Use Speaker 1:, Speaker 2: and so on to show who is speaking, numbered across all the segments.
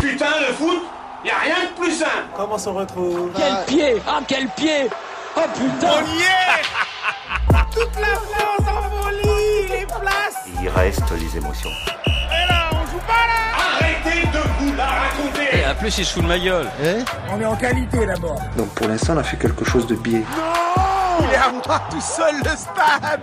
Speaker 1: Putain, le foot, y a rien de plus simple.
Speaker 2: Comment on se retrouve
Speaker 3: Quel pied Ah, quel pied Oh putain
Speaker 4: y est Toute la France envolie les places.
Speaker 5: Il reste les émotions.
Speaker 4: Et là, on joue pas là.
Speaker 1: Arrêtez de vous la raconter.
Speaker 5: uh,
Speaker 3: En plus, il se fout de ma gueule.
Speaker 6: Donc pour l'instant, on a fait quelque chose de biais.
Speaker 4: Il est à moi tout seul le stade.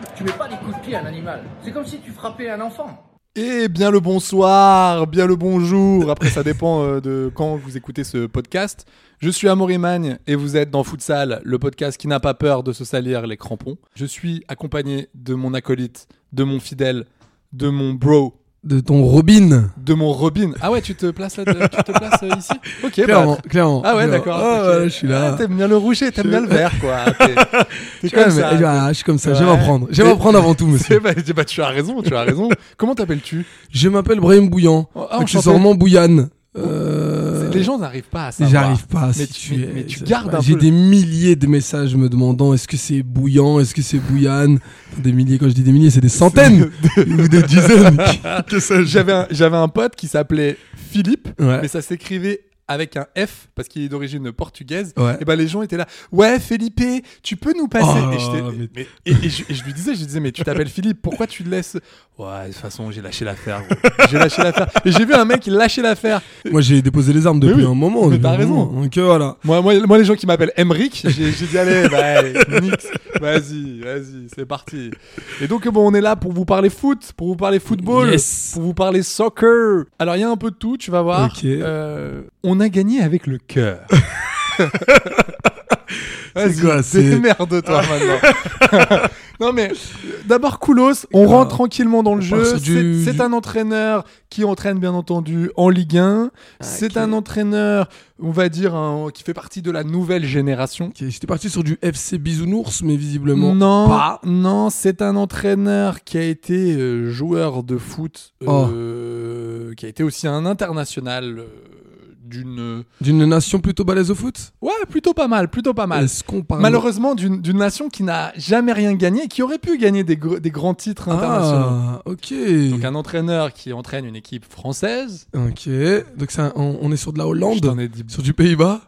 Speaker 7: Et Eh bien le bonsoir, bien le bonjour, après ça dépend euh, de quand vous écoutez ce podcast. Je suis Amaury Magne et vous êtes dans Futsal, le podcast qui n'a pas peur de se salir les crampons. Je suis accompagné de mon acolyte, de mon fidèle, de mon bro,
Speaker 8: de ton Robin.
Speaker 7: de mon Robin. Ah ouais, tu te places là, tu te places euh, ici Ok, bah,
Speaker 8: Clairement, clairement.
Speaker 7: Ah ouais,
Speaker 8: Clairement.
Speaker 7: d'accord.
Speaker 8: Ah
Speaker 7: ok.
Speaker 8: ouais, je suis là.
Speaker 7: Ah, t'aimes bien le rouge et t'aimes bien le vert, quoi. T'es- T'es
Speaker 8: Tu vois,
Speaker 7: comme
Speaker 8: mais-
Speaker 7: ça.
Speaker 8: eh ben, je suis comme ça. J'aime
Speaker 7: Ouais.
Speaker 8: apprendre. J'aime
Speaker 7: Et-
Speaker 8: apprendre avant tout,
Speaker 7: Eh
Speaker 8: monsieur.
Speaker 7: ben, eh ben, tu as raison, tu as raison. Comment t'appelles-tu
Speaker 8: Je m'appelle Brahim Bouillant.
Speaker 7: Oh, ah,
Speaker 8: Accessoirement Bouillane. Euh,
Speaker 7: Les gens n'arrivent pas à
Speaker 8: Mais
Speaker 7: savoir.
Speaker 8: J'arrive pas.
Speaker 7: Mais
Speaker 8: si
Speaker 7: tu- mais-
Speaker 8: es-
Speaker 7: mais tu
Speaker 8: je-
Speaker 7: gardes un
Speaker 8: J'ai
Speaker 7: peu
Speaker 8: des milliers de messages me demandant est-ce que c'est bouillant, est-ce que c'est bouillane. Enfin, Des milliers, quand je dis des milliers, c'est des centaines ou des dizaines. que sais-je.
Speaker 7: J'avais un, j'avais un pote qui s'appelait Philippe,
Speaker 8: Ouais.
Speaker 7: mais ça s'écrivait avec un F parce qu'il est d'origine portugaise.
Speaker 8: Ouais.
Speaker 7: Et ben les gens étaient là, ouais Felipe, tu peux nous passer.
Speaker 8: Oh,
Speaker 7: et, j'étais-
Speaker 8: mais-
Speaker 7: mais- et- et je, et je lui disais, je lui disais, mais tu t'appelles Philippe, pourquoi tu le laisses Ouais, de toute façon j'ai lâché l'affaire. gros. J'ai lâché l'affaire. Et j'ai vu un mec lâcher l'affaire.
Speaker 8: Moi, j'ai déposé les armes depuis
Speaker 7: oui,
Speaker 8: un moment.
Speaker 7: mais
Speaker 8: depuis
Speaker 7: t'as
Speaker 8: un
Speaker 7: raison.
Speaker 8: moment. Donc euh, voilà.
Speaker 7: Moi, moi, moi, les gens qui m'appellent Emric, j'ai j'ai dit allez, bah, allez, nix. vas-y, vas-y, c'est parti. Et donc bon, on est là pour vous parler foot, pour vous parler football,
Speaker 8: Yes.
Speaker 7: pour vous parler soccer. Alors il y a un peu de tout, tu vas voir.
Speaker 8: Ok.
Speaker 7: Euh, on a gagné avec le cœur. Vas-y,
Speaker 8: quoi, c'est- Ah.
Speaker 7: démerde-toi maintenant. non mais euh, d'abord Koulos, on rentre tranquillement dans le
Speaker 8: Ah. part
Speaker 7: jeu.
Speaker 8: sur du-
Speaker 7: C'est- C'est
Speaker 8: du-
Speaker 7: un entraîneur qui entraîne bien entendu en Ligue 1.
Speaker 8: Ah,
Speaker 7: C'est un entraîneur, on va dire, un- qui fait partie de la nouvelle génération.
Speaker 8: Ok, J'étais parti sur du FC Bisounours, mais visiblement.
Speaker 7: non,
Speaker 8: pas.
Speaker 7: non, c'est un entraîneur qui a été euh, joueur de foot, euh, qui a été aussi un international euh, d'une,
Speaker 8: D'une nation plutôt balèze au foot
Speaker 7: ouais, plutôt pas mal, plutôt pas mal.
Speaker 8: Est-ce qu'on parle.
Speaker 7: Malheureusement, d'une d'une nation qui n'a jamais rien gagné, et qui aurait pu gagner des, gr- des grands titres internationaux.
Speaker 8: Ah, ok.
Speaker 7: Donc un entraîneur qui entraîne une équipe française.
Speaker 8: Ok. Donc c'est un- on, on est sur de la
Speaker 7: Je t'en
Speaker 8: Hollande,
Speaker 7: ai dit-
Speaker 8: sur du Pays-Bas,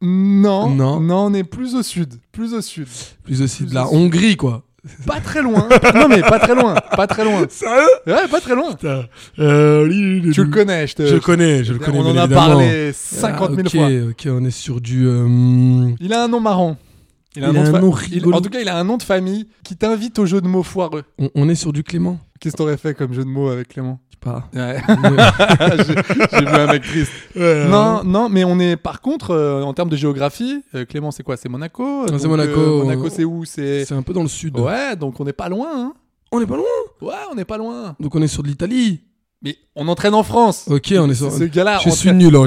Speaker 7: Non,
Speaker 8: Non.
Speaker 7: non, on est plus au sud, plus au sud.
Speaker 8: plus aussi de
Speaker 7: Plus
Speaker 8: la
Speaker 7: aussi.
Speaker 8: Hongrie, quoi.
Speaker 7: Pas très loin. non mais pas très loin. Pas très loin.
Speaker 8: Sérieux
Speaker 7: Ouais, pas très loin. Tu
Speaker 8: Tu
Speaker 7: le connais, je te.
Speaker 8: Je le connais, je le
Speaker 7: Euh, on
Speaker 8: connais.
Speaker 7: en
Speaker 8: bien
Speaker 7: a
Speaker 8: évidemment.
Speaker 7: parlé 50 000
Speaker 8: Ah, ok,
Speaker 7: fois.
Speaker 8: Ok, on est sur du. euh,
Speaker 7: Il a un nom marrant.
Speaker 8: Il a
Speaker 7: de
Speaker 8: un
Speaker 7: fa-
Speaker 8: nom
Speaker 7: il-
Speaker 8: rigolo.
Speaker 7: En tout cas, il a un nom de famille qui t'invite au jeu de mots foireux.
Speaker 8: on, on est sur du Clément.
Speaker 7: Qu'est-ce que t'aurais fait comme jeu de mots avec Clément
Speaker 8: Je sais pas.
Speaker 7: Ouais. J'ai j'ai vu un mec triste. Euh, Non, non, mais on est par contre euh, en termes de géographie. euh, Clément, c'est quoi C'est Monaco.
Speaker 8: c'est
Speaker 7: Donc, euh,
Speaker 8: Monaco.
Speaker 7: Monaco, c'est où C'est
Speaker 8: C'est un peu dans le sud.
Speaker 7: ouais. Donc on n'est pas loin. hein.
Speaker 8: On est pas loin.
Speaker 7: Ouais, on n'est pas loin.
Speaker 8: Donc on est sur de l'Italie.
Speaker 7: Mais on entraîne en France.
Speaker 8: Ok, on est sur.
Speaker 7: Ce gars-là,
Speaker 8: Je suis
Speaker 7: entraîne-
Speaker 8: nul en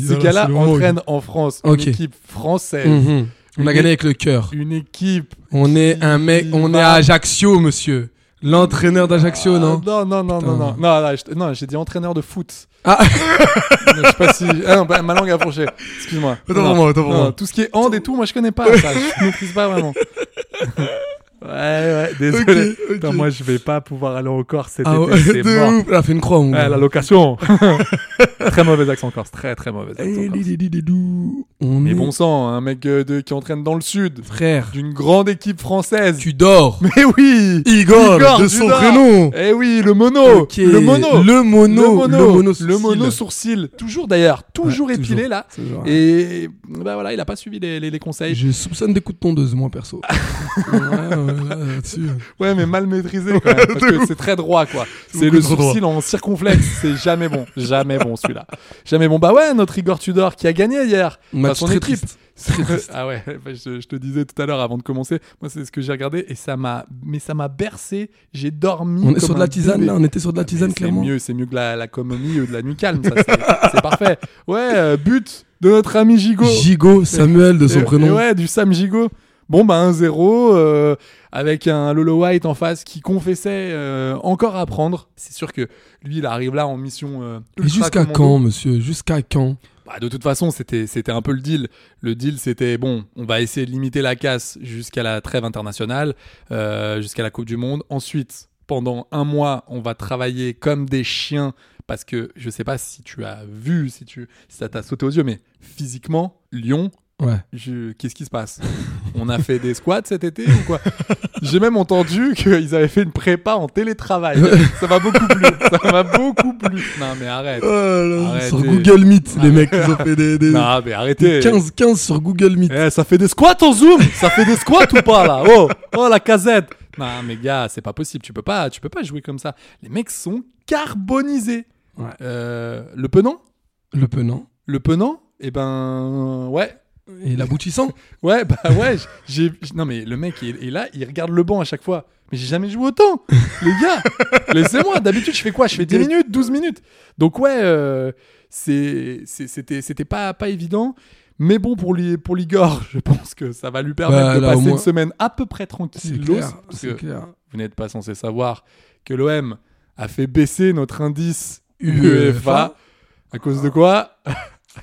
Speaker 7: Ce
Speaker 8: Voilà,
Speaker 7: gars-là
Speaker 8: c'est le mot.
Speaker 7: entraîne en France
Speaker 8: Ok.
Speaker 7: une équipe française,
Speaker 8: Mhm. On a
Speaker 7: Une-
Speaker 8: gagné avec le cœur.
Speaker 7: une équipe.
Speaker 8: On est
Speaker 7: qui
Speaker 8: un mec, on est
Speaker 7: va-
Speaker 8: à Ajaccio, monsieur. L'entraîneur d'Ajaccio,
Speaker 7: Ah,
Speaker 8: non
Speaker 7: non, non, non, non,
Speaker 8: Putain.
Speaker 7: non, non, non, je- non, j'ai dit entraîneur de foot.
Speaker 8: Ah.
Speaker 7: je sais pas si. Ah non, bah, ma langue a fourché. Excuse-moi.
Speaker 8: Autant
Speaker 7: Non,
Speaker 8: pour moi, autant pour
Speaker 7: non,
Speaker 8: moi.
Speaker 7: Tout ce qui est hand et tout, moi je connais pas ça. Je maîtrise pas vraiment. ouais, ouais, désolé.
Speaker 8: Ok, ok.
Speaker 7: Putain, moi je vais pas pouvoir aller au Corse cet
Speaker 8: Ah
Speaker 7: été,
Speaker 8: ouais,
Speaker 7: c'est
Speaker 8: de
Speaker 7: mort.
Speaker 8: ouf. Elle a fait une croix,
Speaker 7: Ouais,
Speaker 8: mon gars.
Speaker 7: la location. très mauvais accent corse, très très mauvais accent
Speaker 8: Eh,
Speaker 7: corse.
Speaker 8: li, li, li, li, dou. On
Speaker 7: Mais
Speaker 8: est
Speaker 7: bon sang, un mec euh, de, qui entraîne dans le sud,
Speaker 8: frère.
Speaker 7: d'une grande équipe française.
Speaker 8: Tu dors.
Speaker 7: Mais oui
Speaker 8: Igor,
Speaker 7: Igor
Speaker 8: de
Speaker 7: du
Speaker 8: son
Speaker 7: Nord.
Speaker 8: prénom.
Speaker 7: Eh oui, le mono
Speaker 8: Ok.
Speaker 7: Le mono
Speaker 8: Le mono.
Speaker 7: Le
Speaker 8: Le
Speaker 7: mono,
Speaker 8: mono sourcil.
Speaker 7: Le mono sourcil. Toujours d'ailleurs, toujours
Speaker 8: Ouais,
Speaker 7: épilé
Speaker 8: toujours.
Speaker 7: là.
Speaker 8: C'est genre-
Speaker 7: Et bah voilà, il a pas suivi les, les- les conseils.
Speaker 8: Je soupçonne des coups de tondeuse, moi, perso. ouais, ouais, là, là-dessus.
Speaker 7: Ouais, mais mal maîtrisé quand même, parce que c'est très droit quoi. C'est
Speaker 8: beaucoup
Speaker 7: le
Speaker 8: trop droit.
Speaker 7: sourcil en circonflexe, c'est jamais bon, jamais bon celui-là. Jamais bon. Bah ouais, notre Igor Tudor qui a gagné hier.
Speaker 8: Match
Speaker 7: Enfin, son
Speaker 8: très
Speaker 7: équipe.
Speaker 8: triste. Très triste.
Speaker 7: ah ouais, enfin, je, je te disais tout à l'heure avant de commencer, moi c'est ce que j'ai regardé et ça m'a, mais ça m'a bercé. J'ai dormi.
Speaker 8: On est
Speaker 7: comme
Speaker 8: sur de
Speaker 7: un
Speaker 8: la tisane
Speaker 7: bébé.
Speaker 8: là, on était sur de la
Speaker 7: Mais
Speaker 8: tisane clairement.
Speaker 7: C'est mieux, c'est mieux que la, la comomie ou de la nuit calme, ça, c'est- c'est parfait. Ouais, euh, but de notre ami Gigot.
Speaker 8: Gigot, Samuel de son
Speaker 7: Et- et
Speaker 8: prénom.
Speaker 7: Ouais, du Sam Gigot. Bon, bah 1-0, euh, avec un Lolo White en face qui confessait euh, encore à prendre. C'est sûr que lui, il arrive là en mission. euh,
Speaker 8: Mais
Speaker 7: ultra
Speaker 8: jusqu'à
Speaker 7: commando.
Speaker 8: quand, monsieur Jusqu'à quand
Speaker 7: Bah, de toute façon, c'était c'était un peu le deal. Le deal, c'était bon, on va essayer de limiter la casse jusqu'à la trêve internationale, euh, jusqu'à la Coupe du Monde. Ensuite, pendant un mois, on va travailler comme des chiens parce que je sais pas si tu as vu, si tu si ça t'a sauté aux yeux, mais physiquement, Lyon,
Speaker 8: Ouais.
Speaker 7: je- qu'est-ce qui se passe On a fait des squats cet été ou quoi J'ai même entendu qu'ils avaient fait une prépa en télétravail. ça m'a beaucoup plu. Ça m'a beaucoup plu. Non mais arrête. Oh Arrêtez.
Speaker 8: sur Google Meet, les mecs, ils ont fait des, des-
Speaker 7: Non mais arrêtez.
Speaker 8: des 15, 15 sur Google Meet.
Speaker 7: Eh, ça fait des squats en zoom Ça fait des squats ou pas là Oh, oh la casette Non mais gars, c'est pas possible, tu peux pas, tu peux pas jouer comme ça. Les mecs sont carbonisés.
Speaker 8: Ouais.
Speaker 7: Euh, le penant Eh.
Speaker 8: Le penant
Speaker 7: Le penant Eh ben ouais.
Speaker 8: et l'aboutissant.
Speaker 7: Ouais, bah ouais, j- j'ai j- non mais le mec il est là, il regarde le banc à chaque fois. Mais j'ai jamais joué autant. Les gars, laissez-moi, d'habitude je fais quoi Je fais 10 minutes, 12 minutes. Donc ouais, euh, c'est c'est- c'était c'était pas pas évident. Mais bon, pour, Li- pour l'Igor, je pense que ça va lui permettre
Speaker 8: Bah,
Speaker 7: de
Speaker 8: là,
Speaker 7: passer
Speaker 8: au moins-
Speaker 7: une semaine à peu près tranquille.
Speaker 8: C'est
Speaker 7: l'os,
Speaker 8: clair,
Speaker 7: parce
Speaker 8: c'est
Speaker 7: que
Speaker 8: clair.
Speaker 7: Vous n'êtes pas censé savoir que l'OM a fait baisser notre indice UEFA.
Speaker 8: UEFA.
Speaker 7: À cause de quoi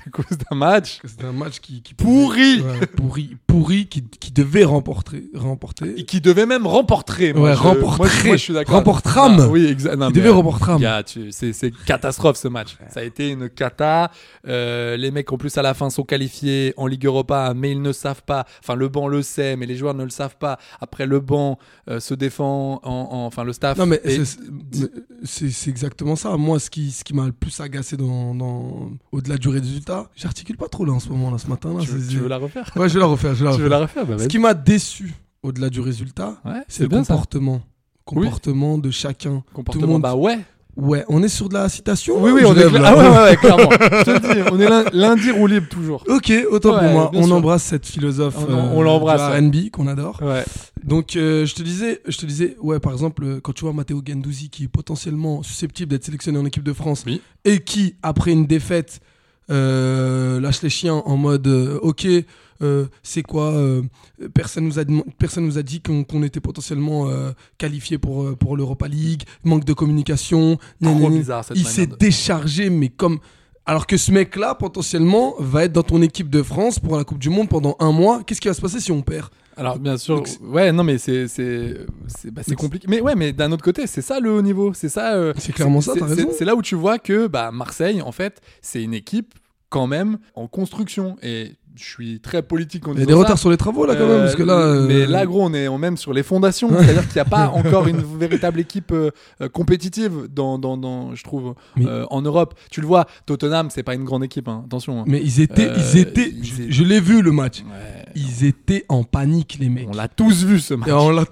Speaker 7: À cause d'un match
Speaker 8: C'était un match qui, qui
Speaker 7: Pourri.
Speaker 8: Ouais, pourri, pourri, qui, qui devait remporter, remporter.
Speaker 7: et qui devait même remporter. Moi,
Speaker 8: Ouais,
Speaker 7: je-
Speaker 8: remporter.
Speaker 7: moi, je- moi, je suis d'accord.
Speaker 8: Remportram.
Speaker 7: Ah, oui, exactement.
Speaker 8: Il devait remporter Ram.
Speaker 7: C'est c'est catastrophe ce match. Ça a été une cata. Euh, les mecs en plus à la fin sont qualifiés en Ligue Europa, mais ils ne savent pas. Enfin, le banc le sait, mais les joueurs ne le savent pas. Après, le banc euh, se défend. En, en- enfin, le staff.
Speaker 8: Non mais
Speaker 7: Et-
Speaker 8: c'est- c'est- mais c'est c'est exactement ça. Moi, ce qui, ce qui m'a le plus agacé dans, dans- au-delà du résultat, j'articule pas trop là en ce moment, là, ce matin. Là,
Speaker 7: tu, veux-
Speaker 8: C'est-
Speaker 7: tu veux la refaire
Speaker 8: Ouais, je vais la refaire. Je vais la
Speaker 7: Tu veux
Speaker 8: refaire.
Speaker 7: la refaire Bah,
Speaker 8: Ce
Speaker 7: vas-y.
Speaker 8: qui m'a déçu au-delà du résultat,
Speaker 7: Ouais,
Speaker 8: c'est le
Speaker 7: bien ça.
Speaker 8: comportement, comportement de chacun.
Speaker 7: Comportement.
Speaker 8: Tout le monde.
Speaker 7: Bah ouais.
Speaker 8: Ouais, on est sur de la citation.
Speaker 7: Oui,
Speaker 8: là,
Speaker 7: oui,
Speaker 8: ou je
Speaker 7: on est
Speaker 8: lève,
Speaker 7: cla-
Speaker 8: là
Speaker 7: Ah ouais, ouais, ouais, clairement. Je te le dis, on est lin- lundi roue libre toujours.
Speaker 8: Ok, autant
Speaker 7: Ouais,
Speaker 8: pour moi.
Speaker 7: bien
Speaker 8: On
Speaker 7: sûr.
Speaker 8: embrasse cette philosophe. euh,
Speaker 7: On- on l'embrasse,
Speaker 8: du R&B qu'on adore.
Speaker 7: Ouais.
Speaker 8: Donc euh, je te disais, je te disais, ouais, par exemple, euh, quand tu vois Matteo Gendouzi qui est potentiellement susceptible d'être sélectionné en équipe de France
Speaker 7: Oui.
Speaker 8: et qui après une défaite euh, lâche les chiens en mode, euh, ok, euh, c'est quoi, euh, personne nous a dem- personne nous a dit qu'on qu'on était potentiellement euh, qualifié pour euh, pour l'Europa League, manque de communication,
Speaker 7: Trop
Speaker 8: gnagnagna.
Speaker 7: bizarre, cette
Speaker 8: il
Speaker 7: manière
Speaker 8: s'est
Speaker 7: de-
Speaker 8: déchargé, mais comme alors que ce mec-là, potentiellement, va être dans ton équipe de France pour la Coupe du Monde pendant un mois. Qu'est-ce qui va se passer si on perd
Speaker 7: Alors bien sûr,
Speaker 8: Donc, c'est-
Speaker 7: ouais, non mais c'est c'est c'est bah, c'est
Speaker 8: Donc,
Speaker 7: compliqué. Mais ouais, mais d'un autre côté, c'est ça le haut niveau, c'est ça. euh,
Speaker 8: C'est clairement ça,
Speaker 7: c'est-
Speaker 8: t'as
Speaker 7: c'est-
Speaker 8: raison.
Speaker 7: C'est là où tu vois que bah Marseille, en fait, c'est une équipe quand même en construction. Et je suis très politique en
Speaker 8: Il y
Speaker 7: disant
Speaker 8: a des
Speaker 7: ça.
Speaker 8: retards sur les travaux là quand même,
Speaker 7: Euh,
Speaker 8: parce que là. euh,
Speaker 7: mais là, gros, on est on- même sur les fondations. C'est-à-dire qu'il n'y a pas encore une véritable équipe euh, euh, compétitive dans, dans, dans, je trouve,
Speaker 8: Mais-
Speaker 7: euh, en Europe. Tu le vois, Tottenham, c'est pas une grande équipe. hein. Attention. hein.
Speaker 8: Mais ils étaient,
Speaker 7: Euh,
Speaker 8: ils étaient.
Speaker 7: ils
Speaker 8: je-
Speaker 7: étaient-
Speaker 8: Je l'ai vu le match.
Speaker 7: Ouais.
Speaker 8: Ils étaient en panique les mecs.
Speaker 7: On l'a tous vu ce match.
Speaker 8: Et on l'a-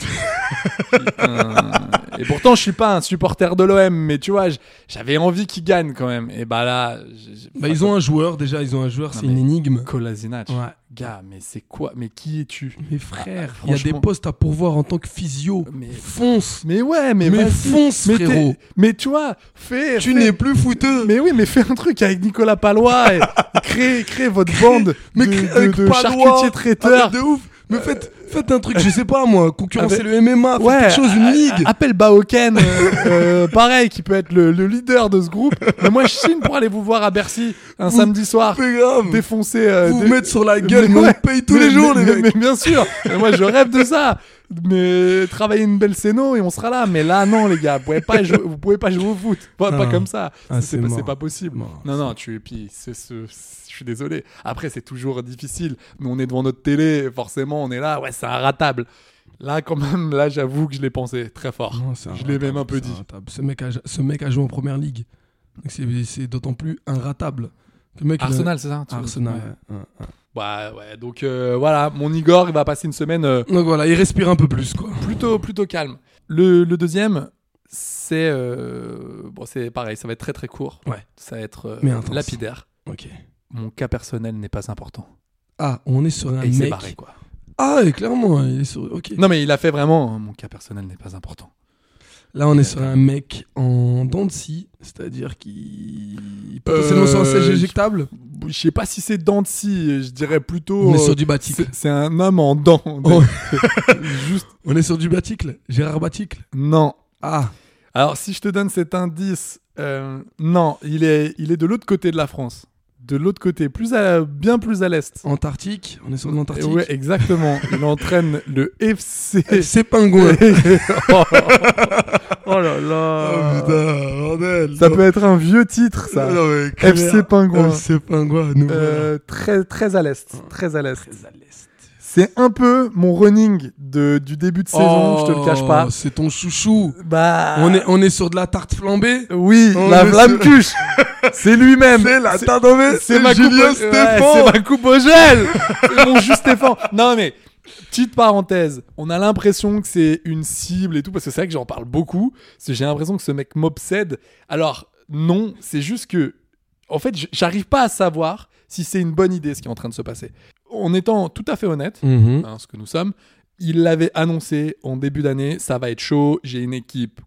Speaker 7: et pourtant, je suis pas un supporter de l'OM, mais tu vois, j- j'avais envie qu'ils gagnent quand même. Et bah là, j'ai- j'ai-
Speaker 8: Bah, ils ont un joueur déjà, ils ont un joueur, c'est une
Speaker 7: mais-
Speaker 8: énigme.
Speaker 7: Kolasinac.
Speaker 8: Ouais.
Speaker 7: Gars, mais c'est quoi Mais qui es-tu
Speaker 8: Mais frère,
Speaker 7: Ah,
Speaker 8: il y a
Speaker 7: franchement. Euh,
Speaker 8: des postes à pourvoir en tant que physio.
Speaker 7: Mais-
Speaker 8: Fonce.
Speaker 7: Mais ouais, mais,
Speaker 8: Mais
Speaker 7: vas-y.
Speaker 8: fonce,
Speaker 7: mais t'es-
Speaker 8: frérot.
Speaker 7: Mais tu vois, fais.
Speaker 8: Tu
Speaker 7: fais-
Speaker 8: n'es plus fouteux.
Speaker 7: Mais oui, mais fais un truc avec Nicolas Palois. et créez, créez votre bande
Speaker 8: Mais
Speaker 7: de,
Speaker 8: cr-
Speaker 7: de-
Speaker 8: avec
Speaker 7: de
Speaker 8: pas
Speaker 7: charcutiers traiteurs.
Speaker 8: de ouf. Mais faites, faites un truc, je sais pas moi, concurrencer le MMA, faites
Speaker 7: Ouais,
Speaker 8: quelque chose,
Speaker 7: a-
Speaker 8: une ligue.
Speaker 7: Appelle Baoken, euh, euh, pareil, qui peut être le, le leader de ce groupe. Mais moi, je signe pour aller vous voir à Bercy un samedi soir.
Speaker 8: C'est grave.
Speaker 7: défoncer euh,
Speaker 8: Vous
Speaker 7: dé-
Speaker 8: mettre sur la gueule, mais on paye tous
Speaker 7: mais-
Speaker 8: les jours,
Speaker 7: mais,
Speaker 8: les
Speaker 7: mais-
Speaker 8: mecs.
Speaker 7: mais bien sûr Mais moi je rêve de ça mais travailler une belle scéno et on sera là mais là non les gars vous pouvez pas jouer, vous pouvez pas jouer au foot pas, pas
Speaker 8: Ah.
Speaker 7: comme ça
Speaker 8: Ah,
Speaker 7: c'est
Speaker 8: c'est
Speaker 7: pas,
Speaker 8: mort.
Speaker 7: c'est pas possible
Speaker 8: Mort,
Speaker 7: non non tu et puis c'est ce je suis désolé après c'est toujours difficile nous on est devant notre télé forcément on est là ouais c'est ratable là quand même là j'avoue que je l'ai pensé très fort
Speaker 8: Non, c'est
Speaker 7: je l'ai
Speaker 8: inratable,
Speaker 7: même un peu
Speaker 8: c'est
Speaker 7: dit
Speaker 8: inratable. Ce mec, a, ce mec a joué en première ligue. Donc c'est, c'est d'autant plus inratable. Que le mec, il a-
Speaker 7: Arsenal c'est ça tu-
Speaker 8: Arsenal. ouais.
Speaker 7: ouais ouais donc euh, voilà mon Igor il va passer une semaine euh,
Speaker 8: Donc voilà, il respire un peu plus quoi.
Speaker 7: plutôt plutôt calme. Le, le deuxième, c'est euh, bon, c'est pareil, ça va être très très court.
Speaker 8: Ouais.
Speaker 7: Ça va être euh,
Speaker 8: Mais intense.
Speaker 7: lapidaire.
Speaker 8: Ok.
Speaker 7: Mon cas personnel n'est pas important.
Speaker 8: ah, on est sur un
Speaker 7: Et il s'est
Speaker 8: mec.
Speaker 7: barré, quoi.
Speaker 8: Ah, et clairement, il est sur. Ok.
Speaker 7: Non, mais il a fait vraiment. hein, Mon cas personnel n'est pas important.
Speaker 8: Là, on est sur un mec en dents de scie, c'est-à-dire qui potentiellement sur
Speaker 7: Euh,
Speaker 8: un siège éjectable.
Speaker 7: Je sais pas si c'est dents de scie, je dirais plutôt.
Speaker 8: On est
Speaker 7: euh,
Speaker 8: sur du baticle.
Speaker 7: c'est- C'est un homme en dents.
Speaker 8: Oh.
Speaker 7: Juste.
Speaker 8: On est sur du baticle, Gérard Baticle.
Speaker 7: Non.
Speaker 8: Ah,
Speaker 7: Alors, si je te donne cet indice, euh, non, il est, il est de l'autre côté de la France. De l'autre côté, plus à, bien plus à l'est.
Speaker 8: Antarctique. On est sur
Speaker 7: Et
Speaker 8: l'Antarctique.
Speaker 7: Ouais, exactement. il entraîne le FC.
Speaker 8: Eh, C'est pingouin.
Speaker 7: oh, là
Speaker 8: Oh, Ah.
Speaker 7: là.
Speaker 8: bordel.
Speaker 7: ça peut être un vieux titre, ça. FC Pingouin.
Speaker 8: FC Pingouin, nous voilà.
Speaker 7: Euh, très, très à l'est. Mmh. Très à l'est. C'est un peu mon running de, du début de saison, je te le cache pas.
Speaker 8: Oh, C'est ton chouchou.
Speaker 7: Bah.
Speaker 8: On, est, on est sur de la tarte flambée.
Speaker 7: Oui,
Speaker 8: On
Speaker 7: la
Speaker 8: est
Speaker 7: flamme
Speaker 8: sur-
Speaker 7: cuche. C'est lui-même.
Speaker 8: Oh, C'est la Tadomée, c'est
Speaker 7: coupe-
Speaker 8: Julien
Speaker 7: ouais,
Speaker 8: Stéphane.
Speaker 7: c'est ma coupe au gel. C'est mon juste Stéphane. Non, mais, petite parenthèse. On a l'impression que c'est une cible et tout, parce que c'est vrai que j'en parle beaucoup. parce que J'ai l'impression que ce mec m'obsède. Alors, non, c'est juste que, en fait, j- j'arrive pas à savoir si c'est une bonne idée ce qui est en train de se passer. En étant tout à fait honnête,
Speaker 8: Mm.
Speaker 7: hein, ce que nous sommes. Il l'avait annoncé en début d'année, ça va être chaud, j'ai une équipe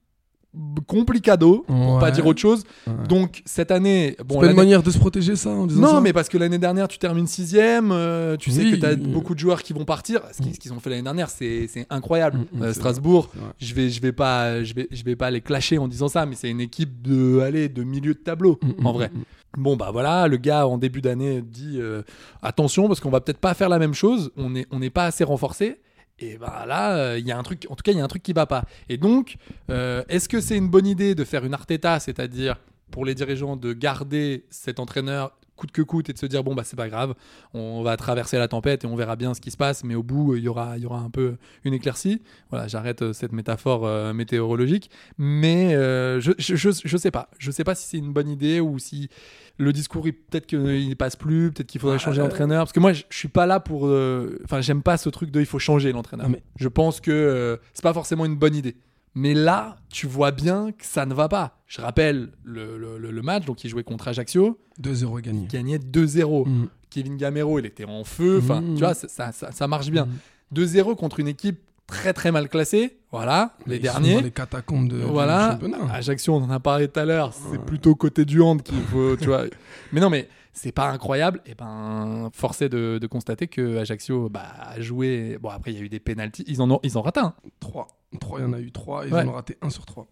Speaker 7: b- complicado, pour pas
Speaker 8: Ouais.
Speaker 7: dire autre chose. Donc cette année,
Speaker 8: C'est
Speaker 7: bon,
Speaker 8: pas une
Speaker 7: l'année-
Speaker 8: manière de se protéger, ça, en disant
Speaker 7: non,
Speaker 8: ça
Speaker 7: mais parce que l'année dernière, tu termines sixième, euh, tu sais
Speaker 8: Oui,
Speaker 7: que tu as
Speaker 8: euh,
Speaker 7: beaucoup de joueurs qui vont partir. Ce qu'ils ce qu'ils ont fait l'année dernière, c'est c'est incroyable.
Speaker 8: Mm, mm,
Speaker 7: Euh,
Speaker 8: c'est
Speaker 7: Strasbourg,
Speaker 8: vrai, c'est vrai.
Speaker 7: je vais, je vais pas, je vais, je vais pas les clasher en disant ça, mais c'est une équipe de, allez, de milieu de tableau,
Speaker 8: Mm,
Speaker 7: en
Speaker 8: mm,
Speaker 7: vrai. Bon, bah voilà, le gars en début d'année dit euh, attention parce qu'on va peut-être pas faire la même chose. On n'est on n'est pas assez renforcé. Et bah là, euh, il y a un truc. En tout cas, il y a un truc qui va pas. Et donc, euh, est-ce que c'est une bonne idée de faire une Arteta, c'est-à-dire pour les dirigeants de garder cet entraîneur coûte que coûte et de se dire bon bah c'est pas grave, on va traverser la tempête et on verra bien ce qui se passe, mais au bout euh, il y aura il y aura un peu une éclaircie. Voilà, j'arrête euh, cette métaphore euh, météorologique, mais euh, je, je, je je sais pas, je sais pas si c'est une bonne idée ou si le discours il- peut-être qu'il ne passe plus, peut-être qu'il faudrait
Speaker 8: euh,
Speaker 7: changer d'entraîneur, parce que moi je, je suis pas là pour, euh, enfin j'aime pas ce truc de il faut changer l'entraîneur.
Speaker 8: Non, mais-
Speaker 7: Je pense que euh, c'est pas forcément une bonne idée. Mais là, tu vois bien que ça ne va pas. Je rappelle le, le- le- le match, donc il jouait contre Ajaccio,
Speaker 8: 2-0 gagné.
Speaker 7: gagnait 2-0.
Speaker 8: Mm.
Speaker 7: Kevin Gamero, il était en feu. Enfin,
Speaker 8: Mm.
Speaker 7: tu vois, ça, ça- ça- ça marche bien. 2-0 contre une équipe très très mal classée. Voilà, les
Speaker 8: Ils sont
Speaker 7: derniers.
Speaker 8: dans les catacombes de, du
Speaker 7: Voilà, Ah.
Speaker 8: championnat.
Speaker 7: Ajaccio, on en a parlé tout à l'heure, c'est plutôt côté du hand qu'il faut, tu vois. Mais non, mais c'est pas incroyable. Et ben, forcé de, de constater que Ajaccio bah, a joué. Bon, après, il y a eu des pénalties. Ils en ont, ils en ratent un.
Speaker 8: 3. 3, il y en a eu 3. Ils
Speaker 7: Ouais.
Speaker 8: en ont raté 1 sur 3.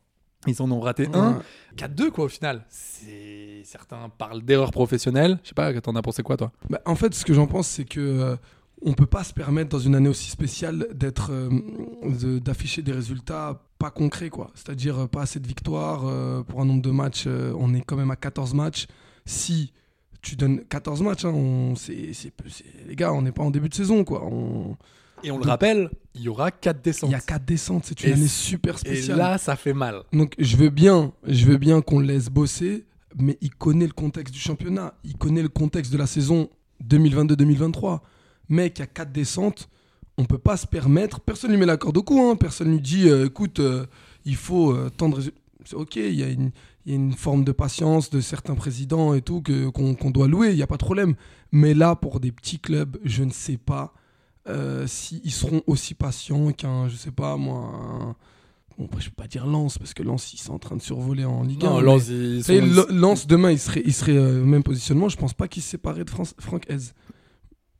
Speaker 7: Ils en ont raté un. 4-2, quoi, au final. C'est- Certains parlent d'erreur professionnelle. Je sais pas, t'en as pensé quoi, toi
Speaker 8: Bah, en fait, ce que j'en pense, c'est que euh, on peut pas se permettre dans une année aussi spéciale d'être euh, de- d'afficher des résultats pas concrets, quoi. C'est-à-dire euh, pas assez de victoires euh, pour un nombre de matchs. euh, on est quand même à 14 matchs. Si tu donnes 14 matchs, hein, on, c'est, c'est, c'est- les gars, on n'est pas en début de saison, quoi. On-
Speaker 7: Et on le rappelle, il y aura 4
Speaker 8: Il
Speaker 7: descentes.
Speaker 8: y a 4 descentes, c'est une
Speaker 7: Et
Speaker 8: année
Speaker 7: c-
Speaker 8: super
Speaker 7: Et
Speaker 8: spéciale.
Speaker 7: là, ça fait mal.
Speaker 8: Donc je veux bien, je veux bien qu'on le laisse bosser, mais il connaît le contexte du championnat, il connaît le contexte de la saison 2022-2023. Mec, à 4 descentes, on peut pas se permettre. Personne lui met la corde au cou, hein. personne lui dit, euh, écoute, euh, il faut euh, tant de résu- C'est ok, il y, a une- il y a une forme de patience de certains présidents et tout que- qu'on qu'on doit louer, il n'y a pas de problème. Mais là, pour des petits clubs, je ne sais pas euh, s'ils seront aussi patients qu'un, je sais pas moi, un- Bon, après, je peux pas dire Lens, parce que Lens, ils sont en train de survoler en Ligue 1.
Speaker 7: Non, Lens, ils sont-
Speaker 8: Lens, demain, il serait, il serait euh, au même positionnement. Je pense pas qu'ils se séparaient de France, Franck Hez.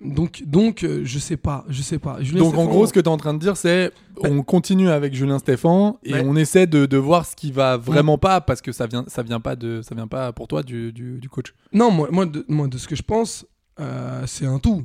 Speaker 8: Donc, donc euh, je sais pas, je sais pas. Julien
Speaker 7: Donc en
Speaker 8: Stéphane,
Speaker 7: gros, ce que tu es en train de dire, c'est on continue avec Julien Stéphan et
Speaker 8: Ouais.
Speaker 7: on essaie de, de voir ce qui
Speaker 8: Mm.
Speaker 7: va vraiment pas parce que ça vient ça vient pas de ça vient pas pour toi du, du, du coach.
Speaker 8: Non, moi, moi, de, moi, de ce que je pense, euh, c'est un tout.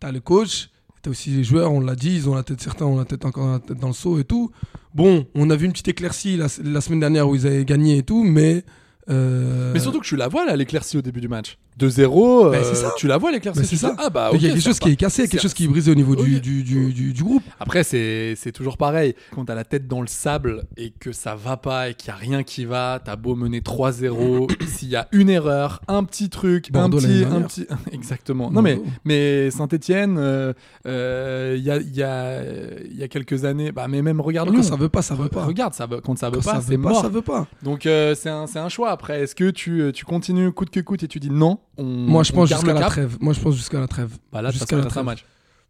Speaker 8: T'as le coach, t'as aussi les joueurs, on l'a dit, ils ont la tête, certains ont la tête encore la tête dans le seau et tout. Bon, on a vu une petite éclaircie la, la semaine dernière où ils avaient gagné et tout, mais. euh,
Speaker 7: Mais surtout que tu la vois là l'éclaircie au début du match. 2-0,
Speaker 8: Ben,
Speaker 7: euh,
Speaker 8: c'est ça.
Speaker 7: tu la vois l'éclaircie.
Speaker 8: mais
Speaker 7: tu
Speaker 8: c'est ça.
Speaker 7: dis, Ah bah
Speaker 8: Il y a
Speaker 7: ok,
Speaker 8: quelque
Speaker 7: ça
Speaker 8: chose qui
Speaker 7: repart.
Speaker 8: est cassé, il y a quelque
Speaker 7: C'est-
Speaker 8: chose qui est brisé au niveau du,
Speaker 7: Ok.
Speaker 8: du, du, du- du groupe.
Speaker 7: Après c'est c'est toujours pareil quand t'as la tête dans le sable et que ça va pas et qu'il y a rien qui va, t'as beau mener 3-0, s'il y a une erreur, un petit truc,
Speaker 8: Bordeaux
Speaker 7: un
Speaker 8: l'année
Speaker 7: petit un
Speaker 8: dernière.
Speaker 7: petit exactement. Non mais
Speaker 8: Bordeaux.
Speaker 7: Mais Saint-Etienne, euh, euh, il y, a, il y, a, il y a quelques années, bah, mais même regarde
Speaker 8: Quand
Speaker 7: Lyon.
Speaker 8: Ah ça veut pas, ça veut pas.
Speaker 7: Regarde, ça veut, quand ça veut
Speaker 8: Quand
Speaker 7: pas,
Speaker 8: ça
Speaker 7: c'est
Speaker 8: veut pas,
Speaker 7: mort.
Speaker 8: ça veut pas.
Speaker 7: Donc euh, c'est un, c'est un choix. Après, est-ce que tu, euh, tu continues coûte que coûte et tu dis non on-
Speaker 8: Moi, je
Speaker 7: on
Speaker 8: pense
Speaker 7: garde
Speaker 8: jusqu'à
Speaker 7: le
Speaker 8: la
Speaker 7: cap
Speaker 8: trêve. Moi, je pense jusqu'à la trêve.
Speaker 7: Bah là, de toute façon,
Speaker 8: Jusqu'à
Speaker 7: il
Speaker 8: la
Speaker 7: reste un
Speaker 8: trêve.
Speaker 7: match.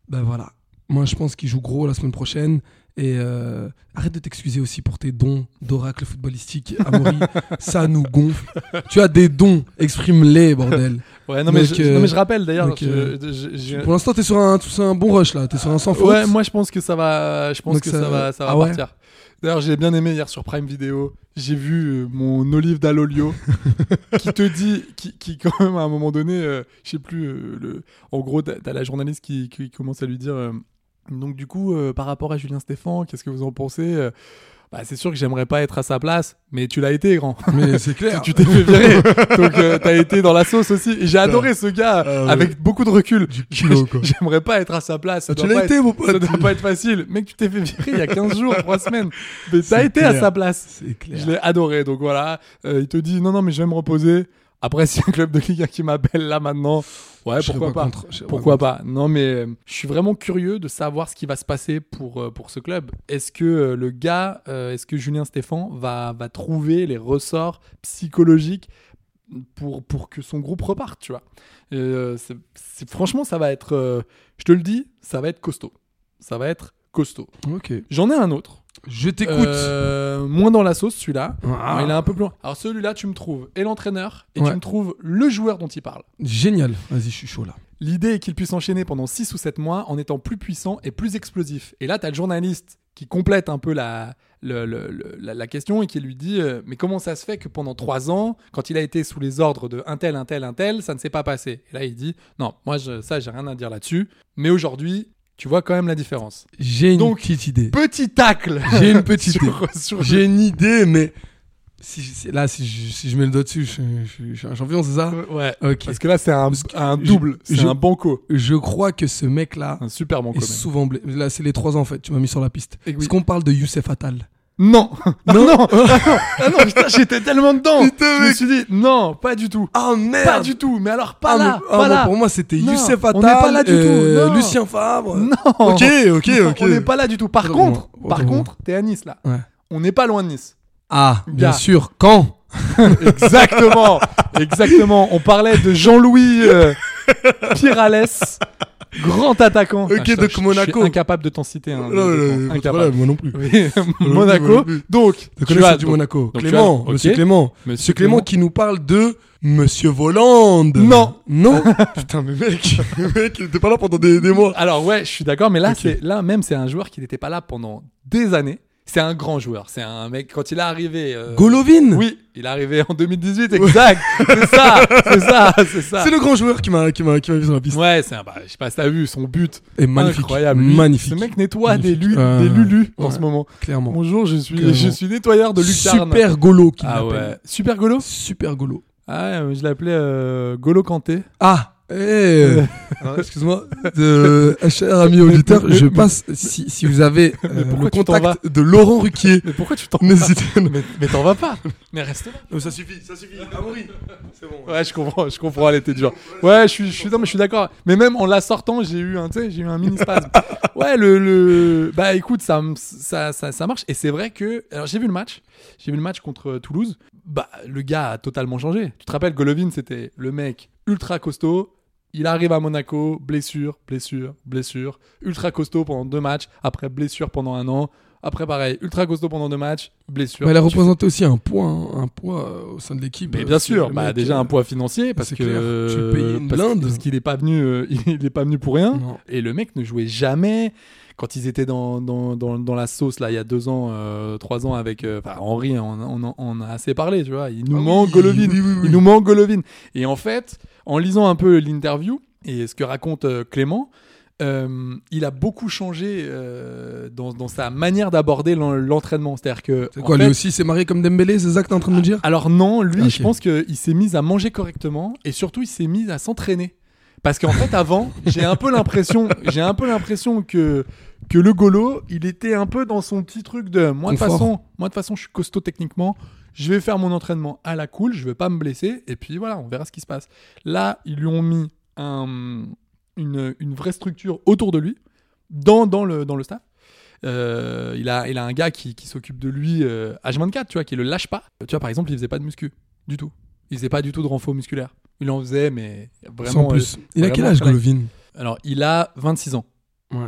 Speaker 8: Ben voilà. Moi, je pense qu'il joue gros la semaine prochaine. Et euh, arrête de t'excuser aussi pour tes dons d'oracle footballistique, Amaury. ça nous gonfle. Tu as des dons, exprime-les, bordel.
Speaker 7: Ouais, non, mais,
Speaker 8: Donc,
Speaker 7: je,
Speaker 8: euh,
Speaker 7: non, mais je rappelle d'ailleurs.
Speaker 8: donc,
Speaker 7: je-
Speaker 8: euh,
Speaker 7: je- je- je-
Speaker 8: Pour l'instant, t'es sur un, t'es sur un bon rush là. T'es sur un sans faute.
Speaker 7: Ouais, moi je pense que ça va, je pense
Speaker 8: Donc
Speaker 7: que ça,
Speaker 8: ça-
Speaker 7: va, ça va
Speaker 8: Ah ouais
Speaker 7: partir. D'ailleurs, j'ai bien aimé hier sur Prime Video, j'ai vu euh, mon Olive d'Alolio qui te dit, qui, qui quand même à un moment donné, euh, je sais plus, euh, le, en gros, t'as t'as la journaliste qui, qui commence à lui dire, euh, donc du coup, euh, par rapport à Julien Stéphan, qu'est-ce que vous en pensez Euh, bah, c'est sûr que j'aimerais pas être à sa place, mais tu l'as été, grand.
Speaker 8: Mais c'est clair.
Speaker 7: tu t'es fait virer. Donc euh, t'as été dans la sauce aussi. Et j'ai adoré ce gars
Speaker 8: Ah ouais.
Speaker 7: avec beaucoup de recul.
Speaker 8: culot, quoi.
Speaker 7: J'aimerais pas être à sa place. Ça
Speaker 8: Ah, tu
Speaker 7: doit
Speaker 8: l'as
Speaker 7: pas
Speaker 8: été,
Speaker 7: être-
Speaker 8: mon pote.
Speaker 7: Ça doit pas être facile. Mec, tu t'es fait virer il y a 15 jours, 3 semaines. Mais t'as été à
Speaker 8: clair.
Speaker 7: sa place.
Speaker 8: C'est clair.
Speaker 7: Je l'ai adoré. Donc voilà, Euh, il te dit non, non, mais je vais me reposer. Après, si un club de Ligue 1 qui m'appelle là maintenant, ouais,
Speaker 8: Je serais
Speaker 7: pourquoi
Speaker 8: pas
Speaker 7: pas,
Speaker 8: contre. Je serais pas
Speaker 7: Pourquoi pas Non, mais euh, je suis vraiment curieux de savoir ce qui va se passer pour, euh, pour ce club. Est-ce que euh, le gars, euh, est-ce que Julien Stéphan va, va trouver les ressorts psychologiques pour, pour que son groupe reparte, tu vois Euh, c'est- c'est- Franchement, ça va être, euh, je te le dis, ça va être costaud. Ça va être costaud.
Speaker 8: Ok.
Speaker 7: J'en ai un autre.
Speaker 8: Je t'écoute.
Speaker 7: Euh, moins dans la sauce, celui-là.
Speaker 8: Ah.
Speaker 7: Il est un peu plus loin. Alors celui-là, tu me trouves et l'entraîneur, et
Speaker 8: Ouais.
Speaker 7: tu me trouves le joueur dont il parle.
Speaker 8: Génial. Vas-y, je suis chaud là.
Speaker 7: L'idée est qu'il puisse enchaîner pendant 6 ou 7 mois en étant plus puissant et plus explosif. Et là, tu as le journaliste qui complète un peu la, le- le- le- la, la question et qui lui dit euh, Mais comment ça se fait que pendant 3 ans, quand il a été sous les ordres de un tel, un tel, un tel, ça ne s'est pas passé Et là, il dit Non, moi, je- ça, j'ai rien à dire là-dessus. Mais aujourd'hui, tu vois quand même la différence.
Speaker 8: J'ai une
Speaker 7: Donc,
Speaker 8: petite idée.
Speaker 7: Petit tacle
Speaker 8: J'ai une petite
Speaker 7: Sur-
Speaker 8: idée.
Speaker 7: sur-
Speaker 8: J'ai une idée, mais si, si- là, si je, si je mets le doigt dessus, je, je- je suis un champion, c'est ça
Speaker 7: Ouais.
Speaker 8: Ok.
Speaker 7: Parce que là, c'est un, un double,
Speaker 8: je-
Speaker 7: c'est
Speaker 8: je-
Speaker 7: un banco,
Speaker 8: Je crois que ce mec-là
Speaker 7: un euh, super banco.
Speaker 8: est
Speaker 7: même.
Speaker 8: souvent blessé. Là, c'est les trois ans, en fait. Tu m'as mis sur la piste.
Speaker 7: Et Eh oui.
Speaker 8: Est-ce qu'on parle de Youssef Attal
Speaker 7: Non, non, non, ah non, putain, j'étais tellement dedans. je me suis dit, non, pas du tout.
Speaker 8: Ah merde
Speaker 7: Oh, Pas du tout, mais alors pas
Speaker 8: Ah,
Speaker 7: là,
Speaker 8: mais- ah,
Speaker 7: pas
Speaker 8: moi,
Speaker 7: là.
Speaker 8: Pour moi, c'était
Speaker 7: Non,
Speaker 8: Youssef
Speaker 7: on
Speaker 8: Attal.
Speaker 7: n'est pas là du tout,
Speaker 8: euh,
Speaker 7: non.
Speaker 8: Lucien Fabre.
Speaker 7: Non.
Speaker 8: Ok, ok,
Speaker 7: Non,
Speaker 8: ok.
Speaker 7: On n'est pas là du tout. Par
Speaker 8: Autrement,
Speaker 7: contre, par
Speaker 8: autrement.
Speaker 7: contre, t'es à Nice là.
Speaker 8: Ouais.
Speaker 7: On n'est pas loin de Nice.
Speaker 8: Ah, bien
Speaker 7: Gars.
Speaker 8: sûr. Quand
Speaker 7: Exactement, exactement. On parlait de Jean-Louis euh, Pirales, grand attaquant.
Speaker 8: Ok,
Speaker 7: Ah, je-
Speaker 8: donc
Speaker 7: je- Je
Speaker 8: Monaco.
Speaker 7: suis incapable de t'en citer un.
Speaker 8: Non, non, non, pas de
Speaker 7: incapable.
Speaker 8: problème, Moi non plus.
Speaker 7: Oui,
Speaker 8: non, non,
Speaker 7: Monaco.
Speaker 8: non.
Speaker 7: Donc,
Speaker 8: Tu
Speaker 7: tu as
Speaker 8: du
Speaker 7: donc-
Speaker 8: Monaco.
Speaker 7: donc tu as-
Speaker 8: Clément,
Speaker 7: ok.
Speaker 8: Monsieur Clément. Monsieur
Speaker 7: Monsieur
Speaker 8: Clément
Speaker 7: Clément.
Speaker 8: qui nous parle de Monsieur Volande.
Speaker 7: Non.
Speaker 8: Non. Putain, mais mec, le mec, il était pas là pendant des, des mois.
Speaker 7: Alors ouais, je suis d'accord, mais là,
Speaker 8: Ok.
Speaker 7: c'est là même, c'est un joueur qui n'était pas là pendant des années. C'est un grand joueur. C'est un mec quand il est arrivé. euh,
Speaker 8: Golovin
Speaker 7: Oui, il est arrivé en 2018, exact. c'est ça, c'est ça, c'est ça.
Speaker 8: C'est le grand joueur qui m'a qui m'a qui m'a mis sur la piste.
Speaker 7: Ouais, c'est un. Bah, je sais pas si t'as vu son but.
Speaker 8: Et magnifique.
Speaker 7: Incroyable. Lui,
Speaker 8: Magnifique.
Speaker 7: Ce mec nettoie
Speaker 8: Magnifique.
Speaker 7: des, lu-
Speaker 8: Euh,
Speaker 7: des lulus en
Speaker 8: ouais.
Speaker 7: ce moment.
Speaker 8: Clairement.
Speaker 7: Bonjour, je suis
Speaker 8: Clairement.
Speaker 7: je suis nettoyeur de lucarne.
Speaker 8: Super Golo qui
Speaker 7: Ah
Speaker 8: l'appelle.
Speaker 7: ouais. Super Golo.
Speaker 8: Super Golo.
Speaker 7: Ah, ouais, je l'appelais euh, Golo Kanté.
Speaker 8: Ah eh, euh, alors, Excuse-moi, euh, cher ami auditeur, je passe si, si vous avez euh, le
Speaker 7: pourquoi tu t'en
Speaker 8: contact de Laurent Ruquier,
Speaker 7: Mais pourquoi tu t'en
Speaker 8: n'hésitez
Speaker 7: Mais, mais t'en vas pas. Mais reste là.
Speaker 8: pas. Ça suffit, ça suffit. Amaury, c'est bon.
Speaker 7: Ouais, je comprends, je comprends, elle était dure. Ouais, je suis, je suis, non, mais je suis d'accord. Mais même en la sortant, j'ai eu un, tu sais, j'ai eu un mini spasme. Ouais, le, le, bah écoute, ça, me- ça, ça, ça marche. Et c'est vrai que, alors j'ai vu le match, j'ai vu le match contre Toulouse. Bah, le gars a totalement changé. Tu te rappelles, Golovin, c'était le mec ultra costaud. Il arrive à Monaco, blessure, blessure, blessure. Ultra costaud pendant deux matchs. Après, blessure pendant un an. Après, pareil, ultra costaud pendant deux matchs, blessure.
Speaker 8: Bah, elle a
Speaker 7: Tu fais-
Speaker 8: représenté aussi un poids, hein, un poids euh, au sein de l'équipe.
Speaker 7: mais
Speaker 8: Euh,
Speaker 7: bien
Speaker 8: c'est
Speaker 7: sûr,
Speaker 8: le
Speaker 7: bah,
Speaker 8: mec,
Speaker 7: déjà
Speaker 8: euh,
Speaker 7: un poids financier parce
Speaker 8: c'est
Speaker 7: que
Speaker 8: clair,
Speaker 7: euh,
Speaker 8: tu payes une
Speaker 7: parce-
Speaker 8: blinde.
Speaker 7: parce qu'il est pas venu, euh, il est pas venu pour rien.
Speaker 8: Non.
Speaker 7: Et le mec ne jouait jamais quand ils étaient dans dans, dans, dans la sauce là il y a deux ans, euh, trois ans avec euh, enfin, Henri, on, on, en- on a assez parlé, tu vois. Il nous
Speaker 8: Ah oui,
Speaker 7: manque Golovin,
Speaker 8: oui, oui, oui.
Speaker 7: il nous manque Golovin. Et en fait, en lisant un peu l'interview et ce que raconte euh, Clément. euh, il a beaucoup changé euh, dans, dans sa manière d'aborder l'en- l'entraînement. C'est-à-dire que.
Speaker 8: C'est
Speaker 7: en
Speaker 8: quoi,
Speaker 7: fait,
Speaker 8: lui aussi s'est marié comme Dembélé, c'est ça que t'es en train de me dire Ah,
Speaker 7: alors non, lui,
Speaker 8: Ok.
Speaker 7: je pense qu'il s'est mis à manger correctement et surtout il s'est mis à s'entraîner. Parce qu'en fait, avant, j'ai un peu l'impression, j'ai un peu l'impression que que le golo, il était un peu dans son petit truc de moi de
Speaker 8: Confort.
Speaker 7: façon, moi de façon, je suis costaud techniquement, je vais faire mon entraînement à la cool, je vais pas me blesser et puis voilà, on verra ce qui se passe. Là, ils lui ont mis un- une, une vraie structure autour de lui, dans, dans le dans le staff. Euh, il, a, il a un gars qui, qui s'occupe de lui euh, H24, tu vois, qui le lâche pas. Tu vois, par exemple, il faisait pas de muscu du tout. Il faisait pas du tout de renfort musculaire. Il en faisait, mais vraiment.
Speaker 8: Sans plus.
Speaker 7: euh,
Speaker 8: Il a
Speaker 7: vraiment
Speaker 8: quel âge,
Speaker 7: très-
Speaker 8: Golovin
Speaker 7: Alors, il a 26 ans.
Speaker 8: Ouais.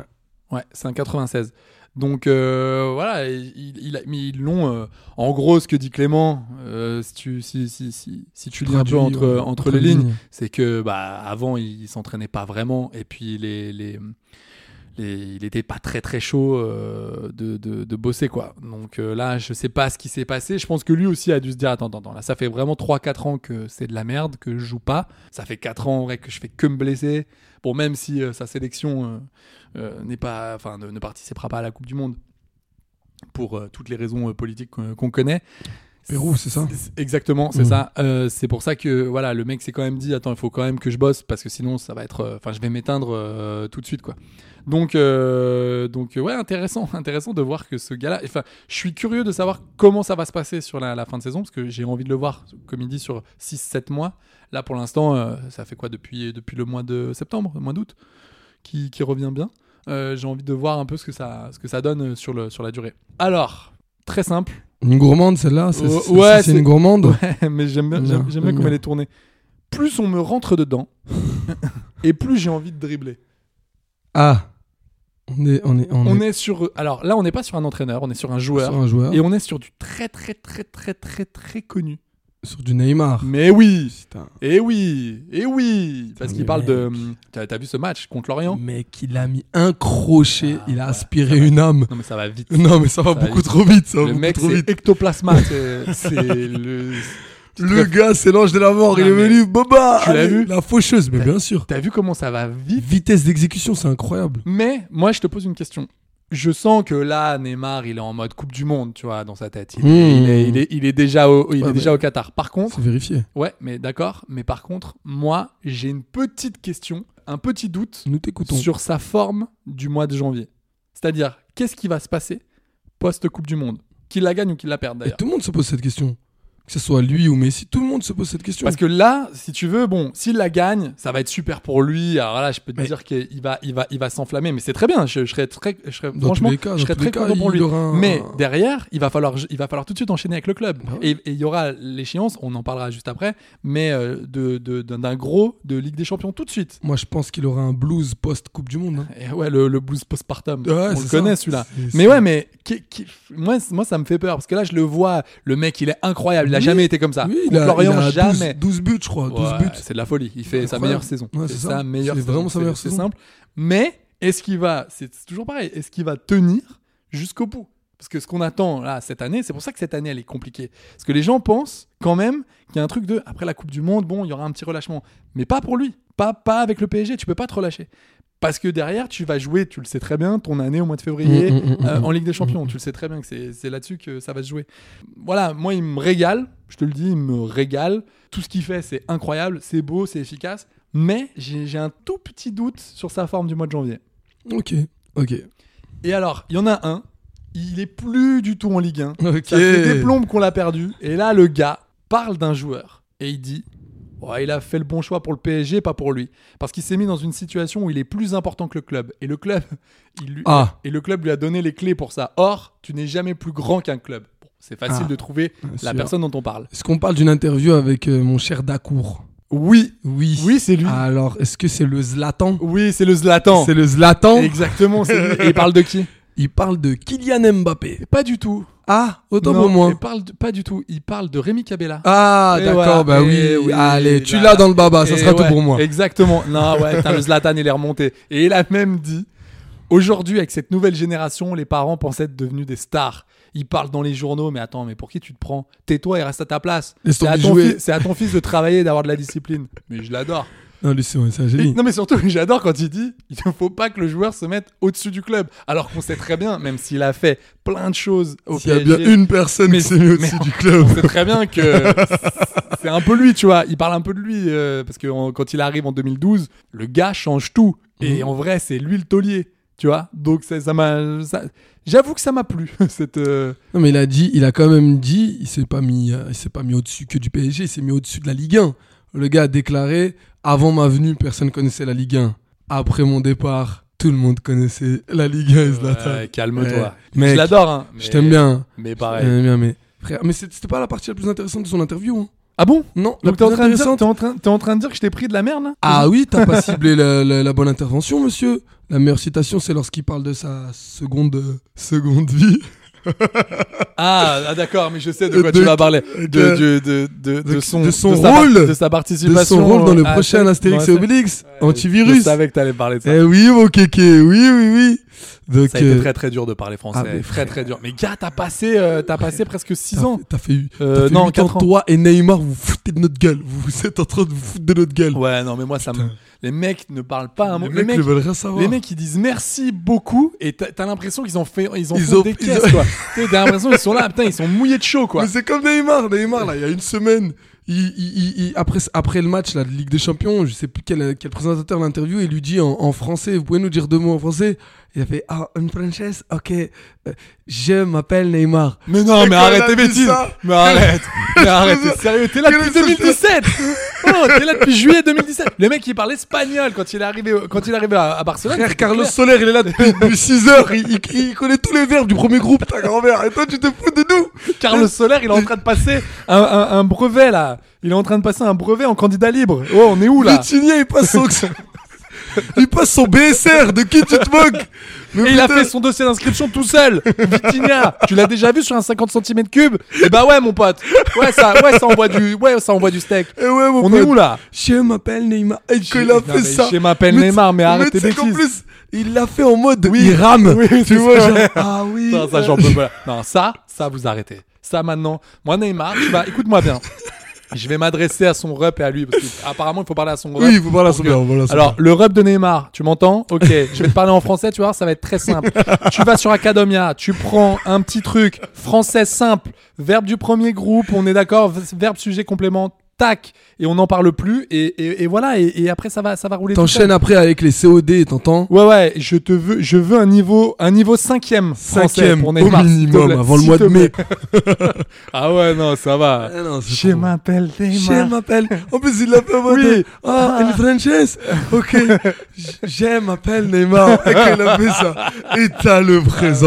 Speaker 7: Ouais, c'est un 96. Donc euh, voilà, il, il a- mais ils l'ont. euh, en gros, ce que dit Clément, euh, si tu si si si, si tu lis un peu
Speaker 8: Traduit,
Speaker 7: entre
Speaker 8: ouais,
Speaker 7: entre, les lignes, c'est que bah avant il, s'entraînait pas vraiment et puis les les, les- il était pas très très chaud euh, de, de, de bosser quoi. Donc euh, là, je sais pas ce qui s'est passé. Je pense que lui aussi a dû se dire attends attends, attends là ça fait vraiment 3 4 ans que c'est de la merde que je joue pas. Ça fait 4 ans ouais, que je fais que me blesser. Bon même si euh, sa sélection euh, euh, n'est pas enfin ne, ne participera pas à la Coupe du monde pour euh, toutes les raisons euh, politiques qu'on qu'on connaît.
Speaker 8: Pérou, c'est ça
Speaker 7: C'est- Exactement, c'est
Speaker 8: Mm.
Speaker 7: ça. Euh, c'est pour ça que voilà, le mec s'est quand même dit attends, il faut quand même que je bosse parce que sinon ça va être euh, enfin je vais m'éteindre euh, tout de suite quoi. Donc euh, donc euh, ouais, intéressant, intéressant de voir que ce gars-là enfin, je suis curieux de savoir comment ça va se passer sur la, la fin de saison parce que j'ai envie de le voir comme il dit sur 6 7 mois. Là pour l'instant, euh, ça fait quoi depuis depuis le mois de septembre, le mois d'août qui, qui revient bien. Euh, j'ai envie de voir un peu ce que ça ce que ça donne euh, sur le sur la durée. Alors, très simple
Speaker 8: Une gourmande, celle-là c'est-
Speaker 7: Oh, Ouais,
Speaker 8: c'est- ça, C'est
Speaker 7: c'est-
Speaker 8: une gourmande
Speaker 7: Ouais, mais j'aime bien, j'aime,
Speaker 8: Non,
Speaker 7: j'aime bien
Speaker 8: non.
Speaker 7: comment elle est tournée. Plus on me rentre dedans, et plus j'ai envie de dribbler.
Speaker 8: Ah On est, on est, on
Speaker 7: On
Speaker 8: est
Speaker 7: est sur. Alors là, on n'est pas sur un entraîneur, on est sur un joueur.
Speaker 8: sur un joueur,
Speaker 7: Et on est sur du très, très, très, très, très, très connu.
Speaker 8: sur du Neymar.
Speaker 7: Mais oui
Speaker 8: Putain.
Speaker 7: Et oui Et oui Parce
Speaker 8: Putain,
Speaker 7: qu'il
Speaker 8: le
Speaker 7: parle de. T'as, t'as vu ce match contre l'Orient
Speaker 8: Mec, il a mis un crochet,
Speaker 7: Ah,
Speaker 8: il a
Speaker 7: ouais,
Speaker 8: aspiré
Speaker 7: ça va.
Speaker 8: une âme.
Speaker 7: Non, mais ça va vite.
Speaker 8: Non, mais ça va
Speaker 7: Ça va
Speaker 8: beaucoup
Speaker 7: vite.
Speaker 8: trop vite, ça va
Speaker 7: Le
Speaker 8: beaucoup
Speaker 7: mec,
Speaker 8: trop
Speaker 7: c'est
Speaker 8: vite.
Speaker 7: ectoplasma. c'est, c'est le.
Speaker 8: Le gars, c'est l'ange de la mort,
Speaker 7: Non,
Speaker 8: il est
Speaker 7: mais-
Speaker 8: venu, Boba
Speaker 7: Tu l'as
Speaker 8: allez,
Speaker 7: vu
Speaker 8: La faucheuse, mais bien sûr.
Speaker 7: T'as vu comment ça va vite
Speaker 8: Vitesse d'exécution, c'est incroyable.
Speaker 7: Mais moi, je te pose une question. Je sens que là, Neymar, il est en mode Coupe du Monde, tu vois, dans sa tête. Il, est-
Speaker 8: Mmh.
Speaker 7: il est, il est- il est déjà, au, il
Speaker 8: Ouais,
Speaker 7: est déjà
Speaker 8: mais-
Speaker 7: au Qatar. Par contre,
Speaker 8: C'est vérifié.
Speaker 7: ouais, mais d'accord. Mais par contre, moi, j'ai une petite question, un petit doute
Speaker 8: Nous t'écoutons.
Speaker 7: sur sa forme du mois de janvier. C'est-à-dire, qu'est-ce qui va se passer post-Coupe du Monde Qu'il la gagne ou qu'il la perde,
Speaker 8: Et
Speaker 7: d'ailleurs
Speaker 8: tout le monde se pose cette question. Que ce soit lui ou Messi, tout le monde se pose cette question.
Speaker 7: Parce que là, si tu veux, bon, s'il la gagne, ça va être super pour lui. Alors là, je peux te
Speaker 8: Mais-
Speaker 7: dire qu'il va, il va, il va s'enflamer, mais c'est très bien. Je, je serais très, je serais,
Speaker 8: Dans
Speaker 7: franchement,
Speaker 8: tous les cas,
Speaker 7: je
Speaker 8: dans
Speaker 7: serais
Speaker 8: tous les
Speaker 7: très
Speaker 8: cas,
Speaker 7: content pour
Speaker 8: il
Speaker 7: lui.
Speaker 8: aura un-
Speaker 7: Mais derrière, il va falloir, il va falloir tout de suite enchaîner avec le club.
Speaker 8: Bah ouais.
Speaker 7: Et et il y aura l'échéance, on en parlera juste après, mais euh, de, de- d'un d'un gros de Ligue des Champions tout de suite.
Speaker 8: Moi, je pense qu'il aura un blues post-Coupe du Monde. hein.
Speaker 7: Et ouais, le, le blues postpartum,
Speaker 8: Ouais,
Speaker 7: on
Speaker 8: c'est
Speaker 7: le
Speaker 8: ça.
Speaker 7: connaît celui-là.
Speaker 8: C'est-
Speaker 7: Mais
Speaker 8: c'est-
Speaker 7: ouais, mais qui- qui- moi, c- moi, ça me fait peur parce que là, je le vois, le mec, il est incroyable. Ah, Il a
Speaker 8: Oui.
Speaker 7: jamais été comme ça.
Speaker 8: Oui, il
Speaker 7: Contre
Speaker 8: a,
Speaker 7: l'Orient,
Speaker 8: il a 12
Speaker 7: jamais.
Speaker 8: 12, buts, je crois. 12
Speaker 7: Ouais,
Speaker 8: buts.
Speaker 7: C'est de la folie. Il fait sa
Speaker 8: Incroyable.
Speaker 7: meilleure saison.
Speaker 8: Ouais,
Speaker 7: c'est
Speaker 8: c'est
Speaker 7: sa
Speaker 8: ça.
Speaker 7: meilleure
Speaker 8: C'est
Speaker 7: saison.
Speaker 8: vraiment sa meilleure
Speaker 7: c'est
Speaker 8: saison.
Speaker 7: simple. Mais est-ce qu'il va, c'est toujours pareil, est-ce qu'il va tenir jusqu'au bout Parce que ce qu'on attend là cette année, c'est pour ça que cette année elle est compliquée. Parce que les gens pensent quand même qu'il y a un truc de après la Coupe du Monde, bon, il y aura un petit relâchement. Mais pas pour lui. Pas, pas avec le PSG. Tu peux pas te relâcher. Parce que derrière, tu vas jouer, tu le sais très bien, ton année au mois de février
Speaker 8: Mm, mm, mm,
Speaker 7: euh,
Speaker 8: mm.
Speaker 7: en Ligue des Champions. Tu le sais très bien que c'est c'est là-dessus que ça va se jouer. Voilà, moi, il me régale. Je te le dis, il me régale. Tout ce qu'il fait, c'est incroyable, c'est beau, c'est efficace. Mais j'ai j'ai un tout petit doute sur sa forme du mois de janvier.
Speaker 8: Ok, ok.
Speaker 7: Et alors, il y en a un. Il est plus du tout en Ligue 1.
Speaker 8: Ok.
Speaker 7: Ça fait des plombes qu'on l'a perdu. Et là, le gars parle d'un joueur et il dit Ouais, il a fait le bon choix pour le PSG, pas pour lui. Parce qu'il s'est mis dans une situation où il est plus important que le club. Et le club, il lui,
Speaker 8: Ah.
Speaker 7: et le club lui a donné les clés pour ça. Or, tu n'es jamais plus grand qu'un club. Bon, c'est facile
Speaker 8: Ah,
Speaker 7: de trouver la
Speaker 8: sûr.
Speaker 7: personne dont on parle.
Speaker 8: Est-ce qu'on parle d'une interview avec euh, mon cher Dakour
Speaker 7: Oui,
Speaker 8: Oui.
Speaker 7: oui, c'est lui.
Speaker 8: Alors, est-ce que c'est le Zlatan
Speaker 7: Oui, c'est le Zlatan.
Speaker 8: C'est le Zlatan
Speaker 7: Exactement, c'est lui. Et il parle de qui
Speaker 8: Il parle de Kylian Mbappé.
Speaker 7: Pas du tout.
Speaker 8: Ah, autant
Speaker 7: Non,
Speaker 8: pour moi.
Speaker 7: Il parle de- pas du tout. Il parle de Rémi Cabella.
Speaker 8: Ah,
Speaker 7: Et voilà.
Speaker 8: d'accord, bah oui.
Speaker 7: Et oui,
Speaker 8: Allez, tu
Speaker 7: là.
Speaker 8: l'as dans le baba, ça
Speaker 7: Et
Speaker 8: sera
Speaker 7: ouais,
Speaker 8: tout pour moi.
Speaker 7: Exactement. Non, ouais, putain, le Zlatan, il est remonté. Et il a même dit aujourd'hui, avec cette nouvelle génération, les parents pensent être devenus des stars. Ils parlent dans les journaux, mais attends, mais pour qui tu te prends Tais-toi et reste à ta place.
Speaker 8: Laisse
Speaker 7: C'est à,
Speaker 8: tomber
Speaker 7: ton
Speaker 8: jouer.
Speaker 7: fi- c'est à ton fils de travailler et d'avoir de la discipline. Mais je l'adore.
Speaker 8: Non, lui, c'est ouais, c'est un
Speaker 7: Et-
Speaker 8: génie.
Speaker 7: Non, mais surtout, j'adore quand il dit il ne faut pas que le joueur se mette au-dessus du club. Alors qu'on sait très bien, même s'il a fait plein de choses au
Speaker 8: S'il y a
Speaker 7: PSG,
Speaker 8: bien une personne
Speaker 7: Mais-
Speaker 8: qui s'est mise au-dessus
Speaker 7: mais-
Speaker 8: du club.
Speaker 7: on sait très bien que c'est un peu lui, tu vois. Il parle un peu de lui euh, parce que en- quand il arrive en 2012, le gars change tout. Et
Speaker 8: Mhm.
Speaker 7: en vrai, c'est lui le taulier, tu vois. Donc ça ça m'a, ça- j'avoue que ça m'a plu. cette, euh,
Speaker 8: Non, mais il a dit, il a quand même dit, il s'est pas mis, euh, il s'est pas mis au-dessus que du PSG, il s'est mis au-dessus de la Ligue 1. Le gars a déclaré, avant ma venue, personne connaissait la Ligue 1. Après mon départ, tout le monde connaissait la Ligue 1 et Zlatan.
Speaker 7: Ouais, calme-toi.
Speaker 8: Eh, mec,
Speaker 7: je l'adore, hein.
Speaker 8: Je t'aime bien. Euh,
Speaker 7: Mais
Speaker 8: Je
Speaker 7: pareil.
Speaker 8: t'aime bien, mais frère, mais c'est- c'était pas la partie la plus intéressante de son interview. hein.
Speaker 7: Ah bon
Speaker 8: Non, la
Speaker 7: Donc t'es en,
Speaker 8: plus
Speaker 7: train de dire-
Speaker 8: intéressante-
Speaker 7: t'es en, train- t'es en train de dire que je t'ai pris de la merde là
Speaker 8: Ah oui, t'as pas ciblé la, la- la bonne intervention, monsieur. La meilleure citation, c'est lorsqu'il parle de sa seconde, euh, seconde vie.
Speaker 7: Ah, ah, d'accord, mais je sais de
Speaker 8: Euh,
Speaker 7: quoi
Speaker 8: de-
Speaker 7: tu vas parler. De,
Speaker 8: de-
Speaker 7: de, de, de,
Speaker 8: de-
Speaker 7: son,
Speaker 8: de son
Speaker 7: sa par-
Speaker 8: rôle.
Speaker 7: de sa
Speaker 8: De
Speaker 7: participation.
Speaker 8: son rôle dans le
Speaker 7: à-
Speaker 8: prochain Astérix et
Speaker 7: euh, dans-
Speaker 8: Obélix,
Speaker 7: Je
Speaker 8: antivirus.
Speaker 7: savais que t'allais parler de ça.
Speaker 8: Eh oui, mon kéké, oui, oui, oui. Donc,
Speaker 7: Ça a été
Speaker 8: euh,
Speaker 7: très très dur de parler français.
Speaker 8: ah, mais
Speaker 7: très très dur. Mais gars, t'as passé, euh, t'as passé presque 6
Speaker 8: t'as-
Speaker 7: ans.
Speaker 8: T'as fait,
Speaker 7: Euh,
Speaker 8: t'as fait
Speaker 7: non,
Speaker 8: huit
Speaker 7: quatre
Speaker 8: ans,
Speaker 7: ans.
Speaker 8: toi et Neymar, vous vous foutez de notre gueule. Vous, vous êtes en train de vous foutre de notre gueule.
Speaker 7: Ouais, non, mais moi, ça me. Les mecs ne parlent pas un mot.
Speaker 8: Les mecs, ne veulent rien savoir.
Speaker 7: les mecs, ils disent merci beaucoup et t'as t'as l'impression qu'ils ont fait, ils ont
Speaker 8: Ils
Speaker 7: fait
Speaker 8: ont-
Speaker 7: des
Speaker 8: ils
Speaker 7: caisses,
Speaker 8: ont-
Speaker 7: quoi. Tu sais, T'as l'impression qu'ils sont là, putain, ils sont mouillés de chaud, quoi.
Speaker 8: Mais c'est comme Neymar, Neymar là, il y a une semaine, il, il- il- il- après, après le match là, de Ligue des Champions, je sais plus quel, quel présentateur l'interview, il lui dit en, en français, vous pouvez nous dire deux mots en français Il a fait, ah, une princesse, ok, euh, je m'appelle Neymar.
Speaker 7: Mais non, mais
Speaker 8: quand
Speaker 7: arrête
Speaker 8: elle
Speaker 7: tes
Speaker 8: a dit
Speaker 7: bêtises.
Speaker 8: ça-
Speaker 7: Mais arrête. Mais arrête, t'es sérieux, t'es là
Speaker 8: Quelle
Speaker 7: depuis
Speaker 8: est cette-
Speaker 7: 2017. Oh, t'es là depuis juillet 2017. Le mec, il parle espagnol quand il est arrivé, au- quand il est arrivé à, à Barcelone.
Speaker 8: Frère
Speaker 7: c'était
Speaker 8: Carlos
Speaker 7: clair.
Speaker 8: Soler, il est là depuis, 6 heures, il, il- il connaît tous les verbes du premier groupe, ta grand-mère, et toi tu te fous de nous
Speaker 7: Carlos Soler, il est en train de passer un, un- un brevet, là. Il est en train de passer un brevet en candidat libre. Oh, on est où, là?
Speaker 8: Vitinha, il passe son... il passe son BSR, de qui tu te moques Mais
Speaker 7: Et il a
Speaker 8: putain,
Speaker 7: fait son dossier d'inscription tout seul. Vitinha, tu l'as déjà vu sur un 50 cm3 Eh bah ouais mon pote. Ouais ça ouais ça envoie du ouais ça envoie du steak.
Speaker 8: eh ouais, mon
Speaker 7: On est
Speaker 8: pote.
Speaker 7: où là
Speaker 8: Je m'appelle Neymar. Et quand
Speaker 7: Je-
Speaker 8: il a
Speaker 7: non,
Speaker 8: fait
Speaker 7: mais
Speaker 8: ça.
Speaker 7: je m'appelle Neymar, mais arrête tes
Speaker 8: tu sais qu'en
Speaker 7: bêtises.
Speaker 8: plus, il l'a fait en mode. il rame.
Speaker 7: Oui,
Speaker 8: tu
Speaker 7: c'est
Speaker 8: vois,
Speaker 7: ça.
Speaker 8: genre, ah oui.
Speaker 7: Putain, ça
Speaker 8: euh,
Speaker 7: j'en peux pas. Non, ça ça vous arrêtez. Ça maintenant, moi Neymar, tu vas écoute-moi bien. Je vais m'adresser à son rep et à lui parce qu'apparemment il faut parler à son rep.
Speaker 8: Oui, il faut parler à
Speaker 7: Pour
Speaker 8: son
Speaker 7: que-
Speaker 8: rep, voilà, son
Speaker 7: Alors
Speaker 8: rep.
Speaker 7: le rep de Neymar, tu m'entends Ok, je vais te parler en français, tu vois, ça va être très simple. tu vas sur Academia, tu prends un petit truc français simple, verbe du premier groupe, on est d'accord, v- verbe sujet complément, tac, et on n'en parle plus et, et- et voilà et, et après ça va ça va rouler. tout
Speaker 8: T'enchaînes
Speaker 7: seul.
Speaker 8: après avec les COD, t'entends
Speaker 7: Ouais ouais, je te veux, je veux un niveau, un niveau cinquième, français
Speaker 8: Cinquième
Speaker 7: pour
Speaker 8: au
Speaker 7: Neymar, s'il te
Speaker 8: minimum,
Speaker 7: plaît,
Speaker 8: avant le
Speaker 7: s'il
Speaker 8: mois
Speaker 7: te
Speaker 8: de mai.
Speaker 7: plaît. ah ouais non, ça va.
Speaker 8: Ah non, c'est
Speaker 7: je
Speaker 8: trop.
Speaker 7: m'appelle
Speaker 8: Je
Speaker 7: Neymar.
Speaker 8: m'appelle. En plus, il l'a fait en mode.
Speaker 7: Oui.
Speaker 8: Ah, une Française. Ok. Je- Je m'appelle Neymar. Et quand il a fait ça. Et t'as le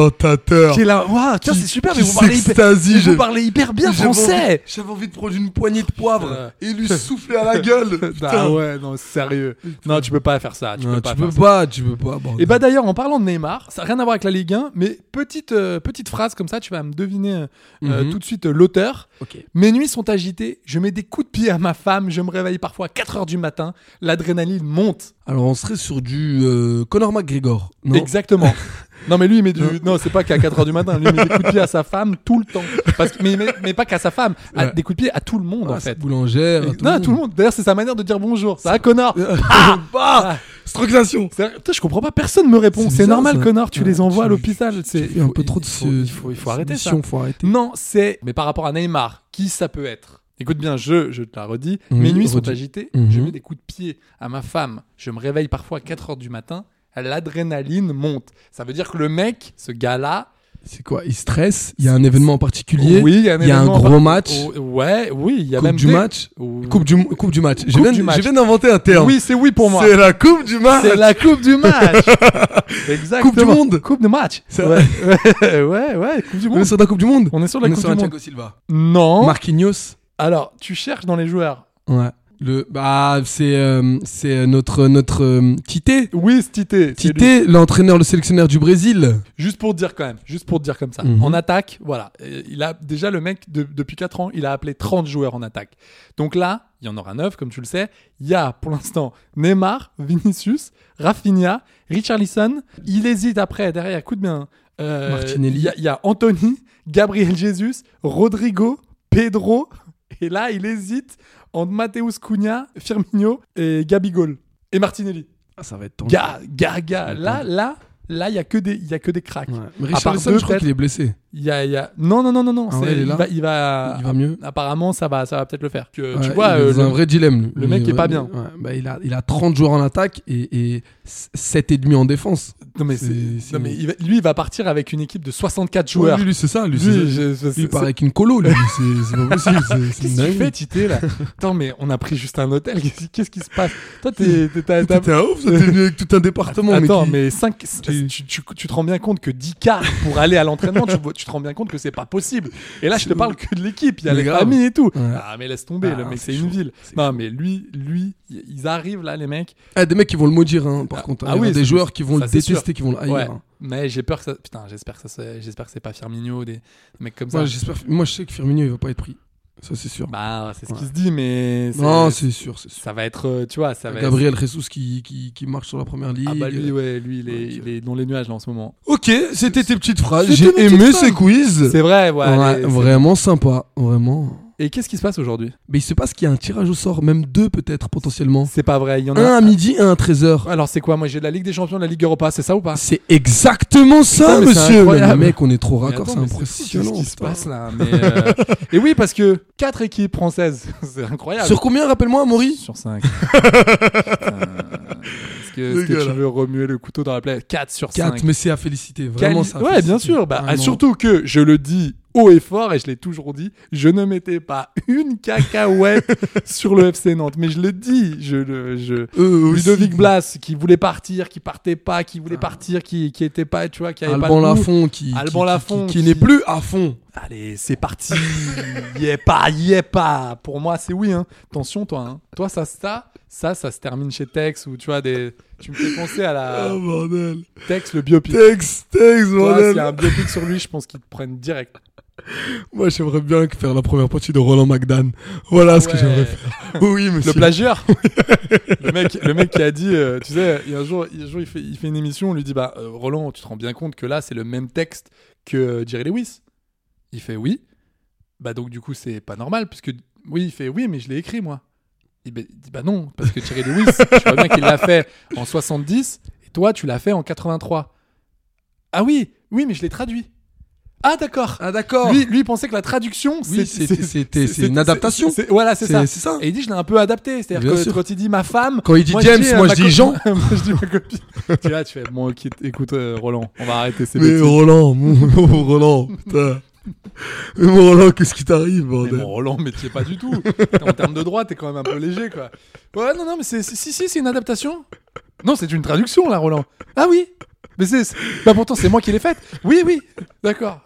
Speaker 8: présentateur.
Speaker 7: Qui est là, waouh, tiens,
Speaker 8: Qui-
Speaker 7: c'est super,
Speaker 8: qui
Speaker 7: mais vous parlez, hyper,
Speaker 8: s'extasie,
Speaker 7: mais
Speaker 8: je-
Speaker 7: vous parlez hyper bien
Speaker 8: J'avais envie-
Speaker 7: français.
Speaker 8: J'avais envie de prendre une poignée de poivre et lui souffler à la gueule.
Speaker 7: Ah
Speaker 8: Putain.
Speaker 7: ouais, non, sérieux. Non, tu peux pas faire ça. Tu
Speaker 8: Non,
Speaker 7: peux pas.
Speaker 8: tu peux
Speaker 7: faire ça.
Speaker 8: pas, tu peux pas. bordel.
Speaker 7: Et bah d'ailleurs, en parlant de Neymar, ça n'a rien à voir avec la Ligue 1, mais petite, euh, petite phrase comme ça, tu vas me deviner euh, euh,
Speaker 8: Mhm.
Speaker 7: tout de suite euh, l'auteur.
Speaker 8: Ok.
Speaker 7: Mes nuits sont agitées, je mets des coups de pied à ma femme, je me réveille parfois à 4h du matin, l'adrénaline monte.
Speaker 8: Alors on serait sur du euh, Conor McGregor. Non
Speaker 7: Exactement. Non mais lui il met
Speaker 8: Euh.
Speaker 7: du non c'est pas qu'à 4h du matin lui il met des coups de pied à sa femme tout le temps parce que mais, mais, mais pas qu'à sa femme à-
Speaker 8: Ouais.
Speaker 7: des coups de pied à tout le monde
Speaker 8: Ah,
Speaker 7: en
Speaker 8: cette
Speaker 7: fait
Speaker 8: Boulangère.
Speaker 7: non à tout le monde d'ailleurs c'est sa manière de dire bonjour ça va connard
Speaker 8: bah,
Speaker 7: Ah
Speaker 8: Strogation.
Speaker 7: C'est vrai, putain, je comprends pas, personne me répond.
Speaker 8: C'est
Speaker 7: C'est
Speaker 8: bizarre,
Speaker 7: normal,
Speaker 8: ça.
Speaker 7: connard, tu
Speaker 8: Ouais,
Speaker 7: les envoies à
Speaker 8: tu-
Speaker 7: l'hôpital. C'est
Speaker 8: Il y a un peu trop de
Speaker 7: il faut,
Speaker 8: ce-
Speaker 7: il faut, il faut arrêter ça.
Speaker 8: mission, faut arrêter.
Speaker 7: Non, c'est. Mais par rapport à Neymar, qui ça peut être Écoute bien, je, je te la redis. Mes
Speaker 8: Oui,
Speaker 7: nuits sont
Speaker 8: redis.
Speaker 7: agitées.
Speaker 8: Mhm.
Speaker 7: Je mets des coups de pied à ma femme. Je me réveille parfois à 4 heures du matin. L'adrénaline monte. Ça veut dire que le mec, ce gars-là.
Speaker 8: C'est quoi Il stresse. Il y a un événement en particulier.
Speaker 7: Oui, il y a un, événement-
Speaker 8: gros match.
Speaker 7: Oh, ouais, oui, il y a
Speaker 8: coupe
Speaker 7: même
Speaker 8: du
Speaker 7: des-
Speaker 8: match.
Speaker 7: Oh.
Speaker 8: Coupe du coupe du match. je
Speaker 7: Coupe
Speaker 8: viens,
Speaker 7: du match.
Speaker 8: je viens d'inventer un terme.
Speaker 7: Oui, c'est oui pour moi.
Speaker 8: C'est la coupe du match.
Speaker 7: C'est la coupe du match. Exactement.
Speaker 8: Coupe du monde.
Speaker 7: Coupe de match.
Speaker 8: C'est
Speaker 7: Ouais. ouais, ouais, coupe du
Speaker 8: On est
Speaker 7: monde.
Speaker 8: sur la coupe du monde.
Speaker 7: On est sur la coupe du
Speaker 8: un
Speaker 7: monde.
Speaker 8: Thiago Silva.
Speaker 7: Non.
Speaker 8: Marquinhos.
Speaker 7: Alors, tu cherches dans les joueurs.
Speaker 8: Ouais. Le bah c'est euh, c'est notre notre euh, Tite.
Speaker 7: Oui, c'est Tite. c'est lui.
Speaker 8: Tite, l'entraîneur, le sélectionneur du Brésil.
Speaker 7: Juste pour te dire quand même, juste pour te dire comme ça.
Speaker 8: Mhm.
Speaker 7: En attaque, voilà. Euh, Il a déjà le mec de- depuis 4 ans, il a appelé 30 joueurs en attaque. Donc là, il y en aura 9 comme tu le sais. Il y a pour l'instant Neymar, Vinicius, Rafinha, Richarlison. Il hésite après derrière, écoute bien. Euh,
Speaker 8: Martinelli.
Speaker 7: Il y a- il y, a Anthony, Gabriel Jesus, Rodrigo, Pedro et là, il hésite entre Mateus Cunha, Firmino et Gabigol et Martinelli.
Speaker 8: Ah, ça va être tendu.
Speaker 7: Gars, gars, gars. Là, là, là, il y a que des, il y a que des cracks.
Speaker 8: Ouais. Mais
Speaker 7: À part
Speaker 8: Richarlison,
Speaker 7: deux,
Speaker 8: je crois
Speaker 7: peut-être,
Speaker 8: qu'il est blessé.
Speaker 7: il y a, il y a- Non, non, non, non, non.
Speaker 8: Ah
Speaker 7: c'est-
Speaker 8: ouais, il est là.
Speaker 7: va, il va,
Speaker 8: Il va mieux.
Speaker 7: Apparemment, ça va, ça va peut-être le faire. Que,
Speaker 8: Ouais,
Speaker 7: tu vois,
Speaker 8: il est
Speaker 7: euh,
Speaker 8: dans un
Speaker 7: le-
Speaker 8: vrai dilemme. lui.
Speaker 7: le mec
Speaker 8: Il
Speaker 7: est pas bien.
Speaker 8: ouais, bah, il, a, il a 30 joueurs en attaque et, et 7 et demi en défense.
Speaker 7: non mais, c'est-
Speaker 8: c'est- c'est-
Speaker 7: non, mais il va- lui, il va partir avec une équipe de 64 joueurs.
Speaker 8: lui, lui, c'est ça. Lui,
Speaker 7: Lui,
Speaker 8: c'est ça.
Speaker 7: je- je-
Speaker 8: Lui, il
Speaker 7: c'est-
Speaker 8: part avec une colo. Lui, c'est c'est pas possible. c'est- C'est
Speaker 7: Qu'est-ce
Speaker 8: une
Speaker 7: que tu fais,
Speaker 8: dinguerie.
Speaker 7: Tité, là Attends, mais on a pris juste un hôtel. Qu'est-ce qu'est-ce qui se passe Toi, t'es. t'es- t'as- t'as-
Speaker 8: T'étais à ouf, ça, t'es venu avec tout un département.
Speaker 7: Attends,
Speaker 8: qui-
Speaker 7: mais 5, tu, tu- tu te rends bien compte que 10 quarts pour aller à l'entraînement, tu, vois- tu tu te rends bien compte que c'est pas possible. Et là, je te
Speaker 8: C'est-
Speaker 7: parle que de l'équipe, il y a
Speaker 8: Mais
Speaker 7: les
Speaker 8: grave.
Speaker 7: familles et tout.
Speaker 8: Ouais.
Speaker 7: Ah, mais laisse tomber,
Speaker 8: Ah,
Speaker 7: le mec,
Speaker 8: c'est
Speaker 7: c'est une
Speaker 8: chaud.
Speaker 7: ville. Non, mais lui, lui, y- ils arrivent là, les mecs.
Speaker 8: Ah, des mecs qui vont le maudire, hein, par contre.
Speaker 7: ah
Speaker 8: Il y a
Speaker 7: oui,
Speaker 8: des
Speaker 7: c'est-
Speaker 8: joueurs qui vont
Speaker 7: ça,
Speaker 8: le
Speaker 7: c'est sûr.
Speaker 8: détester, qui vont le haïr.
Speaker 7: Ouais.
Speaker 8: hein.
Speaker 7: Mais j'ai peur que ça. Putain, j'espère que ça, soit- j'espère que c'est pas Firmino, des, des mecs comme ça.
Speaker 8: Moi, j'espère. Moi, je sais que Firmino, il va pas être pris. Ça, c'est sûr.
Speaker 7: bah, c'est ce qui
Speaker 8: Ouais.
Speaker 7: se dit, mais c'est-
Speaker 8: non, c'est sûr, c'est sûr.
Speaker 7: ça va être, euh, tu vois, ça va. être-
Speaker 8: Gabriel Jesus qui, qui, qui marche sur la première ligue.
Speaker 7: Ah bah lui, ouais, lui, il est,
Speaker 8: Ouais,
Speaker 7: il est dans les nuages là en ce moment.
Speaker 8: Ok, c'était tes petites phrases.
Speaker 7: C'était
Speaker 8: J'ai
Speaker 7: nos petites
Speaker 8: aimé
Speaker 7: phrases.
Speaker 8: ces quiz.
Speaker 7: C'est vrai, ouais.
Speaker 8: Euh, Ouais,
Speaker 7: les- c'est-
Speaker 8: vraiment sympa, vraiment.
Speaker 7: Et qu'est-ce qui se passe aujourd'hui
Speaker 8: Mais il se passe qu'il y a un tirage au sort, même deux peut-être potentiellement.
Speaker 7: C'est pas vrai, il y en a.
Speaker 8: Un à midi, un à 13h.
Speaker 7: Alors c'est quoi Moi j'ai de la Ligue des Champions, de la Ligue Europa, c'est ça ou pas
Speaker 8: C'est exactement ça,
Speaker 7: Putain, mais c'est
Speaker 8: monsieur. Mais
Speaker 7: incroyable.
Speaker 8: mec, on est trop
Speaker 7: Mais
Speaker 8: raccord,
Speaker 7: attends,
Speaker 8: c'est
Speaker 7: mais fou,
Speaker 8: impressionnant.
Speaker 7: Qu'est-ce qui se
Speaker 8: putain.
Speaker 7: passe là mais, euh, Et oui, parce que quatre équipes françaises, c'est incroyable.
Speaker 8: Sur combien, rappelle-moi, Amaury
Speaker 7: Sur 5. Est-ce que, est-ce que
Speaker 8: Dégueulasse.
Speaker 7: tu veux remuer le couteau dans la plaie 4 sur
Speaker 8: 4,
Speaker 7: 5.
Speaker 8: mais c'est à féliciter. Vraiment,
Speaker 7: Quali-
Speaker 8: ça.
Speaker 7: ouais, bien sûr. Bah, ah, surtout que je le dis haut et fort, et je l'ai toujours dit, je ne mettais pas une cacahuète sur le FC Nantes. Mais je le dis, je le. Je...
Speaker 8: Eux aussi.
Speaker 7: Ludovic Blas qui voulait partir, qui partait pas, qui voulait partir, qui, qui était pas, tu vois, qui avait
Speaker 8: Ah. Alban
Speaker 7: pas. le goût.
Speaker 8: Lafont qui,
Speaker 7: Alban
Speaker 8: qui- qui-
Speaker 7: Lafont
Speaker 8: qui,
Speaker 7: qui-
Speaker 8: n'est plus à fond.
Speaker 7: Allez, c'est parti. y est pas, y est pas. Pour moi, c'est oui. Hein. Attention, toi. Hein. Toi, ça, ça, ça, ça se termine chez Tex ou tu vois des. Tu me fais penser à la
Speaker 8: Ah, bordel.
Speaker 7: Tex, le biopic.
Speaker 8: Oh. Tex, Tex,
Speaker 7: Ah. Toi,
Speaker 8: bordel.
Speaker 7: s'il y a un biopic sur lui, je pense qu'ils te prennent direct.
Speaker 8: Moi, j'aimerais bien que faire la première partie de Roland McDan. Voilà ce que
Speaker 7: Ouais.
Speaker 8: j'aimerais faire. Oui, monsieur.
Speaker 7: Le plagieur. le mec, le mec qui a dit, euh, tu sais, il y a un jour, il, un jour, il fait, il fait une émission, on lui dit, bah euh, Roland, tu te rends bien compte que là, c'est le même texte que euh, Jerry Lewis. Il fait oui. Bah donc du coup, c'est pas normal puisque oui, il fait oui, mais je l'ai écrit moi. Il ben, il dit bah non parce que Jerry Lewis, je vois bien qu'il l'a fait en 70 et toi, tu l'as fait en 83. Ah oui, oui, mais je l'ai traduit. Ah d'accord.
Speaker 8: Ah, d'accord.
Speaker 7: Lui, lui il pensait que la traduction, c'est-
Speaker 8: Oui, c'était-
Speaker 7: c'est-
Speaker 8: c'était c'est
Speaker 7: c'est-
Speaker 8: une
Speaker 7: c'est-
Speaker 8: adaptation.
Speaker 7: c'est- Voilà, c'est ça.
Speaker 8: Ah, C'est ça.
Speaker 7: Et il dit, je l'ai un peu adapté. C'est-à-dire
Speaker 8: Bien
Speaker 7: que
Speaker 8: sûr.
Speaker 7: quand il dit ma femme.
Speaker 8: Quand il dit James,
Speaker 7: euh,
Speaker 8: moi,
Speaker 7: ma
Speaker 8: je
Speaker 7: copine-
Speaker 8: dis Jean.
Speaker 7: moi je dis ma copine. tu vois, tu fais, bon, ok, écoute, euh, Roland, on va arrêter ces
Speaker 8: Mais
Speaker 7: bêtises.
Speaker 8: Roland, mon, mon Roland, putain. Mais mon Roland, qu'est-ce qui t'arrive,
Speaker 7: Mais
Speaker 8: bordel
Speaker 7: bon, Roland, mais tu es pas du tout. T'es- en termes de droit, t'es quand même un peu léger, quoi. Ouais, non, non, mais c'est, si, si, si, c'est une adaptation. Non, c'est une traduction, là, Roland. Ah oui mais c'est, c'est- bah pourtant c'est moi qui l'ai faite. Oui oui, d'accord.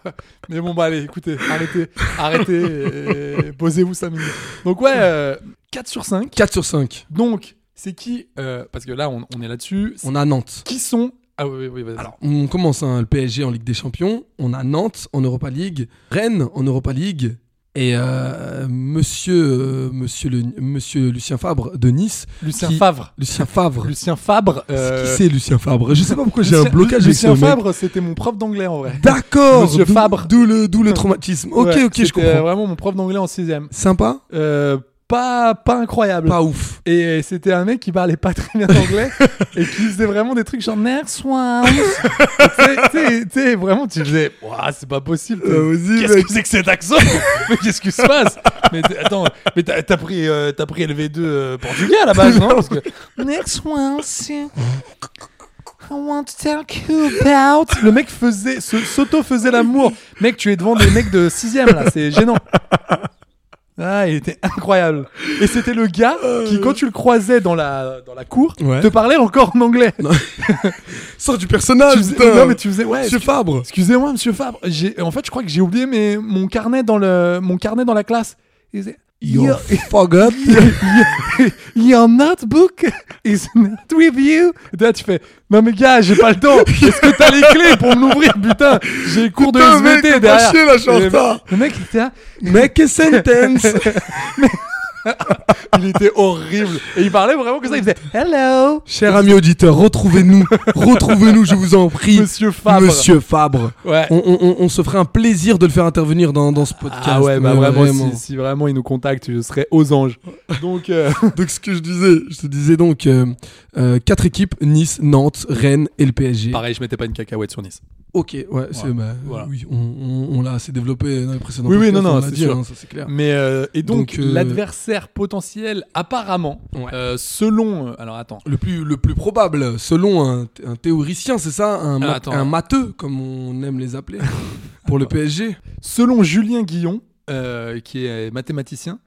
Speaker 7: Mais bon bah allez, écoutez, arrêtez, arrêtez, et posez-vous 5 minutes. Donc ouais, euh, 4 sur 5.
Speaker 8: 4 sur 5.
Speaker 7: Donc, c'est qui euh, Parce que là, on, on est là-dessus. C'est-
Speaker 8: On a Nantes.
Speaker 7: Qui sont Ah oui, oui, oui. vas-y.
Speaker 8: Alors, on commence hein, le PSG en Ligue des Champions. On a Nantes en Europa League, Rennes en Europa League. Et euh, monsieur, euh, monsieur, le, monsieur Lucien Fabre de Nice.
Speaker 7: Lucien
Speaker 8: qui-
Speaker 7: Favre.
Speaker 8: Lucien Fabre.
Speaker 7: Lucien Fabre. euh,
Speaker 8: Qui c'est Lucien Fabre Je sais pas pourquoi j'ai
Speaker 7: Lucien-
Speaker 8: un blocage avec ce
Speaker 7: Lucien
Speaker 8: mec.
Speaker 7: Fabre, c'était mon prof d'anglais en vrai.
Speaker 8: D'accord.
Speaker 7: Monsieur
Speaker 8: d'où-
Speaker 7: Fabre.
Speaker 8: D'où le, d'où le traumatisme. Ok,
Speaker 7: Ouais,
Speaker 8: ok, je
Speaker 7: c'était, euh,
Speaker 8: comprends.
Speaker 7: vraiment mon prof d'anglais en 6ème.
Speaker 8: Sympa
Speaker 7: pas, pas incroyable.
Speaker 8: Pas ouf.
Speaker 7: Et euh, c'était un mec qui parlait pas très bien anglais et qui faisait vraiment des trucs genre Next one. Tu sais- tu sais- tu sais, vraiment, tu faisais Ouah, c'est pas possible. t'es-
Speaker 8: Euh, vas-y,
Speaker 7: Qu'est-ce
Speaker 8: mec.
Speaker 7: que c'est que cet accent Mais qu'est-ce qui se passe Mais t- attends, mais t'as t'as pris, euh, t'as pris LV2 euh, portugais à la base, non Parce que Next one, c'est- I want to talk about. Le mec faisait, se- s'auto-faisait l'amour. Mec, tu es devant des mecs de 6ème là, c'est gênant. Ah, il était incroyable. Et c'était le gars qui, quand tu le croisais dans la, dans la cour,
Speaker 8: Ouais.
Speaker 7: te parlait encore en anglais.
Speaker 8: Sors du
Speaker 7: Tu
Speaker 8: personnage,
Speaker 7: faisais-
Speaker 8: putain.
Speaker 7: non, mais tu faisais, ouais,
Speaker 8: Monsieur
Speaker 7: Ah, tu-
Speaker 8: Fabre.
Speaker 7: Excusez-moi, monsieur Fabre. J'ai, en fait, je crois que j'ai oublié mes, mon carnet dans le, mon carnet dans la classe. Il disait,
Speaker 8: You
Speaker 7: Your,
Speaker 8: forgot.
Speaker 7: your- your notebook is not with you. Et là, tu fais, non mais gars, j'ai pas le temps. Est-ce que t'as les clés pour me l'ouvrir, putain J'ai cours de
Speaker 8: Putain, mec,
Speaker 7: SVT
Speaker 8: t'es pas
Speaker 7: derrière.
Speaker 8: chier, là, je suis en
Speaker 7: Et le-
Speaker 8: retard.
Speaker 7: Le mec, il était, là,
Speaker 8: Make a sentence.
Speaker 7: il était horrible. Et il parlait vraiment comme ça. Il faisait, hello.
Speaker 8: Cher ami auditeur, retrouvez-nous. Retrouvez-nous, je vous en prie.
Speaker 7: Monsieur Fabre.
Speaker 8: Monsieur Fabre.
Speaker 7: Ouais.
Speaker 8: On, on- on- on se ferait un plaisir de le faire intervenir dans, dans ce podcast.
Speaker 7: Ah ouais, bah
Speaker 8: mais
Speaker 7: vraiment, Si, si vraiment il nous contacte, je serais aux anges. Donc, euh,
Speaker 8: Donc ce que je disais, je te disais donc euh, euh, quatre équipes Nice, Nantes, Rennes et le PSG.
Speaker 7: pareil, je mettais pas une cacahuète sur Nice.
Speaker 8: Ok, ouais, c'est bah,
Speaker 7: voilà.
Speaker 8: oui, on, on- on l'a assez développé dans les précédents.
Speaker 7: Oui, oui,
Speaker 8: podcasts,
Speaker 7: non, non,
Speaker 8: on l'a
Speaker 7: c'est
Speaker 8: dit,
Speaker 7: sûr.
Speaker 8: hein, ça c'est clair.
Speaker 7: Mais euh, et donc,
Speaker 8: Donc, euh,
Speaker 7: l'adversaire potentiel, apparemment,
Speaker 8: Ouais.
Speaker 7: euh, selon. euh, alors attends.
Speaker 8: Le plus, le plus probable, selon un, un théoricien, c'est ça, un, ma-
Speaker 7: Ah, attends.
Speaker 8: un matheux, comme on aime les appeler, pour le PSG.
Speaker 7: Selon Julien Guillon, euh, qui est mathématicien,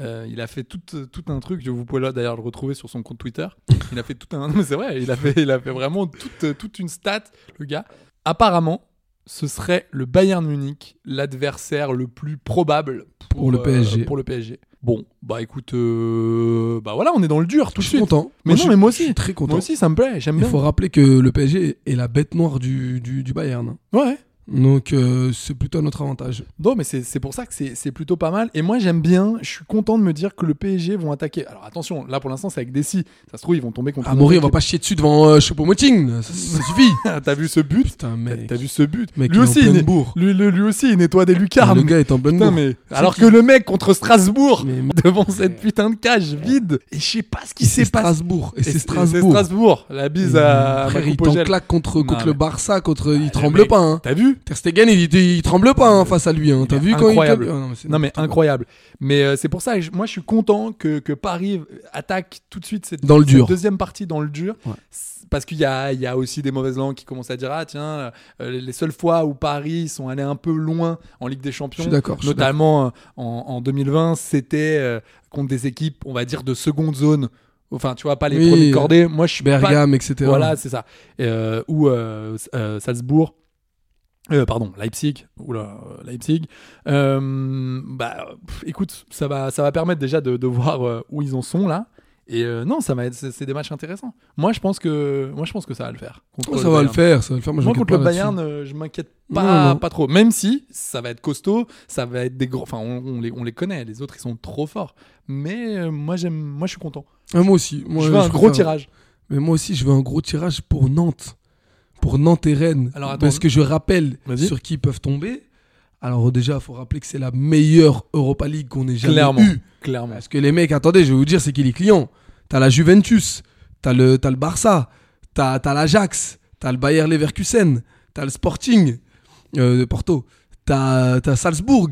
Speaker 7: euh, il a fait tout, euh, tout un truc. Vous pouvez là d'ailleurs le retrouver sur son compte Twitter. Il a fait tout un. non, mais c'est vrai, il a fait, il a fait vraiment toute, euh, toute une stat, le gars. Apparemment, ce serait le Bayern Munich, l'adversaire le plus probable pour,
Speaker 8: Pour le
Speaker 7: euh,
Speaker 8: PSG.
Speaker 7: pour le PSG. Bon, bah écoute, euh, bah voilà, on est dans le dur tout
Speaker 8: Je
Speaker 7: de
Speaker 8: suis
Speaker 7: suite.
Speaker 8: content.
Speaker 7: Mais non,
Speaker 8: je-
Speaker 7: mais moi
Speaker 8: Je
Speaker 7: aussi.
Speaker 8: suis très content.
Speaker 7: Moi aussi, ça me plaît, j'aime
Speaker 8: Il
Speaker 7: bien.
Speaker 8: faut rappeler que le PSG est la bête noire du, du, du Bayern. hein.
Speaker 7: Ouais.
Speaker 8: Donc euh, c'est plutôt à notre avantage.
Speaker 7: Non, mais c'est c'est pour ça que c'est c'est plutôt pas mal. Et moi, j'aime bien. Je suis content de me dire que le PSG vont attaquer. Alors attention, là pour l'instant, c'est avec des si. Ça se trouve, ils vont tomber contre.
Speaker 8: Ah,
Speaker 7: une
Speaker 8: Mourir, on
Speaker 7: équipe.
Speaker 8: va pas chier dessus devant euh, Choupo-Moting. Ça, ça suffit.
Speaker 7: T'as vu ce but
Speaker 8: Putain, mec.
Speaker 7: T'as vu ce but
Speaker 8: Mec,
Speaker 7: Lui
Speaker 8: il est en
Speaker 7: aussi,
Speaker 8: pleine
Speaker 7: il,
Speaker 8: bourre.
Speaker 7: lui, lui- lui aussi, il nettoie des
Speaker 8: Le
Speaker 7: lucarnes.
Speaker 8: gars est en bonne
Speaker 7: Putain,
Speaker 8: bourre.
Speaker 7: mais
Speaker 8: C'est
Speaker 7: alors
Speaker 8: qui-
Speaker 7: que le mec contre Strasbourg
Speaker 8: Mais-
Speaker 7: devant cette putain de cage vide et je sais pas ce qui
Speaker 8: C'est
Speaker 7: s'est passé.
Speaker 8: Strasbourg. Et
Speaker 7: Et
Speaker 8: c'est Strasbourg.
Speaker 7: Strasbourg. La bise
Speaker 8: Et,
Speaker 7: à
Speaker 8: frère,
Speaker 7: Marco
Speaker 8: il t'en
Speaker 7: Pogel.
Speaker 8: claque contre, contre
Speaker 7: Non,
Speaker 8: le
Speaker 7: mais- Ah,
Speaker 8: Barça, contre, il tremble
Speaker 7: mec,
Speaker 8: pas. Hein.
Speaker 7: T'as vu
Speaker 8: Ter Stegen, il, il- il tremble pas hein, face à lui. Hein. T'as
Speaker 7: Il est
Speaker 8: vu quand
Speaker 7: incroyable.
Speaker 8: il. Ah, non, mais c'est-
Speaker 7: Non mais incroyable. Mais euh, c'est pour ça que je- moi je suis content que, que Paris attaque tout de suite cette,
Speaker 8: Dans le
Speaker 7: cette
Speaker 8: dur.
Speaker 7: deuxième partie dans le dur.
Speaker 8: Ouais.
Speaker 7: C'est- Parce qu'il y a, il y a aussi des mauvaises langues qui commencent à dire ah tiens euh, les, les seules fois où Paris sont allés un peu loin en Ligue des Champions,
Speaker 8: Je suis d'accord, je suis
Speaker 7: notamment euh, en, en 2020, c'était euh, contre des équipes on va dire de seconde zone. Enfin tu vois pas les
Speaker 8: Oui.
Speaker 7: premiers cordés. Moi je suis pas
Speaker 8: Bergame, etc.
Speaker 7: voilà, c'est ça. Et, euh, ou euh, S- euh, Salzbourg. Euh, pardon, Leipzig, oula, euh, Leipzig. Euh, bah, pff, écoute, ça va, ça va permettre déjà de, de voir euh, où ils en sont là. Et euh, non, ça va être, c'est c'est des matchs intéressants. Moi, je pense que, moi, je pense que ça va le faire. contre
Speaker 8: Oh, ça va le
Speaker 7: Bayern.
Speaker 8: faire, ça va le faire. Moi, je
Speaker 7: Moi,
Speaker 8: m'inquiète
Speaker 7: contre le
Speaker 8: pas là-dessus.
Speaker 7: Bayern, euh, je m'inquiète
Speaker 8: Non,
Speaker 7: pas,
Speaker 8: non.
Speaker 7: pas trop. Même si ça va être costaud, ça va être des gros. Enfin, on, on les, on les connaît. Les autres, ils sont trop forts. Mais euh, moi, j'aime, moi, je suis content.
Speaker 8: Ah, moi aussi. Moi,
Speaker 7: je veux un gros
Speaker 8: préfère-
Speaker 7: tirage.
Speaker 8: Mais moi aussi, je veux un gros tirage pour Nantes. Pour Nantes et Rennes.
Speaker 7: Alors, attends.
Speaker 8: Parce que je rappelle
Speaker 7: Vas-y.
Speaker 8: sur qui ils peuvent tomber. Alors déjà, il faut rappeler que c'est la meilleure Europa League qu'on ait jamais
Speaker 7: Clairement,
Speaker 8: eue.
Speaker 7: clairement.
Speaker 8: Parce que les mecs, attendez, je vais vous dire, c'est qui les clients T'as la Juventus, t'as le, t'as le Barça, t'as, t'as l'Ajax, t'as le Bayer Leverkusen, t'as le Sporting euh, de Porto, t'as, t'as Salzbourg,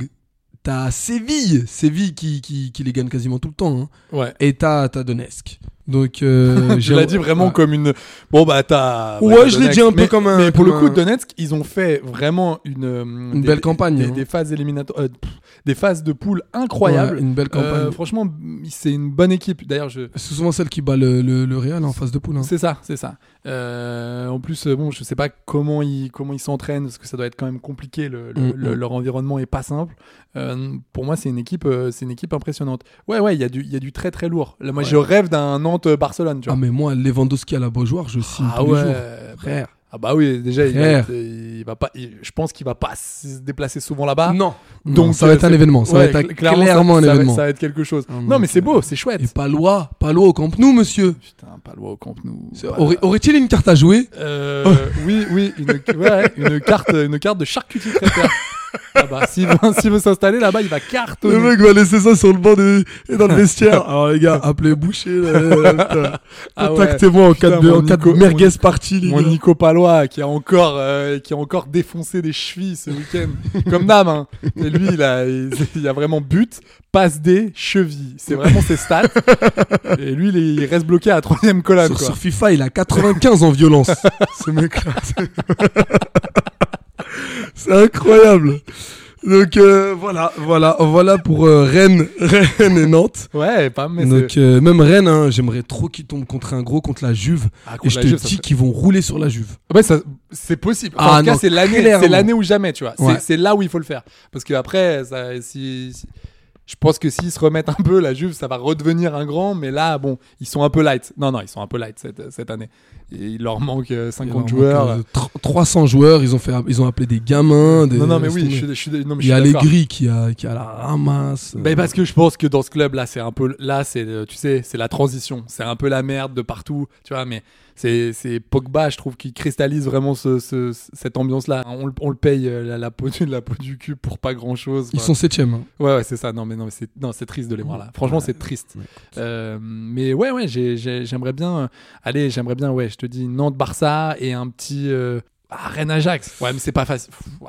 Speaker 8: t'as Séville, Séville qui, qui, qui les gagne quasiment tout le temps, hein.
Speaker 7: Ouais.
Speaker 8: et t'as, t'as Donetsk. Donc, euh,
Speaker 7: Je
Speaker 8: j'ai-
Speaker 7: l'ai dit vraiment
Speaker 8: ouais.
Speaker 7: comme une. Bon, bah, t'as.
Speaker 8: Ouais,
Speaker 7: t'as
Speaker 8: je l'ai
Speaker 7: Donetsk.
Speaker 8: dit un peu
Speaker 7: Mais-
Speaker 8: comme un-
Speaker 7: Mais pour
Speaker 8: comme
Speaker 7: le coup,
Speaker 8: un-
Speaker 7: Donetsk, ils ont fait vraiment une. euh,
Speaker 8: Une belle campagne,
Speaker 7: Des,
Speaker 8: hein.
Speaker 7: des phases éliminatoires. euh, pff, des phases de poule incroyables.
Speaker 8: Ouais, une belle campagne.
Speaker 7: Euh, franchement, c'est une bonne équipe. D'ailleurs, je.
Speaker 8: C'est souvent celle qui bat le, le, le Real en phase de poule. hein.
Speaker 7: C'est ça, c'est ça. Euh, en plus, euh, bon, je sais pas comment ils comment ils s'entraînent parce que ça doit être quand même compliqué. Le, le-
Speaker 8: Mm,
Speaker 7: le-
Speaker 8: mm.
Speaker 7: leur environnement est pas simple. Euh, pour moi, c'est une équipe, euh, c'est une équipe impressionnante. Ouais, ouais, il y a du il y a du très très lourd. Là, moi,
Speaker 8: Ouais.
Speaker 7: je rêve d'un Nantes Barcelone, tu
Speaker 8: Ah,
Speaker 7: vois.
Speaker 8: mais moi, Lewandowski à la Beaujoire, je signe tous les jours. Frère.
Speaker 7: Ah bah oui, déjà il va,
Speaker 8: Frère.
Speaker 7: être- euh, il va pas. il- je pense qu'il va pas se déplacer souvent là-bas.
Speaker 8: non.
Speaker 7: Ah. Donc
Speaker 8: Donc ça va
Speaker 7: euh,
Speaker 8: être un
Speaker 7: c'est-
Speaker 8: événement. Ça va
Speaker 7: ouais,
Speaker 8: être un-
Speaker 7: cl-
Speaker 8: clairement,
Speaker 7: ça-
Speaker 8: un
Speaker 7: ça va-
Speaker 8: événement.
Speaker 7: Ça va être quelque chose.
Speaker 8: Ah,
Speaker 7: non
Speaker 8: donc,
Speaker 7: mais c'est
Speaker 8: euh,
Speaker 7: beau, c'est chouette.
Speaker 8: Et Palois, Palois au Camp Nou, monsieur.
Speaker 7: Putain, pas loin au Camp Nou.
Speaker 8: C'est-
Speaker 7: Pas-
Speaker 8: aurait- Aurait-il une carte à jouer
Speaker 7: Euh, oui, oui, une, ouais, une carte, une carte de charcuterie traiteur. Ah bah, s'il veut, s'il veut s'installer là-bas, il va cartonner.
Speaker 8: va laisser ça sur le banc et dans le vestiaire. Alors les gars, appelez Boucher.
Speaker 7: Ah ouais.
Speaker 8: Contactez-moi en
Speaker 7: Putain,
Speaker 8: cas de,
Speaker 7: mon
Speaker 8: en cas de
Speaker 7: Nico- mon
Speaker 8: merguez
Speaker 7: Nico-
Speaker 8: party, les
Speaker 7: Mon
Speaker 8: gars.
Speaker 7: Nico Palois qui a encore euh, qui a encore défoncé des chevilles ce week-end comme dame hein. et lui il a il, il a vraiment but passe des chevilles c'est vraiment ses stats et lui il, est- il reste bloqué à la troisième colonne
Speaker 8: Sur,
Speaker 7: quoi.
Speaker 8: sur FIFA, il a 95 en violence. Ce mec-là. c'est- C'est incroyable. Donc euh, voilà, voilà, voilà pour euh, Rennes, Rennes et Nantes.
Speaker 7: ouais pas mais c'est-
Speaker 8: Donc euh, même Rennes, hein, j'aimerais trop qu'ils tombent contre un gros, contre la Juve.
Speaker 7: Ah, contre
Speaker 8: et je
Speaker 7: la
Speaker 8: te
Speaker 7: Juve, ça
Speaker 8: dis
Speaker 7: serait-
Speaker 8: qu'ils vont rouler sur la Juve.
Speaker 7: Ouais, ça- c'est possible. Enfin,
Speaker 8: Ah
Speaker 7: en tout cas,
Speaker 8: non,
Speaker 7: c'est l'année,
Speaker 8: clairement.
Speaker 7: c'est l'année ou jamais, tu vois. C'est-
Speaker 8: Ouais.
Speaker 7: C'est, là où il faut le faire. Parce que après, ça, si, si- je pense que s'ils se remettent un peu, la Juve, ça va redevenir un grand. Mais là, bon, ils sont un peu light. Non, non, ils sont un peu light cette, cette année. Et il leur manque euh,
Speaker 8: Il
Speaker 7: 50
Speaker 8: leur manque,
Speaker 7: joueurs.
Speaker 8: euh, tro- 300 joueurs, ils ont, fait, ils ont appelé des gamins. Des,
Speaker 7: non, non, mais oui,
Speaker 8: laisse
Speaker 7: je,
Speaker 8: tomber.
Speaker 7: suis- je suis, non, mais
Speaker 8: Il
Speaker 7: je
Speaker 8: y a
Speaker 7: suis
Speaker 8: les
Speaker 7: d'accord.
Speaker 8: gris qui a, qui a la ramasse.
Speaker 7: Ben, parce que je pense que dans ce club là, c'est un peu là, c'est euh, tu sais, c'est la transition, c'est un peu la merde de partout, tu vois. Mais c'est c'est Pogba, je trouve, qui cristallise vraiment ce, ce- cette ambiance là. On, le- on le paye euh, la, la peau du la peau du cul pour pas grand chose.
Speaker 8: Ils sont 7 hein.
Speaker 7: Ouais, ouais, c'est ça. Non, mais non, mais c'est non, c'est triste de les voir là. Franchement, c'est triste. Euh, mais ouais, ouais, j'ai- j'ai- j'aimerais bien. euh, allez, j'aimerais bien. Ouais, je te dis Nantes, Barça et un petit. Euh, ah, Rennes Ajax. Ouais, mais c'est pas facile. Pff, Ouais,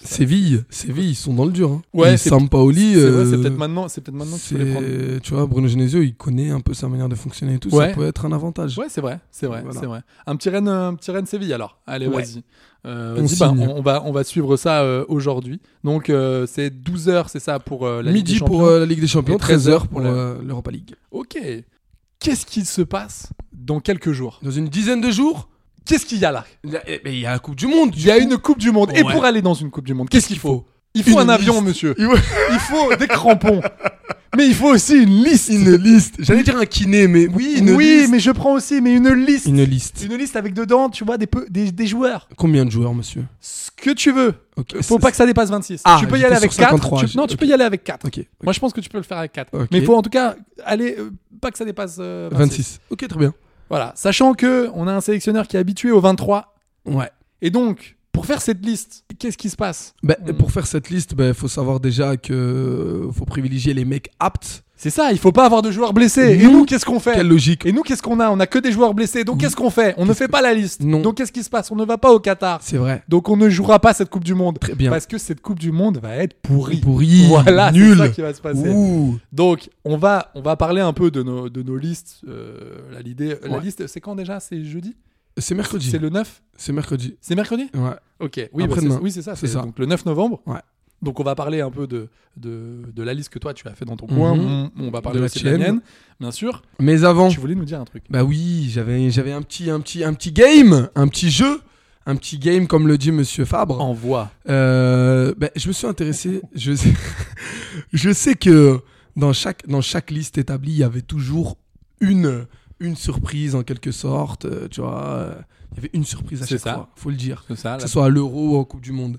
Speaker 7: ça-
Speaker 8: Séville, Séville, ils sont dans le dur. Hein.
Speaker 7: Ouais,
Speaker 8: Et
Speaker 7: c'est-
Speaker 8: Sampaoli.
Speaker 7: c'est vrai,
Speaker 8: euh,
Speaker 7: c'est peut-être maintenant. C'est peut-être maintenant qu'il faut les prendre.
Speaker 8: c'est- Tu vois, Bruno Genesio, il connaît un peu sa manière de fonctionner et tout.
Speaker 7: Ouais.
Speaker 8: Ça peut être un avantage.
Speaker 7: Ouais, c'est vrai, c'est vrai,
Speaker 8: Voilà.
Speaker 7: c'est vrai. Un petit Rennes, un petit Rennes Séville alors. Allez,
Speaker 8: Ouais.
Speaker 7: vas-y. Euh,
Speaker 8: On
Speaker 7: vas-y, ben,
Speaker 8: signe.
Speaker 7: on, on va on va suivre ça euh, aujourd'hui. Donc euh, c'est 12 heures, c'est ça pour euh, la Ligue
Speaker 8: Midi
Speaker 7: des
Speaker 8: pour
Speaker 7: Champions.
Speaker 8: euh, la Ligue des Champions,
Speaker 7: Et 13 heures
Speaker 8: 13h
Speaker 7: pour
Speaker 8: pour
Speaker 7: la-
Speaker 8: euh, l'Europa League.
Speaker 7: OK. Qu'est-ce qu'il se passe dans quelques jours
Speaker 8: Dans une dizaine de jours,
Speaker 7: Qu'est-ce qu'il y a là
Speaker 8: Il y a- eh ben, il y a la Coupe du Monde.
Speaker 7: Il y a une Coupe du Monde. Et
Speaker 8: Ouais.
Speaker 7: pour aller dans une Coupe du Monde, qu'est-ce qu'il faut Il faut
Speaker 8: Une
Speaker 7: un avion,
Speaker 8: liste.
Speaker 7: monsieur. Il faut des crampons. Mais il faut aussi une liste.
Speaker 8: Une liste. J'allais dire un kiné, mais oui, une
Speaker 7: oui,
Speaker 8: liste.
Speaker 7: mais je prends aussi, mais une liste.
Speaker 8: Une liste.
Speaker 7: Une liste avec dedans, tu vois, des, peu- des, des joueurs.
Speaker 8: Combien de joueurs, monsieur
Speaker 7: Ce que tu veux.
Speaker 8: Ok,
Speaker 7: Euh, Faut
Speaker 8: c'est-
Speaker 7: pas que ça dépasse 26.
Speaker 8: Ah,
Speaker 7: tu peux y
Speaker 8: j'étais
Speaker 7: aller
Speaker 8: sur
Speaker 7: avec 4.
Speaker 8: 53,
Speaker 7: Tu- Non,
Speaker 8: j'ai-
Speaker 7: tu peux y aller avec 4.
Speaker 8: Ok.
Speaker 7: Moi, je pense que tu peux le faire avec 4.
Speaker 8: Ok.
Speaker 7: Mais il faut en tout cas aller, euh, pas que ça dépasse euh, 26.
Speaker 8: 26. Ok, très bien.
Speaker 7: Voilà. Sachant que on a un sélectionneur qui est habitué au 23.
Speaker 8: Ouais.
Speaker 7: Et donc, pour faire cette liste, qu'est-ce qui se passe
Speaker 8: Ben, Pour faire cette liste, il faut savoir déjà que euh, faut privilégier les mecs aptes.
Speaker 7: C'est ça, il faut pas avoir de joueurs blessés. et
Speaker 8: Nous,
Speaker 7: nous, qu'est-ce qu'on fait
Speaker 8: Quelle logique
Speaker 7: Et nous, qu'est-ce qu'on a On a que des joueurs blessés. Donc, qu'est-ce qu'on fait On ne fait pas la liste.
Speaker 8: Non.
Speaker 7: Donc, qu'est-ce qui se passe On ne va pas au Qatar.
Speaker 8: C'est vrai.
Speaker 7: Donc, on ne jouera pas cette Coupe du Monde.
Speaker 8: Très bien.
Speaker 7: Parce que cette Coupe du Monde va être pourrie.
Speaker 8: Pourrie,
Speaker 7: Voilà, c'est
Speaker 8: nulle.
Speaker 7: ça qui va se passer.
Speaker 8: Ouh.
Speaker 7: Donc, on va, on va parler un peu de nos, de nos listes. Euh, la, l'idée- la
Speaker 8: Ouais.
Speaker 7: liste, c'est quand déjà C'est jeudi
Speaker 8: C'est mercredi.
Speaker 7: C'est le 9
Speaker 8: C'est mercredi.
Speaker 7: C'est mercredi
Speaker 8: Ouais.
Speaker 7: Ok. Oui,
Speaker 8: Après-demain.
Speaker 7: bah, c'est- oui, c'est ça.
Speaker 8: C'est
Speaker 7: C'est
Speaker 8: ça.
Speaker 7: Donc, le 9 novembre.
Speaker 8: Ouais.
Speaker 7: Donc, on va parler un peu de, de, de la liste que toi, tu as fait dans ton
Speaker 8: Mhm.
Speaker 7: coin. On, on va parler
Speaker 8: De la
Speaker 7: aussi de la
Speaker 8: tienne.
Speaker 7: mienne, bien sûr.
Speaker 8: Mais avant.
Speaker 7: Tu voulais nous dire un truc.
Speaker 8: Bah oui, j'avais j'avais un petit un petit un petit game, un petit jeu, un petit game comme le dit Monsieur Fabre.
Speaker 7: Envoie.
Speaker 8: Euh, ben, je me suis intéressé. Je sais, je sais que dans chaque, dans chaque liste établie, il y avait toujours une, une surprise en quelque sorte. euh, Tu vois, euh, il y avait une surprise à
Speaker 7: C'est
Speaker 8: chaque
Speaker 7: ça.
Speaker 8: fois. Faut le dire.
Speaker 7: C'est ça.
Speaker 8: Que
Speaker 7: la-
Speaker 8: ce soit à l'Euro ou en Coupe du Monde.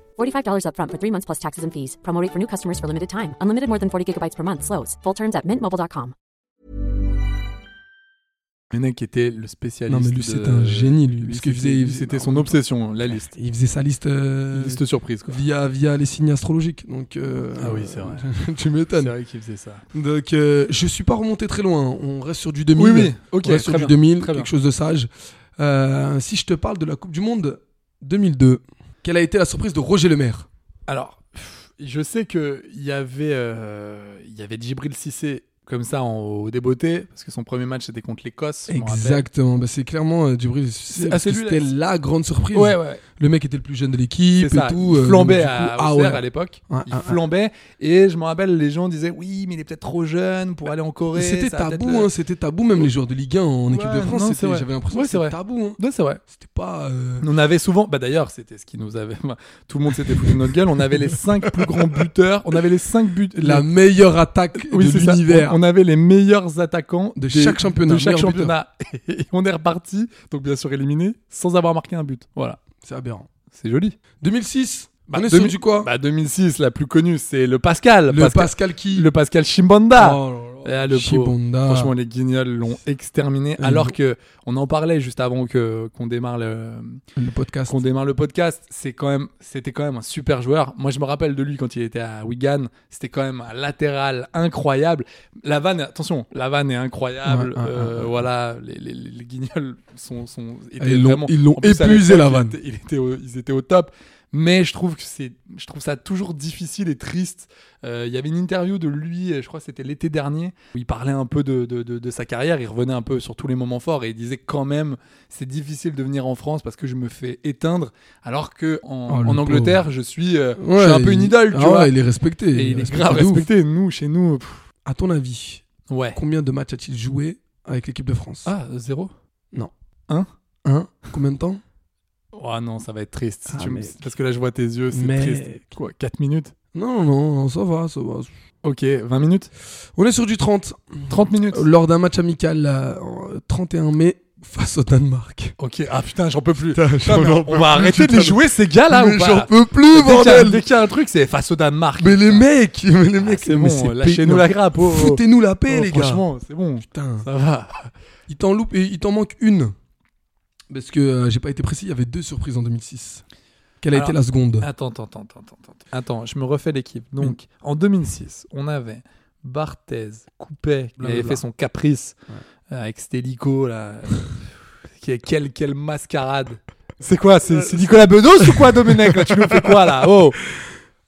Speaker 9: $45 upfront for three months plus taxes and fees. Promo rate for new customers for limited time. Unlimited more than 40 gigabytes per month. Slows. Full terms at mintmobile.com.
Speaker 7: Le mec était le spécialiste.
Speaker 8: Non, mais lui,
Speaker 7: de-
Speaker 8: c'était un génie, lui. Parce qu'il
Speaker 7: c'était-
Speaker 8: faisait-
Speaker 7: lui, c'était son obsession, la liste.
Speaker 8: Il faisait sa liste, euh,
Speaker 7: Liste surprise, quoi.
Speaker 8: via, via les signes astrologiques. Donc, euh,
Speaker 7: Ah oui, c'est vrai.
Speaker 8: tu m'étonnes.
Speaker 7: vrai qu'il faisait ça.
Speaker 8: Donc, euh, je suis pas remonté très loin. hein. On reste sur du 2000.
Speaker 7: Oui, oui. Ok,
Speaker 8: On reste sur
Speaker 7: très
Speaker 8: du
Speaker 7: bien.
Speaker 8: 2000,
Speaker 7: Très
Speaker 8: quelque
Speaker 7: bien.
Speaker 8: chose de sage. Euh, si je te parle de la Coupe du Monde 2002, quelle a été la surprise de Roger Lemaire
Speaker 7: Alors, pff, je sais que il y avait, euh, il y avait Djibril Cissé comme ça en haut des beautés, parce que son premier match c'était contre l'Écosse. je m'en rappelle.
Speaker 8: Exactement. Bah, c'est clairement euh, Djibril.
Speaker 7: C'est-
Speaker 8: Cissé,
Speaker 7: ah,
Speaker 8: parce que
Speaker 7: c'est lui,
Speaker 8: C'était
Speaker 7: là.
Speaker 8: la grande surprise.
Speaker 7: Ouais, ouais.
Speaker 8: Le mec était le plus jeune de
Speaker 7: C'est
Speaker 8: l'équipe
Speaker 7: ça.
Speaker 8: et tout.
Speaker 7: il
Speaker 8: euh,
Speaker 7: flambait
Speaker 8: donc, du
Speaker 7: à,
Speaker 8: coup,
Speaker 7: Auxerre
Speaker 8: ah ouais.
Speaker 7: à l'époque.
Speaker 8: Ouais,
Speaker 7: il
Speaker 8: ouais, ouais.
Speaker 7: flambait. Et je me rappelle, les gens disaient Oui, mais il est peut-être trop jeune pour aller en Corée.
Speaker 8: Bah, C'était
Speaker 7: ça va peut-être
Speaker 8: tabou,
Speaker 7: le-
Speaker 8: hein, c'était tabou, même les joueurs de Ligue 1 en équipe
Speaker 7: euh. Ouais,
Speaker 8: de France,
Speaker 7: non, c'est
Speaker 8: c'était-
Speaker 7: vrai.
Speaker 8: j'avais l'impression
Speaker 7: Ouais,
Speaker 8: que
Speaker 7: c'est vrai.
Speaker 8: c'était tabou. hein.
Speaker 7: Ouais, c'est vrai.
Speaker 8: C'était pas. euh,
Speaker 7: On avait souvent, bah d'ailleurs, c'était ce qui nous avait. Tout le monde s'était foutu de notre gueule. On avait les cinq plus grands buteurs. On avait les cinq buts.
Speaker 8: la meilleure attaque
Speaker 7: Oui,
Speaker 8: de
Speaker 7: c'est ça.
Speaker 8: l'univers.
Speaker 7: On, on avait les meilleurs attaquants
Speaker 8: De
Speaker 7: des-
Speaker 8: chaque championnat,
Speaker 7: De chaque
Speaker 8: meilleur
Speaker 7: championnat. Et on est reparti, donc bien sûr éliminé, sans avoir marqué un but. Voilà,
Speaker 8: C'est aberrant.
Speaker 7: c'est joli.
Speaker 8: 2006, on est sur
Speaker 7: 2000
Speaker 8: du quoi
Speaker 7: Bah 2006, la plus connue, c'est le Pascal.
Speaker 8: Le Pascal qui
Speaker 7: le Pascal Chimbanda.
Speaker 8: Oh là là.
Speaker 7: Ah, le pauvre.
Speaker 8: Chibonda.
Speaker 7: Franchement, les Guignols l'ont exterminé.
Speaker 8: Ils l'ont-
Speaker 7: Alors que on en parlait juste avant que qu'on démarre le
Speaker 8: le podcast.
Speaker 7: qu'on démarre le podcast, c'est quand même, c'était quand même un super joueur. Moi, je me rappelle de lui quand il était à Wigan. C'était quand même un latéral incroyable. La vanne, attention, la vanne est incroyable.
Speaker 8: Ouais, ouais,
Speaker 7: Euh,
Speaker 8: ouais, ouais.
Speaker 7: voilà, les, les- les- les guignols sont, sont étaient
Speaker 8: Ils l'ont-
Speaker 7: vraiment-
Speaker 8: ils l'ont
Speaker 7: en plus, à
Speaker 8: épuisé,
Speaker 7: l'époque,
Speaker 8: la vanne.
Speaker 7: Il était- il était au- ils étaient au top. Mais je trouve que c'est, je trouve ça toujours difficile et triste. Euh, Il y avait une interview de lui, euh, je crois que c'était l'été dernier, où il parlait un peu de, de- de- de sa carrière, il revenait un peu sur tous les moments forts et il disait quand même c'est difficile de venir en France parce que je me fais éteindre, alors que en,
Speaker 8: Oh, le
Speaker 7: en Angleterre
Speaker 8: pauvre.
Speaker 7: je suis, euh, je
Speaker 8: Ouais,
Speaker 7: suis un peu une
Speaker 8: il-
Speaker 7: idole, tu
Speaker 8: ah
Speaker 7: vois.
Speaker 8: ouais, il est respecté.
Speaker 7: et il est
Speaker 8: respecté
Speaker 7: grave
Speaker 8: de ouf.
Speaker 7: respecté, nous chez nous. pff,
Speaker 8: À ton avis,
Speaker 7: ouais.
Speaker 8: combien de matchs a-t-il joué avec l'équipe de France
Speaker 7: Ah zéro.
Speaker 8: Un Combien de temps
Speaker 7: Oh non, ça va être triste si
Speaker 8: Ah,
Speaker 7: tu me-
Speaker 8: mec.
Speaker 7: parce que là je vois tes yeux, c'est
Speaker 8: Mec.
Speaker 7: triste. Quoi, 4 minutes
Speaker 8: Non, non, non, ça va, ça va.
Speaker 7: Ok, 20 minutes
Speaker 8: On est sur du 30.
Speaker 7: 30 minutes
Speaker 8: Lors d'un match amical, là, en 31 mai, face au Danemark.
Speaker 7: Ok, ah putain, j'en peux plus.
Speaker 8: j'en
Speaker 7: Putain, mais
Speaker 8: en
Speaker 7: on
Speaker 8: peux
Speaker 7: va
Speaker 8: plus,
Speaker 7: arrêter de les
Speaker 8: putain.
Speaker 7: jouer ces gars là
Speaker 8: Mais
Speaker 7: ou pas
Speaker 8: j'en peux plus,
Speaker 7: Dès qu'il y a-
Speaker 8: bordel
Speaker 7: Dès qu'il y a un truc, c'est face au Danemark.
Speaker 8: Mais les
Speaker 7: putain.
Speaker 8: mecs Mais les mecs
Speaker 7: Ah, c'est
Speaker 8: mais
Speaker 7: bon,
Speaker 8: c'est
Speaker 7: lâchez-nous
Speaker 8: payant.
Speaker 7: la grappe, oh, oh.
Speaker 8: Foutez-nous la paix,
Speaker 7: Oh,
Speaker 8: les gars
Speaker 7: Franchement, c'est bon.
Speaker 8: Putain.
Speaker 7: Ça va.
Speaker 8: Il t'en loupe et il t'en manque une. Parce que euh, j'ai pas été précis, il y avait deux surprises en 2006. Quelle a
Speaker 7: Alors, euh,
Speaker 8: été la seconde
Speaker 7: Attends, attends, attends, attends, attends. attends. Attends, je me refais l'équipe.
Speaker 8: Mm.
Speaker 7: Donc, en 2006, on avait Barthez, Coupet, il avait
Speaker 8: Blablabla.
Speaker 7: fait son euh, caprice avec Stélico, là. Quel- quelle, quelle mascarade. C'est quoi C'est c'est Nicolas Bedos ou quoi, Domenech là, Tu nous fais quoi là Oh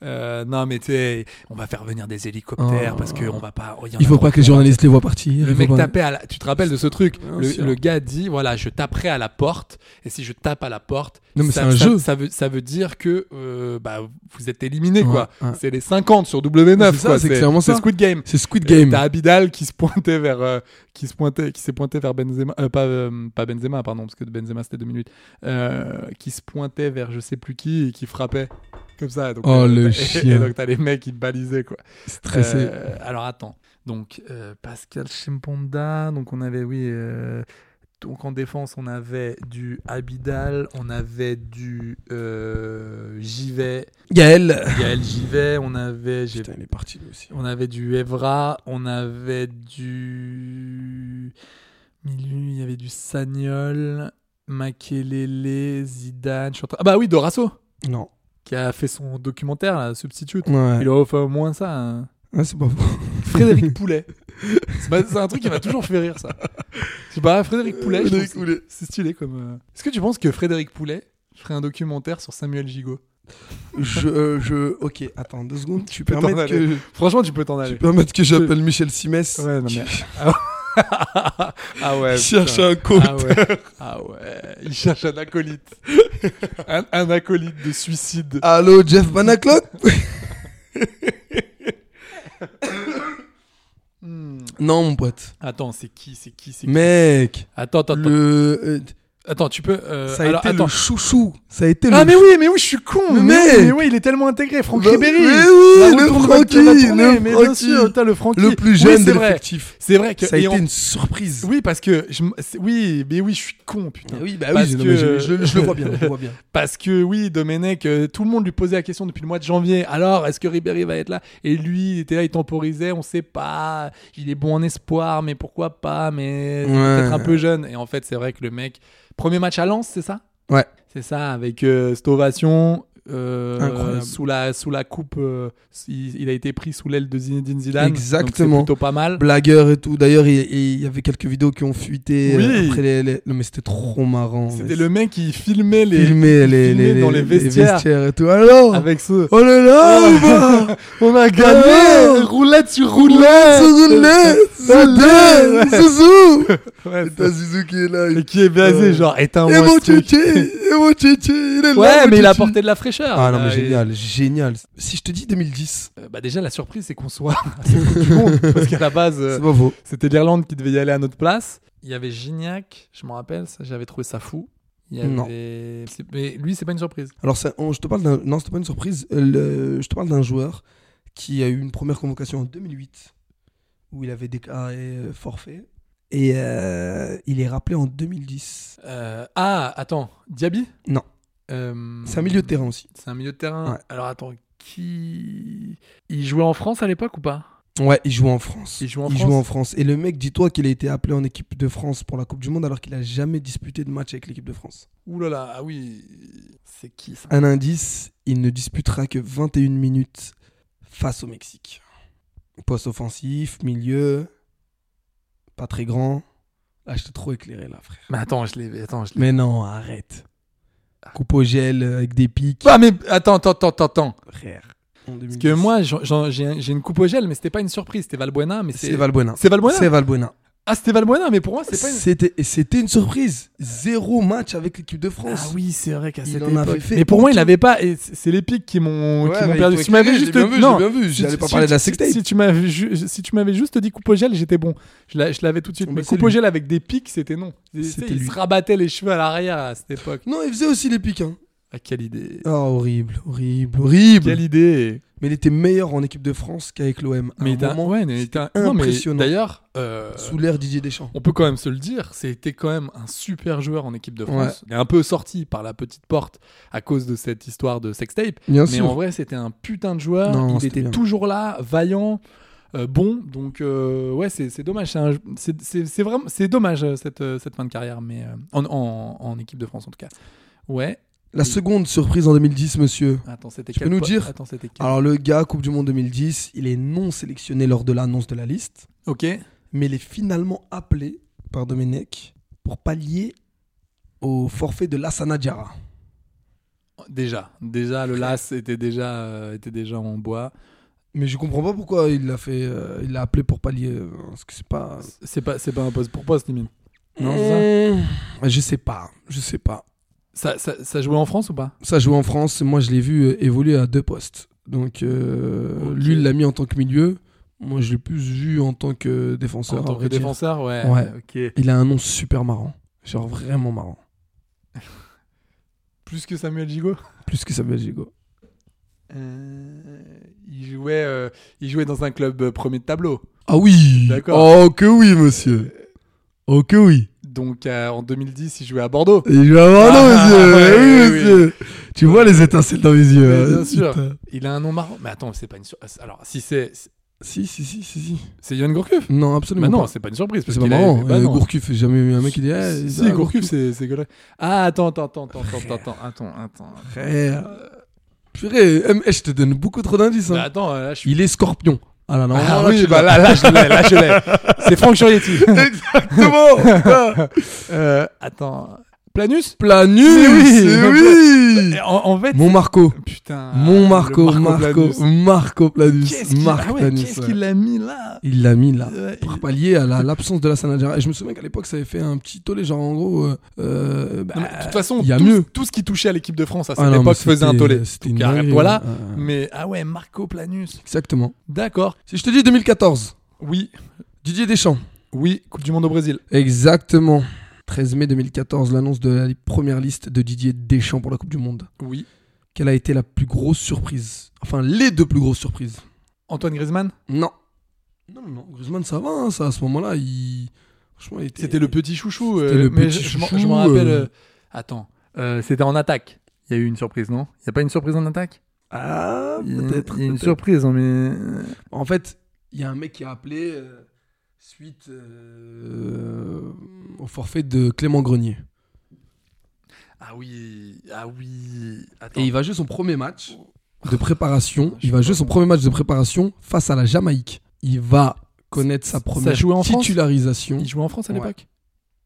Speaker 7: Euh, non mais tu sais, on va faire venir des hélicoptères
Speaker 8: Oh.
Speaker 7: parce que on va pas. oh, y en
Speaker 8: Il
Speaker 7: a
Speaker 8: faut
Speaker 7: trop
Speaker 8: pas que les
Speaker 7: qui vont
Speaker 8: journalistes les voient partir.
Speaker 7: le
Speaker 8: il
Speaker 7: mec
Speaker 8: faut pas-
Speaker 7: tapait à la... Tu te rappelles de ce truc
Speaker 8: Bien
Speaker 7: le,
Speaker 8: sûr.
Speaker 7: le gars dit voilà, je taperai à la porte et si je tape à la porte,
Speaker 8: Non, mais
Speaker 7: ça,
Speaker 8: c'est un
Speaker 7: ça-
Speaker 8: jeu.
Speaker 7: ça veut ça veut dire que euh, bah vous êtes éliminé
Speaker 8: Ouais,
Speaker 7: quoi.
Speaker 8: ouais.
Speaker 7: C'est les 50 sur W9
Speaker 8: C'est ça,
Speaker 7: quoi,
Speaker 8: c'est clairement ça.
Speaker 7: Squid Game.
Speaker 8: C'est Squid
Speaker 7: Et T'as
Speaker 8: Game.
Speaker 7: Abidal qui se pointait vers euh, qui se pointait qui s'est pointé vers Benzema euh, pas euh, pas Benzema pardon parce que Benzema c'était deux minutes euh, qui se pointait vers je sais plus qui et qui frappait comme ça donc, euh,
Speaker 8: Oh, le
Speaker 7: t'as- et-
Speaker 8: chien.
Speaker 7: et donc t'as les mecs qui te balisaient quoi
Speaker 8: Stressé.
Speaker 7: Euh, alors attends donc euh, Pascal Chimponda donc on avait oui euh, donc en défense on avait du Abidal on avait du euh, Givet
Speaker 8: Gaël.
Speaker 7: Gaël Givet on avait j'ai
Speaker 8: il est parti lui aussi.
Speaker 7: on avait du Evra, on avait du. Milieu, il y avait du Sagnol, Makelele, Zidane. je suis en train- Ah bah oui, Dorasso,
Speaker 8: Non.
Speaker 7: qui a fait son documentaire, là, Substitute.
Speaker 8: Ouais.
Speaker 7: Il aurait fait au moins ça. hein.
Speaker 8: Ouais, c'est pas faux.
Speaker 7: Frédéric Poulet. C'est pas- c'est un truc qui m'a toujours fait rire, ça. Je sais pas, Frédéric Poulet. je
Speaker 8: Frédéric
Speaker 7: trouve que C'est c'est stylé comme. euh. Est-ce que tu penses que Frédéric Poulet ferait un documentaire sur Samuel Gigot
Speaker 8: je, euh, je. Ok, attends deux secondes. Tu peux
Speaker 7: peux t'en
Speaker 8: permettre
Speaker 7: aller.
Speaker 8: que,
Speaker 7: Franchement, tu peux t'en
Speaker 8: tu
Speaker 7: aller.
Speaker 8: permettre que j'appelle Michel Simès.
Speaker 7: Ouais, non, mais-
Speaker 8: Tu-
Speaker 7: Ah ouais.
Speaker 8: il cherche
Speaker 7: putain.
Speaker 8: un compte.
Speaker 7: Ah ouais. Ah ouais. Il cherche un acolyte. un, un acolyte de suicide.
Speaker 8: Allô, Jeff Banaclot Non, mon pote.
Speaker 7: Attends, c'est qui C'est qui C'est qui
Speaker 8: Mec,
Speaker 7: Attends, attends, attends.
Speaker 8: le, euh,
Speaker 7: Attends, tu peux. euh,
Speaker 8: ça a
Speaker 7: alors,
Speaker 8: été
Speaker 7: attends.
Speaker 8: le chouchou. Ça a été le.
Speaker 7: Ah mais oui, mais oui, je suis con. Mais,
Speaker 8: Mais
Speaker 7: oui,
Speaker 8: mec
Speaker 7: mais oui, il est tellement intégré, Franck
Speaker 8: Bah,
Speaker 7: Ribéry.
Speaker 8: mais oui,
Speaker 7: La
Speaker 8: le
Speaker 7: retourne va-
Speaker 8: Francky,
Speaker 7: la tournée,
Speaker 8: le
Speaker 7: mais bien
Speaker 8: Francky.
Speaker 7: sûr, putain, le Francky.
Speaker 8: le plus
Speaker 7: Oui,
Speaker 8: jeune
Speaker 7: c'est
Speaker 8: de
Speaker 7: vrai.
Speaker 8: l'effectif.
Speaker 7: C'est vrai que
Speaker 8: Ça a
Speaker 7: et
Speaker 8: été
Speaker 7: on-
Speaker 8: une surprise.
Speaker 7: Oui, parce que je m- c'est- oui, mais oui, je suis con, putain.
Speaker 8: oui, bah
Speaker 7: Parce
Speaker 8: je- non,
Speaker 7: que-
Speaker 8: mais je, je- je le vois bien, je le vois bien.
Speaker 7: Parce que oui, Domenech, euh, tout le monde lui posait la question depuis le mois de janvier. Alors, est-ce que Ribéry va être là Et lui, il était là, il temporisait, on sait pas. Il est bon en espoir, mais pourquoi pas Mais il est
Speaker 8: Ouais.
Speaker 7: peut-être un peu jeune. Et en fait, c'est vrai que le mec, premier match à Lens, c'est ça
Speaker 8: Ouais.
Speaker 7: C'est ça, avec euh, cette ovation. euh,
Speaker 8: Incroyable.
Speaker 7: sous la sous la coupe euh, il, il a été pris sous l'aile de Zinedine Zidane donc
Speaker 8: Exactement.
Speaker 7: c'est plutôt pas mal
Speaker 8: Blagueur et tout. D'ailleurs, il, il y avait quelques vidéos qui ont fuité.
Speaker 7: Oui.
Speaker 8: euh, Après les, les- Non, mais c'était trop marrant.
Speaker 7: c'était le mec qui filmait les
Speaker 8: filmé les,
Speaker 7: filmé
Speaker 8: les,
Speaker 7: dans les vestiaires.
Speaker 8: et tout. Alors
Speaker 7: avec ce
Speaker 8: Oh là là ou pas
Speaker 7: on a
Speaker 8: gagné
Speaker 7: Oh. roulette sur
Speaker 8: Zouzoulé Zoudé Zouzou
Speaker 7: Ouais,
Speaker 8: Et T'as Zizou qui est là.
Speaker 7: Et
Speaker 8: il-
Speaker 7: qui est blasé,
Speaker 8: Euh,
Speaker 7: genre, éteins
Speaker 8: Et
Speaker 7: moi
Speaker 8: mon
Speaker 7: ce truc.
Speaker 8: tchétché Et mon tchétché Il est là
Speaker 7: Ouais,
Speaker 8: mon
Speaker 7: mais il a
Speaker 8: tchétché.
Speaker 7: apporté de la fraîcheur.
Speaker 8: Ah non, mais
Speaker 7: Euh,
Speaker 8: génial, génial. Si je te dis 2010,
Speaker 7: et- euh, bah déjà, la surprise, c'est qu'on soit à cette Coupe du Monde, parce qu'à la base, euh,
Speaker 8: c'est pas faux.
Speaker 7: c'était l'Irlande qui devait y aller à notre place. Il y avait Gignac, je m'en rappelle, ça, j'avais trouvé ça fou. Il y avait...
Speaker 8: Non.
Speaker 7: c'est- Mais lui, c'est pas une surprise.
Speaker 8: Alors, ça, on- je te parle d'un. Non, c'était pas une surprise. Euh, le- je te parle d'un joueur qui a eu une première convocation en 2008, où il avait déclaré euh, forfait. Et euh, il est rappelé en 2010.
Speaker 7: Euh, ah, attends, Diaby
Speaker 8: Non.
Speaker 7: Euh,
Speaker 8: C'est un milieu de terrain aussi.
Speaker 7: C'est un milieu de terrain.
Speaker 8: Ouais.
Speaker 7: Alors attends, qui. Il jouait en France à l'époque ou pas
Speaker 8: Ouais, il joue en France.
Speaker 7: Il joue en
Speaker 8: il
Speaker 7: France
Speaker 8: joue en France. Et le mec, dis-toi qu'il a été appelé en équipe de France pour la Coupe du Monde alors qu'il a jamais disputé de match avec l'équipe de France.
Speaker 7: Ouh là là, ah oui. C'est qui ça
Speaker 8: Un indice, il ne disputera que 21 minutes face au Mexique. Poste offensif, milieu, pas très grand. Ah, je t'ai trop éclairé là, frère.
Speaker 7: Mais attends, je l'ai. Attends, je l'ai.
Speaker 8: Mais non, arrête. Coupe au gel euh, avec des pics.
Speaker 7: Ah mais attends, attends, attends, attends.
Speaker 8: Frère.
Speaker 7: Parce que moi, j'en- j'en- j'ai un- j'ai une coupe au gel, mais c'était pas une surprise. C'était Valbuena, mais c'est.
Speaker 8: c'est Valbuena.
Speaker 7: C'est Valbuena
Speaker 8: C'est Valbuena.
Speaker 7: Ah, c'était Valbuena, mais pour moi, c'est pas une.
Speaker 8: C'était c'était une surprise. Zéro match avec l'équipe de France.
Speaker 7: Ah oui, c'est vrai qu'à
Speaker 8: Il
Speaker 7: cette
Speaker 8: en avait
Speaker 7: époque.
Speaker 8: fait
Speaker 7: Mais pour moi, il
Speaker 8: tout.
Speaker 7: avait pas. et c'est- C'est les pics qui m'ont
Speaker 8: Ouais,
Speaker 7: qui m'ont
Speaker 8: mais
Speaker 7: perdu.
Speaker 8: toi,
Speaker 7: Si tu m'avais
Speaker 8: Kéré,
Speaker 7: juste.
Speaker 8: je l'ai bien vu,
Speaker 7: non.
Speaker 8: je l'ai bien vu.
Speaker 7: Si-
Speaker 8: J'allais pas
Speaker 7: si-
Speaker 8: parler de la
Speaker 7: si-
Speaker 8: sextape.
Speaker 7: Si tu m'avais ju- si tu m'avais juste dit coupe au gel, j'étais bon. Je l'a- je l'avais tout de suite.
Speaker 8: Mais
Speaker 7: Mais
Speaker 8: c'est
Speaker 7: coupe au
Speaker 8: lui.
Speaker 7: gel avec des pics, c'était non. Tu sais,
Speaker 8: C'était
Speaker 7: Il
Speaker 8: lui.
Speaker 7: se rabattait les cheveux à l'arrière à cette époque.
Speaker 8: Non, il faisait aussi les pics. Hein.
Speaker 7: Ah, quelle idée.
Speaker 8: Ah, horrible, horrible, horrible.
Speaker 7: Quelle idée.
Speaker 8: Mais il était meilleur en équipe de France qu'avec l'OM.
Speaker 7: Mais
Speaker 8: Mais
Speaker 7: t'as- ouais, mais t'as- non, mais
Speaker 8: impressionnant.
Speaker 7: D'ailleurs. euh,
Speaker 8: sous l'ère Didier Deschamps.
Speaker 7: On peut quand même se le dire, c'était quand même un super joueur en équipe de France. Il est un peu sorti par la petite porte à cause de cette histoire de sextape.
Speaker 8: Bien
Speaker 7: Mais en vrai, c'était un putain de joueur.
Speaker 8: Non,
Speaker 7: il
Speaker 8: c'était
Speaker 7: était
Speaker 8: bien.
Speaker 7: toujours là, vaillant, euh, bon. Donc, euh, ouais, c'est c'est dommage. C'est un- C'est c'est- c'est vraiment c'est dommage euh, cette, euh, cette fin de carrière, mais euh, en, en- en équipe de France en tout cas. Ouais.
Speaker 8: La seconde surprise en 2010, monsieur.
Speaker 7: Attends, c'était
Speaker 8: Tu
Speaker 7: quel
Speaker 8: peux nous
Speaker 7: po-
Speaker 8: dire
Speaker 7: Attends, c'était quel-
Speaker 8: Alors le gars, Coupe du Monde 2010, il est non sélectionné lors de l'annonce de la liste,
Speaker 7: Ok.
Speaker 8: mais il est finalement appelé par Domenech pour pallier au forfait de Lassana Diarra.
Speaker 7: Déjà, déjà le las était déjà, euh, était déjà en bois.
Speaker 8: Mais je comprends pas pourquoi il l'a fait, euh, il l'a appelé pour pallier. euh, Parce que c'est pas.
Speaker 7: C'est pas, c'est pas un poste pour poste, Limine. Non, c'est Eh.
Speaker 8: ça Je sais pas, je sais pas.
Speaker 7: ça. Ça, ça, ça jouait en France ou pas
Speaker 8: Ça joue en France, moi je l'ai vu euh, évoluer à deux postes. Donc euh,
Speaker 7: Ok.
Speaker 8: lui, il l'a mis en tant que milieu. Moi, je l'ai plus vu en tant que défenseur.
Speaker 7: En
Speaker 8: à
Speaker 7: tant que
Speaker 8: vrai dire.
Speaker 7: défenseur, ouais.
Speaker 8: Ouais.
Speaker 7: Ok.
Speaker 8: Il a un nom super marrant. Genre vraiment marrant.
Speaker 7: Plus que Samuel Gigot.
Speaker 8: Plus que Samuel Gigot.
Speaker 7: Euh, il jouait, euh, il jouait dans un club euh, premier de tableau.
Speaker 8: Ah oui
Speaker 7: D'accord.
Speaker 8: Oh que oui, monsieur Oh que oui
Speaker 7: Donc euh, en 2010, il joujouait à Bordeaux.
Speaker 8: Et je vais avoir un nom,
Speaker 7: Ah,
Speaker 8: monsieur
Speaker 7: ouais,
Speaker 8: Oui,
Speaker 7: oui,
Speaker 8: monsieur Tu vois les étincelles dans mes yeux
Speaker 7: Mais
Speaker 8: hein,
Speaker 7: bien sûr.
Speaker 8: putain.
Speaker 7: Il a un nom marrant. Mais attends, c'est pas une surprise. Alors si c'est,
Speaker 8: Si, si, si, si, si.
Speaker 7: c'est Yann Gourcuff.
Speaker 8: Non, absolument
Speaker 7: Bah non,
Speaker 8: pas.
Speaker 7: c'est pas une surprise. parce
Speaker 8: C'est pas
Speaker 7: qu'il a-
Speaker 8: marrant.
Speaker 7: bah
Speaker 8: Euh,
Speaker 7: non.
Speaker 8: Gourcuff, j'ai jamais eu un mec qui dit eh,
Speaker 7: Si,
Speaker 8: ça,
Speaker 7: si, Gourcuff, c'est c'est Gourcuff. Ah, attends, attends, attends, attends, attends, attends, attends, attends.
Speaker 8: Frère. Purée, eh, je te donne beaucoup trop d'indices. hein.
Speaker 7: Bah, attends, là, je suis.
Speaker 8: Il est scorpion. Ah là, non,
Speaker 7: Ah
Speaker 8: là,
Speaker 7: oui,
Speaker 8: tu
Speaker 7: bah
Speaker 8: l'as.
Speaker 7: là, là, je l'ai, là, je l'ai. C'est Franck Chorietti.
Speaker 8: Exactement
Speaker 7: Euh, attends. Planus
Speaker 8: Planus
Speaker 7: Mais Eh oui.
Speaker 8: oui.
Speaker 7: Eh, En, en fait.
Speaker 8: Mon Marco
Speaker 7: Putain.
Speaker 8: Mon Marco,
Speaker 7: le
Speaker 8: Marco,
Speaker 7: Planus.
Speaker 8: Marco Planus.
Speaker 7: Qu'est-ce qu'il
Speaker 8: Marc
Speaker 7: ah ouais,
Speaker 8: Planus,
Speaker 7: qu'est-ce
Speaker 8: ouais.
Speaker 7: qu'il a mis là
Speaker 8: Il l'a mis là.
Speaker 7: Ouais,
Speaker 8: Pour pallier à la- l'absence de la Sanadjara. Et je me souviens qu'à l'époque, ça avait fait un petit tollé, genre en gros. euh, euh, bah,
Speaker 7: Non, mais de toute façon,
Speaker 8: il y a
Speaker 7: tout,
Speaker 8: mieux.
Speaker 7: tout ce qui touchait à l'équipe de France à cette
Speaker 8: ah non, mais
Speaker 7: époque faisait un
Speaker 8: c'était-
Speaker 7: tollé.
Speaker 8: C'était une
Speaker 7: Donc, arrête,
Speaker 8: dinguerie, hein.
Speaker 7: voilà.
Speaker 8: ouais, ouais, ouais.
Speaker 7: Mais ah ouais, Marco Planus.
Speaker 8: Exactement.
Speaker 7: D'accord.
Speaker 8: Si je te dis 2014,
Speaker 7: Oui,
Speaker 8: Didier Deschamps.
Speaker 7: oui, Coupe du Monde au Brésil.
Speaker 8: Exactement. 13 mai 2014, l'annonce de la li- première liste de Didier Deschamps pour la Coupe du Monde.
Speaker 7: Oui.
Speaker 8: Quelle a été la plus grosse surprise Enfin, les deux plus grosses surprises.
Speaker 7: Antoine Griezmann
Speaker 8: Non. Non, non, non. Griezmann, ça va, hein, ça, à ce moment-là, il. Franchement, il était.
Speaker 7: C'était le petit chouchou.
Speaker 8: C'était
Speaker 7: euh,
Speaker 8: le
Speaker 7: mais
Speaker 8: petit
Speaker 7: je- je m'en-
Speaker 8: chouchou,
Speaker 7: Je m'en rappelle.
Speaker 8: euh.
Speaker 7: euh, Attends, euh, c'était en attaque. Il y a eu une surprise, non Il n'y a pas une surprise en attaque
Speaker 8: Ah,
Speaker 7: Il y a une-
Speaker 8: peut-être.
Speaker 7: Il y a une
Speaker 8: peut-être.
Speaker 7: surprise, hein, mais.
Speaker 8: En fait, il y a un mec qui a appelé euh, suite euh, au forfait de Clément Grenier.
Speaker 7: Ah oui, ah oui. Attends. Oh.
Speaker 8: Et il va jouer son premier match de préparation. Il va jouer son premier match de préparation face à la Jamaïque. Il va connaître sa première
Speaker 7: jouait en France
Speaker 8: titularisation.
Speaker 7: Il jouait en France à
Speaker 8: Ouais.
Speaker 7: l'époque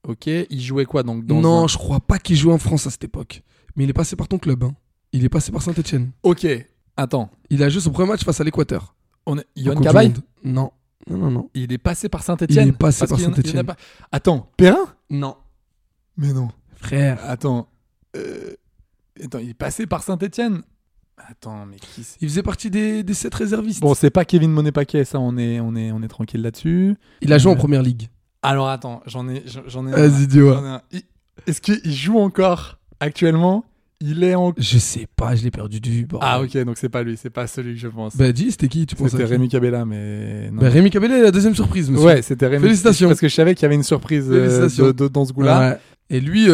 Speaker 7: Ok, il jouait quoi donc dans
Speaker 8: non,
Speaker 7: un-
Speaker 8: je crois pas qu'il joue en France à cette époque. Mais il est passé par ton club. hein. Il est passé par Saint-Etienne.
Speaker 7: Ok, attends.
Speaker 8: Il a joué son premier match face à l'Équateur.
Speaker 7: On...
Speaker 8: en
Speaker 7: Yohan
Speaker 8: Coupe du
Speaker 7: Cabaye
Speaker 8: Monde. Non. Non, non, non.
Speaker 7: Il est passé par Saint-Etienne
Speaker 8: Il est passé par Saint-Étienne.
Speaker 7: Attends, Perrin
Speaker 8: Non.
Speaker 7: Mais non.
Speaker 8: Frère.
Speaker 7: Attends. euh, Attends, il est passé par Saint-Etienne Attends, mais qui c'est
Speaker 8: Il faisait partie des, des 7 réservistes.
Speaker 7: Bon, c'est pas Kevin Monet-Paquet, ça, on est, on est, on est tranquille là-dessus.
Speaker 8: il a joué en première ligue.
Speaker 7: Alors attends, j'en ai, j'en j'en ai. un.
Speaker 8: Vas-y, dis-moi.
Speaker 7: J'en ai un. Il- Est-ce qu'il joue encore actuellement Il est en.
Speaker 8: Je sais pas, je l'ai perdu de vue. bordel.
Speaker 7: Ah ok, donc c'est pas lui, c'est pas celui que je pense.
Speaker 8: Bah dis, c'était qui tu penses à
Speaker 7: c'était
Speaker 8: qui
Speaker 7: Rémi Cabella, mais. non.
Speaker 8: Bah, Rémi Cabellet, la deuxième surprise, monsieur.
Speaker 7: ouais, c'était Rémi.
Speaker 8: Félicitations.
Speaker 7: Parce que je savais qu'il y avait une surprise euh,
Speaker 8: Félicitations.
Speaker 7: de- de- dans ce goût-là.
Speaker 8: Ouais. Et lui,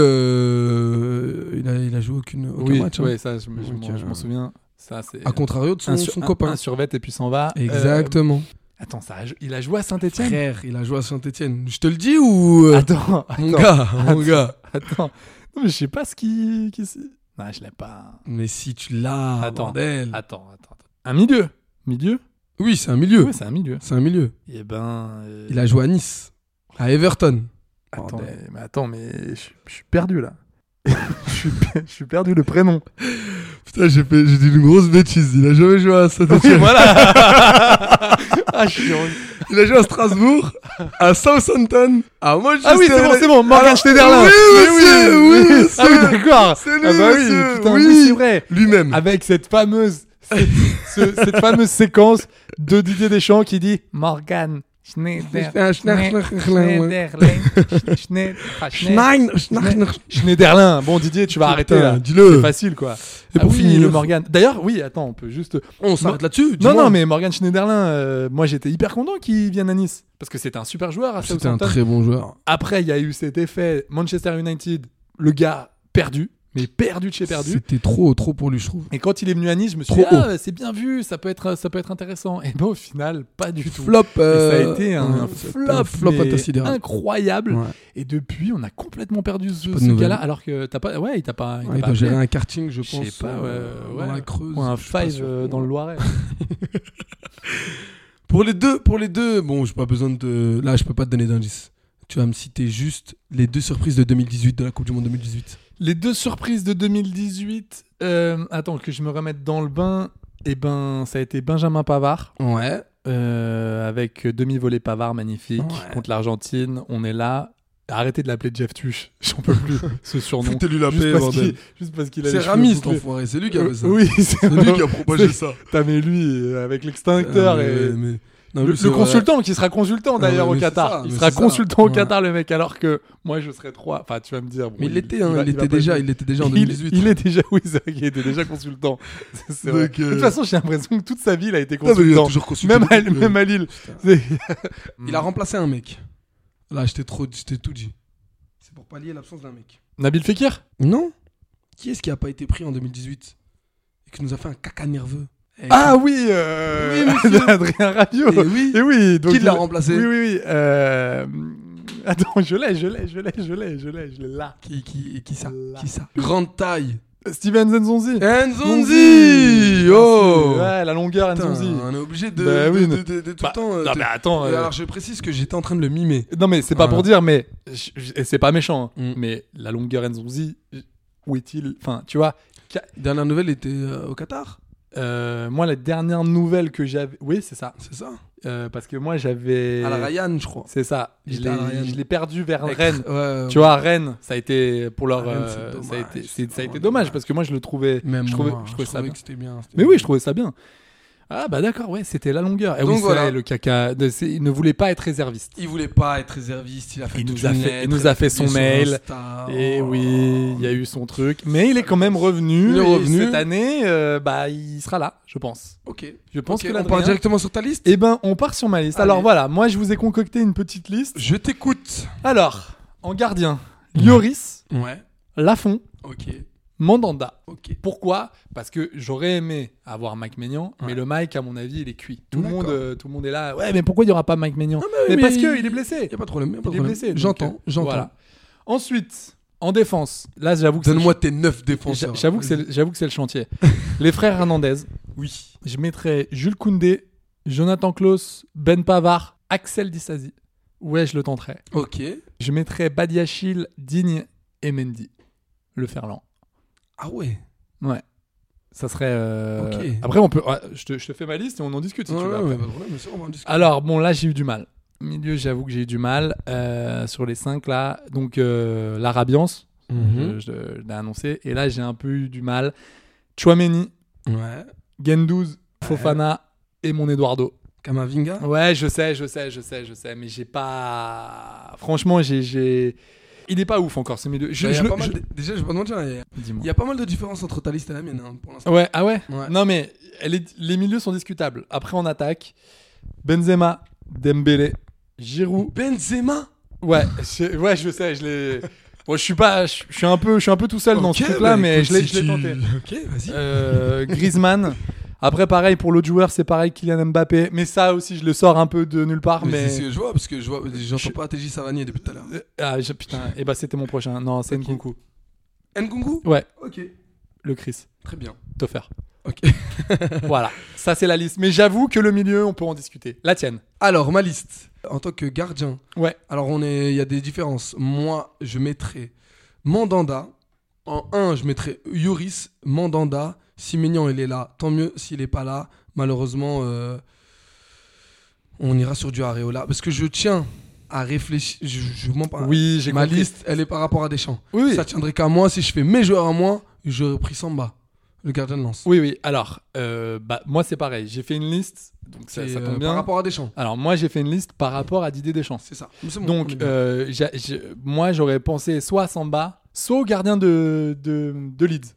Speaker 8: euh, il, a, il a joué aucune, aucun
Speaker 7: oui,
Speaker 8: match. hein.
Speaker 7: ouais, ça, je, me- je
Speaker 8: Donc,
Speaker 7: m'en-
Speaker 8: euh,
Speaker 7: je m'en souviens. Ça, c'est.
Speaker 8: À contrario de son,
Speaker 7: un, sur-
Speaker 8: son
Speaker 7: un-
Speaker 8: copain.
Speaker 7: un survêt et puis s'en va. Euh,
Speaker 8: Exactement.
Speaker 7: attends, ça a jou- il a joué à Saint-Etienne
Speaker 8: Frère, il a joué à Saint-Etienne. Je te le dis ou. euh,
Speaker 7: Attends,
Speaker 8: mon
Speaker 7: attends.
Speaker 8: gars, mon gars.
Speaker 7: Attends. Non, mais je sais pas ce qui. qui c'est. non, je l'ai pas.
Speaker 8: Mais si tu l'as,
Speaker 7: Attends,
Speaker 8: bordel.
Speaker 7: Ah, Attends, attends. attends. Un milieu. Milieu
Speaker 8: Oui, c'est un milieu.
Speaker 7: Ouais, c'est un milieu.
Speaker 8: c'est un milieu.
Speaker 7: Eh ben. euh,
Speaker 8: Il a joué à Nice, à Everton.
Speaker 7: Attends,
Speaker 8: Bordel.
Speaker 7: mais, mais attends, mais je, suis- je suis perdu là. je, suis, pe- je suis perdu le prénom.
Speaker 8: Putain, j'ai fait- j'ai dit une grosse bêtise. Il a jamais joué à Saint-Etienne.
Speaker 7: voilà Ah, je suis en-
Speaker 8: Il a joué à Strasbourg, à Southampton, à Manchester.
Speaker 7: Ah oui, c'est bon, c'est bon, Morgan
Speaker 8: Alors,
Speaker 7: Schneiderlin
Speaker 8: Oui,
Speaker 7: Mais
Speaker 8: monsieur,
Speaker 7: oui,
Speaker 8: oui,
Speaker 7: Ah oui,
Speaker 8: monsieur.
Speaker 7: d'accord
Speaker 8: C'est lui,
Speaker 7: Ah bah oui,
Speaker 8: monsieur,
Speaker 7: putain,
Speaker 8: oui.
Speaker 7: oui, c'est vrai Ah,
Speaker 8: Lui-même.
Speaker 7: Avec cette fameuse, cette, ce- cette fameuse séquence de Didier Deschamps qui dit Morgan Schneider.
Speaker 8: Schne- Schne-
Speaker 7: Schneiderlin. Schne- ah, Schne-
Speaker 8: Schnein- Schnein-
Speaker 7: Schneiderlin. Bon, Didier, tu vas arrêter
Speaker 8: Putain,
Speaker 7: là.
Speaker 8: dis-le.
Speaker 7: C'est facile quoi. Ah
Speaker 8: Et pour
Speaker 7: oui,
Speaker 8: finir-
Speaker 7: le Morgan. D'ailleurs, oui, attends, on peut juste.
Speaker 8: On s'arrête là-dessus.
Speaker 7: Non,
Speaker 8: dis-moi.
Speaker 7: non, mais Morgan Schneiderlin, euh, moi j'étais hyper content qu'il vienne à Nice. Parce que c'était un super joueur à
Speaker 8: C'était un
Speaker 7: Southampton.
Speaker 8: très bon joueur.
Speaker 7: Après, il y a eu cet effet Manchester United, le gars perdu, mais perdu de chez perdu.
Speaker 8: C'était trop, trop pour lui, je trouve.
Speaker 7: Et quand il est venu à Nice, je me suis
Speaker 8: Trop
Speaker 7: dit, ah, c'est bien vu, ça peut, être, ça peut être intéressant. Et ben au final, pas du tout.
Speaker 8: Flop.
Speaker 7: Et ça
Speaker 8: euh,
Speaker 7: a été un,
Speaker 8: euh,
Speaker 7: flop,
Speaker 8: un flop
Speaker 7: mais
Speaker 8: intersidéral.
Speaker 7: incroyable.
Speaker 8: Ouais.
Speaker 7: Et depuis, on a complètement perdu ce,
Speaker 8: pas de
Speaker 7: ce
Speaker 8: nouvelles.
Speaker 7: gars-là, alors que t'as pas. Ouais, il t'a pas. il t'a
Speaker 8: Ouais, Il
Speaker 7: pas
Speaker 8: doit
Speaker 7: appelé.
Speaker 8: gérer un karting, je
Speaker 7: Je sais
Speaker 8: pense.
Speaker 7: pas, ouais,
Speaker 8: euh,
Speaker 7: ouais.
Speaker 8: Dans la Creuse.
Speaker 7: Ou un
Speaker 8: je suis pas
Speaker 7: five
Speaker 8: sûr.
Speaker 7: euh, dans le Loiret.
Speaker 8: Pour les deux, pour les deux, bon, j'ai pas besoin de. Là, je peux pas te donner d'indice. tu vas me citer juste les deux surprises de 2018, de la Coupe du Monde 2018.
Speaker 7: Les deux surprises de 2018. euh, attends, que je me remette dans le bain. Eh ben, ça a été Benjamin Pavard.
Speaker 8: Ouais.
Speaker 7: euh, avec demi-volée Pavard, magnifique.
Speaker 8: Ouais.
Speaker 7: Contre l'Argentine. On est là. Arrêtez de l'appeler Jeff Tuche. J'en peux plus, ce surnom.
Speaker 8: Foutez-lui la
Speaker 7: Juste
Speaker 8: paix,
Speaker 7: parce
Speaker 8: bordel.
Speaker 7: qu'il- Juste parce qu'il a
Speaker 8: C'est
Speaker 7: les cheveux
Speaker 8: Rami, cet
Speaker 7: bouclés. Euh,
Speaker 8: enfoiré. C'est lui qui a fait ça.
Speaker 7: Oui, c'est
Speaker 8: C'est lui qui a propagé
Speaker 7: C'est-
Speaker 8: ça.
Speaker 7: Putain, mais lui, euh, avec l'extincteur
Speaker 8: Euh,
Speaker 7: et.
Speaker 8: mais- non,
Speaker 7: Le,
Speaker 8: lui,
Speaker 7: le
Speaker 8: c'est vrai.
Speaker 7: consultant qui sera consultant d'ailleurs
Speaker 8: Ouais,
Speaker 7: au
Speaker 8: mais c'est
Speaker 7: Qatar.
Speaker 8: ça,
Speaker 7: il
Speaker 8: mais
Speaker 7: sera
Speaker 8: c'est ça.
Speaker 7: consultant au
Speaker 8: Ouais.
Speaker 7: Qatar le mec alors que moi je serais trois. Enfin tu vas me dire. bon,
Speaker 8: Mais il l'était, hein,
Speaker 7: va-
Speaker 8: il,
Speaker 7: va
Speaker 8: était
Speaker 7: pas
Speaker 8: déjà,
Speaker 7: être-
Speaker 8: il était déjà en
Speaker 7: Il-
Speaker 8: 2018.
Speaker 7: Il, est déjà oui c'est vrai qu'il était déjà consultant. C'est- c'est vrai.
Speaker 8: hein. Donc, euh,
Speaker 7: De toute façon j'ai l'impression que toute sa vie il a été
Speaker 8: Non, mais il a
Speaker 7: consultant.
Speaker 8: toujours consulté
Speaker 7: Même à,
Speaker 8: beaucoup,
Speaker 7: même à Lille. C'est-
Speaker 8: Il a remplacé un mec. Là, j'étais trop, j'étais tout dit. C'est pour pallier l'absence d'un mec.
Speaker 7: Nabil Fekir.
Speaker 8: Non. Qui est-ce qui a pas été pris en 2018 et qui nous a fait un caca nerveux Eh,
Speaker 7: Ah oui. euh,
Speaker 8: Oui, monsieur.
Speaker 7: Adrien Rabiot.
Speaker 8: Eh oui.
Speaker 7: Et oui. donc
Speaker 8: Qui l'a
Speaker 7: il-
Speaker 8: remplacé
Speaker 7: Oui oui oui. euh, Attends je l'ai je l'ai je l'ai je l'ai je l'ai je l'ai là.
Speaker 8: Qui, qui, qui ça Qui ça Grande taille.
Speaker 7: Steven Nzonzi.
Speaker 8: Nzonzi Oh
Speaker 7: Ouais, la longueur
Speaker 8: Putain,
Speaker 7: Nzonzi.
Speaker 8: on est obligé de,
Speaker 7: Bah
Speaker 8: de-
Speaker 7: oui,
Speaker 8: de-
Speaker 7: mais-
Speaker 8: de- de tout
Speaker 7: Bah,
Speaker 8: le temps. euh,
Speaker 7: non,
Speaker 8: de-
Speaker 7: mais attends,
Speaker 8: Et
Speaker 7: euh,
Speaker 8: Alors je précise que j'étais en train de le mimer.
Speaker 7: Non, mais c'est pas
Speaker 8: Voilà.
Speaker 7: pour dire, mais je- je- et c'est pas méchant, hein,
Speaker 8: Mm.
Speaker 7: mais la longueur Nzonzi, je- où est-il Enfin, tu vois,
Speaker 8: Dernière nouvelle était euh, au Qatar,
Speaker 7: euh, moi, la dernière nouvelle que j'avais. Oui, c'est ça.
Speaker 8: c'est ça
Speaker 7: Euh, parce que moi, j'avais.
Speaker 8: À la Ryan, je crois.
Speaker 7: C'est ça.
Speaker 8: Il
Speaker 7: Je
Speaker 8: était à la Ryan.
Speaker 7: l'ai- je l'ai perdu vers
Speaker 8: Avec-
Speaker 7: Rennes.
Speaker 8: ouais,
Speaker 7: Tu vois, Rennes, ça a été pour leur.
Speaker 8: Rennes, c'est
Speaker 7: euh, ça a
Speaker 8: dommage,
Speaker 7: été,
Speaker 8: c'est
Speaker 7: c'est- ça a été
Speaker 8: vraiment
Speaker 7: dommage
Speaker 8: dommage.
Speaker 7: parce que moi, je le trouvais.
Speaker 8: Même
Speaker 7: je trouvais,
Speaker 8: moi,
Speaker 7: je trouvais ça bien.
Speaker 8: que c'était bien. c'était
Speaker 7: Mais oui,
Speaker 8: bien.
Speaker 7: je trouvais ça bien. Ah bah d'accord, ouais, c'était la longueur. Et
Speaker 8: Donc
Speaker 7: oui, c'est
Speaker 8: voilà.
Speaker 7: vrai, le caca, de- c'est- il ne voulait pas être réserviste.
Speaker 8: Il voulait pas être réserviste, il a fait
Speaker 7: Il
Speaker 8: toute
Speaker 7: nous a
Speaker 8: une
Speaker 7: fait- il
Speaker 8: lettre,
Speaker 7: nous a fait son
Speaker 8: sur
Speaker 7: mail.
Speaker 8: Insta.
Speaker 7: Et Eh oui, il y a eu son truc, mais il est quand même revenu.
Speaker 8: Il est
Speaker 7: et
Speaker 8: revenu.
Speaker 7: cette année, euh, bah, il sera là, je pense.
Speaker 8: Ok.
Speaker 7: Je pense
Speaker 8: Ok,
Speaker 7: que
Speaker 8: on
Speaker 7: l'Adrien-
Speaker 8: part directement sur ta liste.
Speaker 7: Eh ben, on part sur ma liste. Alors
Speaker 8: Allez.
Speaker 7: voilà, moi je vous ai concocté une petite liste.
Speaker 8: Je t'écoute.
Speaker 7: Alors, en gardien, Lloris,
Speaker 8: Ouais.
Speaker 7: Lafont,
Speaker 8: Ok.
Speaker 7: Mandanda.
Speaker 8: Ok.
Speaker 7: Pourquoi Parce que j'aurais aimé avoir Mike Maignan, mais le Mike, à mon avis, il est cuit. Tout le
Speaker 8: D'accord.
Speaker 7: monde, euh, tout le monde est là. Ouais, mais pourquoi il n'y aura pas Mike Maignan mais, parce qu'il est blessé.
Speaker 8: Y a pas de problème. y a pas de
Speaker 7: Il est
Speaker 8: problème.
Speaker 7: blessé. donc,
Speaker 8: J'entends.
Speaker 7: euh,
Speaker 8: J'entends.
Speaker 7: voilà. Ensuite, en défense, là, j'avoue que c'est
Speaker 8: Donne-moi tes 9 défenseurs.
Speaker 7: J'a- J'avoue que c'est le- j'avoue que c'est le chantier. Les frères Hernandez. Oui. Je mettrais Jules Koundé, Jonathan Klaus, Ben Pavard, Axel Disasi. Ouais, je le tenterais.
Speaker 8: Ok.
Speaker 7: Je mettrais Badiachil, Digne et Mendy. Le Ferland.
Speaker 8: Ah ouais.
Speaker 7: Ouais. Ça serait. euh,
Speaker 8: Ok.
Speaker 7: Après, on peut. ouais, je, te, je te fais ma liste et on en discute si
Speaker 8: Ouais,
Speaker 7: tu veux.
Speaker 8: ouais,
Speaker 7: après.
Speaker 8: ouais, pas de problème, bien sûr, on va en discuter.
Speaker 7: Alors, bon, là, j'ai eu du mal. Milieu, j'avoue que j'ai eu du mal. Euh, sur les 5, là, donc euh, l'Arabiance, je,
Speaker 8: Mhm.
Speaker 7: je- je l'ai annoncé. Et là, j'ai un peu eu du mal. Chouameni,
Speaker 8: Ouais.
Speaker 7: Gendouz, Fofana et mon Eduardo.
Speaker 8: Kamavinga.
Speaker 7: Ouais, je sais, je sais, je sais, je sais, mais j'ai pas. Franchement, j'ai- j'ai. Il est pas ouf encore ce milieu. Je,
Speaker 8: Bah, y a
Speaker 7: je le-
Speaker 8: pas mal
Speaker 7: je-
Speaker 8: de- Déjà, je vais pas te mentir, il y a- il
Speaker 7: Dis-moi.
Speaker 8: y a pas mal de différences entre ta liste et la mienne hein, pour l'instant.
Speaker 7: Ouais, ah ouais,
Speaker 8: Ouais.
Speaker 7: Non, mais elle est- les milieux sont discutables. Après, on attaque. Benzema, Dembélé, Giroud.
Speaker 8: Benzema
Speaker 7: Ouais, je, ouais, je sais, je l'ai. Bon, je suis pas. Je, je suis un peu, je suis un peu tout seul dans ce
Speaker 8: Ok,
Speaker 7: truc-là,
Speaker 8: bah,
Speaker 7: mais
Speaker 8: écoute,
Speaker 7: je l'ai
Speaker 8: si
Speaker 7: je l'ai
Speaker 8: tu-
Speaker 7: tenté.
Speaker 8: Ok, vas-y.
Speaker 7: Euh, Griezmann. Après, pareil, pour l'autre joueur, c'est pareil, Kylian Mbappé. Mais ça aussi, je le sors un peu de nulle part.
Speaker 8: Ah, mais
Speaker 7: Mais,
Speaker 8: c'est ce que je vois parce que je vois, j'entends pas TJ Savanier depuis tout à l'heure.
Speaker 7: Ah, je- putain, et bah c'était mon prochain. Non, c'est Nkunku.
Speaker 8: Nkunku
Speaker 7: Ouais,
Speaker 8: Ok.
Speaker 7: le Chris,
Speaker 8: Très bien.
Speaker 7: Toffer.
Speaker 8: Ok.
Speaker 7: voilà, ça c'est la liste. Mais j'avoue que le milieu, on peut en discuter. La tienne.
Speaker 8: Alors, ma liste. En tant que gardien,
Speaker 7: Ouais.
Speaker 8: alors on est, il y a des différences. Moi, je mettrais Mandanda. En 1, je mettrais Yoris, Mandanda. Si Maignan, il est là, tant mieux. S'il est pas là, malheureusement, euh, on ira sur du Areola. Parce que je tiens à réfléchir. Je, je vous mens pas.
Speaker 7: Oui, j'ai
Speaker 8: Ma
Speaker 7: compris.
Speaker 8: liste, elle est par rapport à Deschamps.
Speaker 7: Oui, oui.
Speaker 8: Ça tiendrait qu'à moi. Si je fais mes joueurs à moi, j'aurais pris Samba, le gardien de lance.
Speaker 7: Oui, oui. Alors, euh, bah, moi c'est pareil. J'ai fait une liste, donc ça,
Speaker 8: C'est,
Speaker 7: ça
Speaker 8: euh,
Speaker 7: tombe bien.
Speaker 8: Par rapport à Deschamps.
Speaker 7: Alors, moi j'ai fait une liste par rapport à Didier Deschamps.
Speaker 8: C'est ça. Mais c'est bon, on est
Speaker 7: Donc,
Speaker 8: bien.
Speaker 7: euh, j'a- j'ai- moi j'aurais pensé soit à Samba, soit au gardien de, de, de Leeds.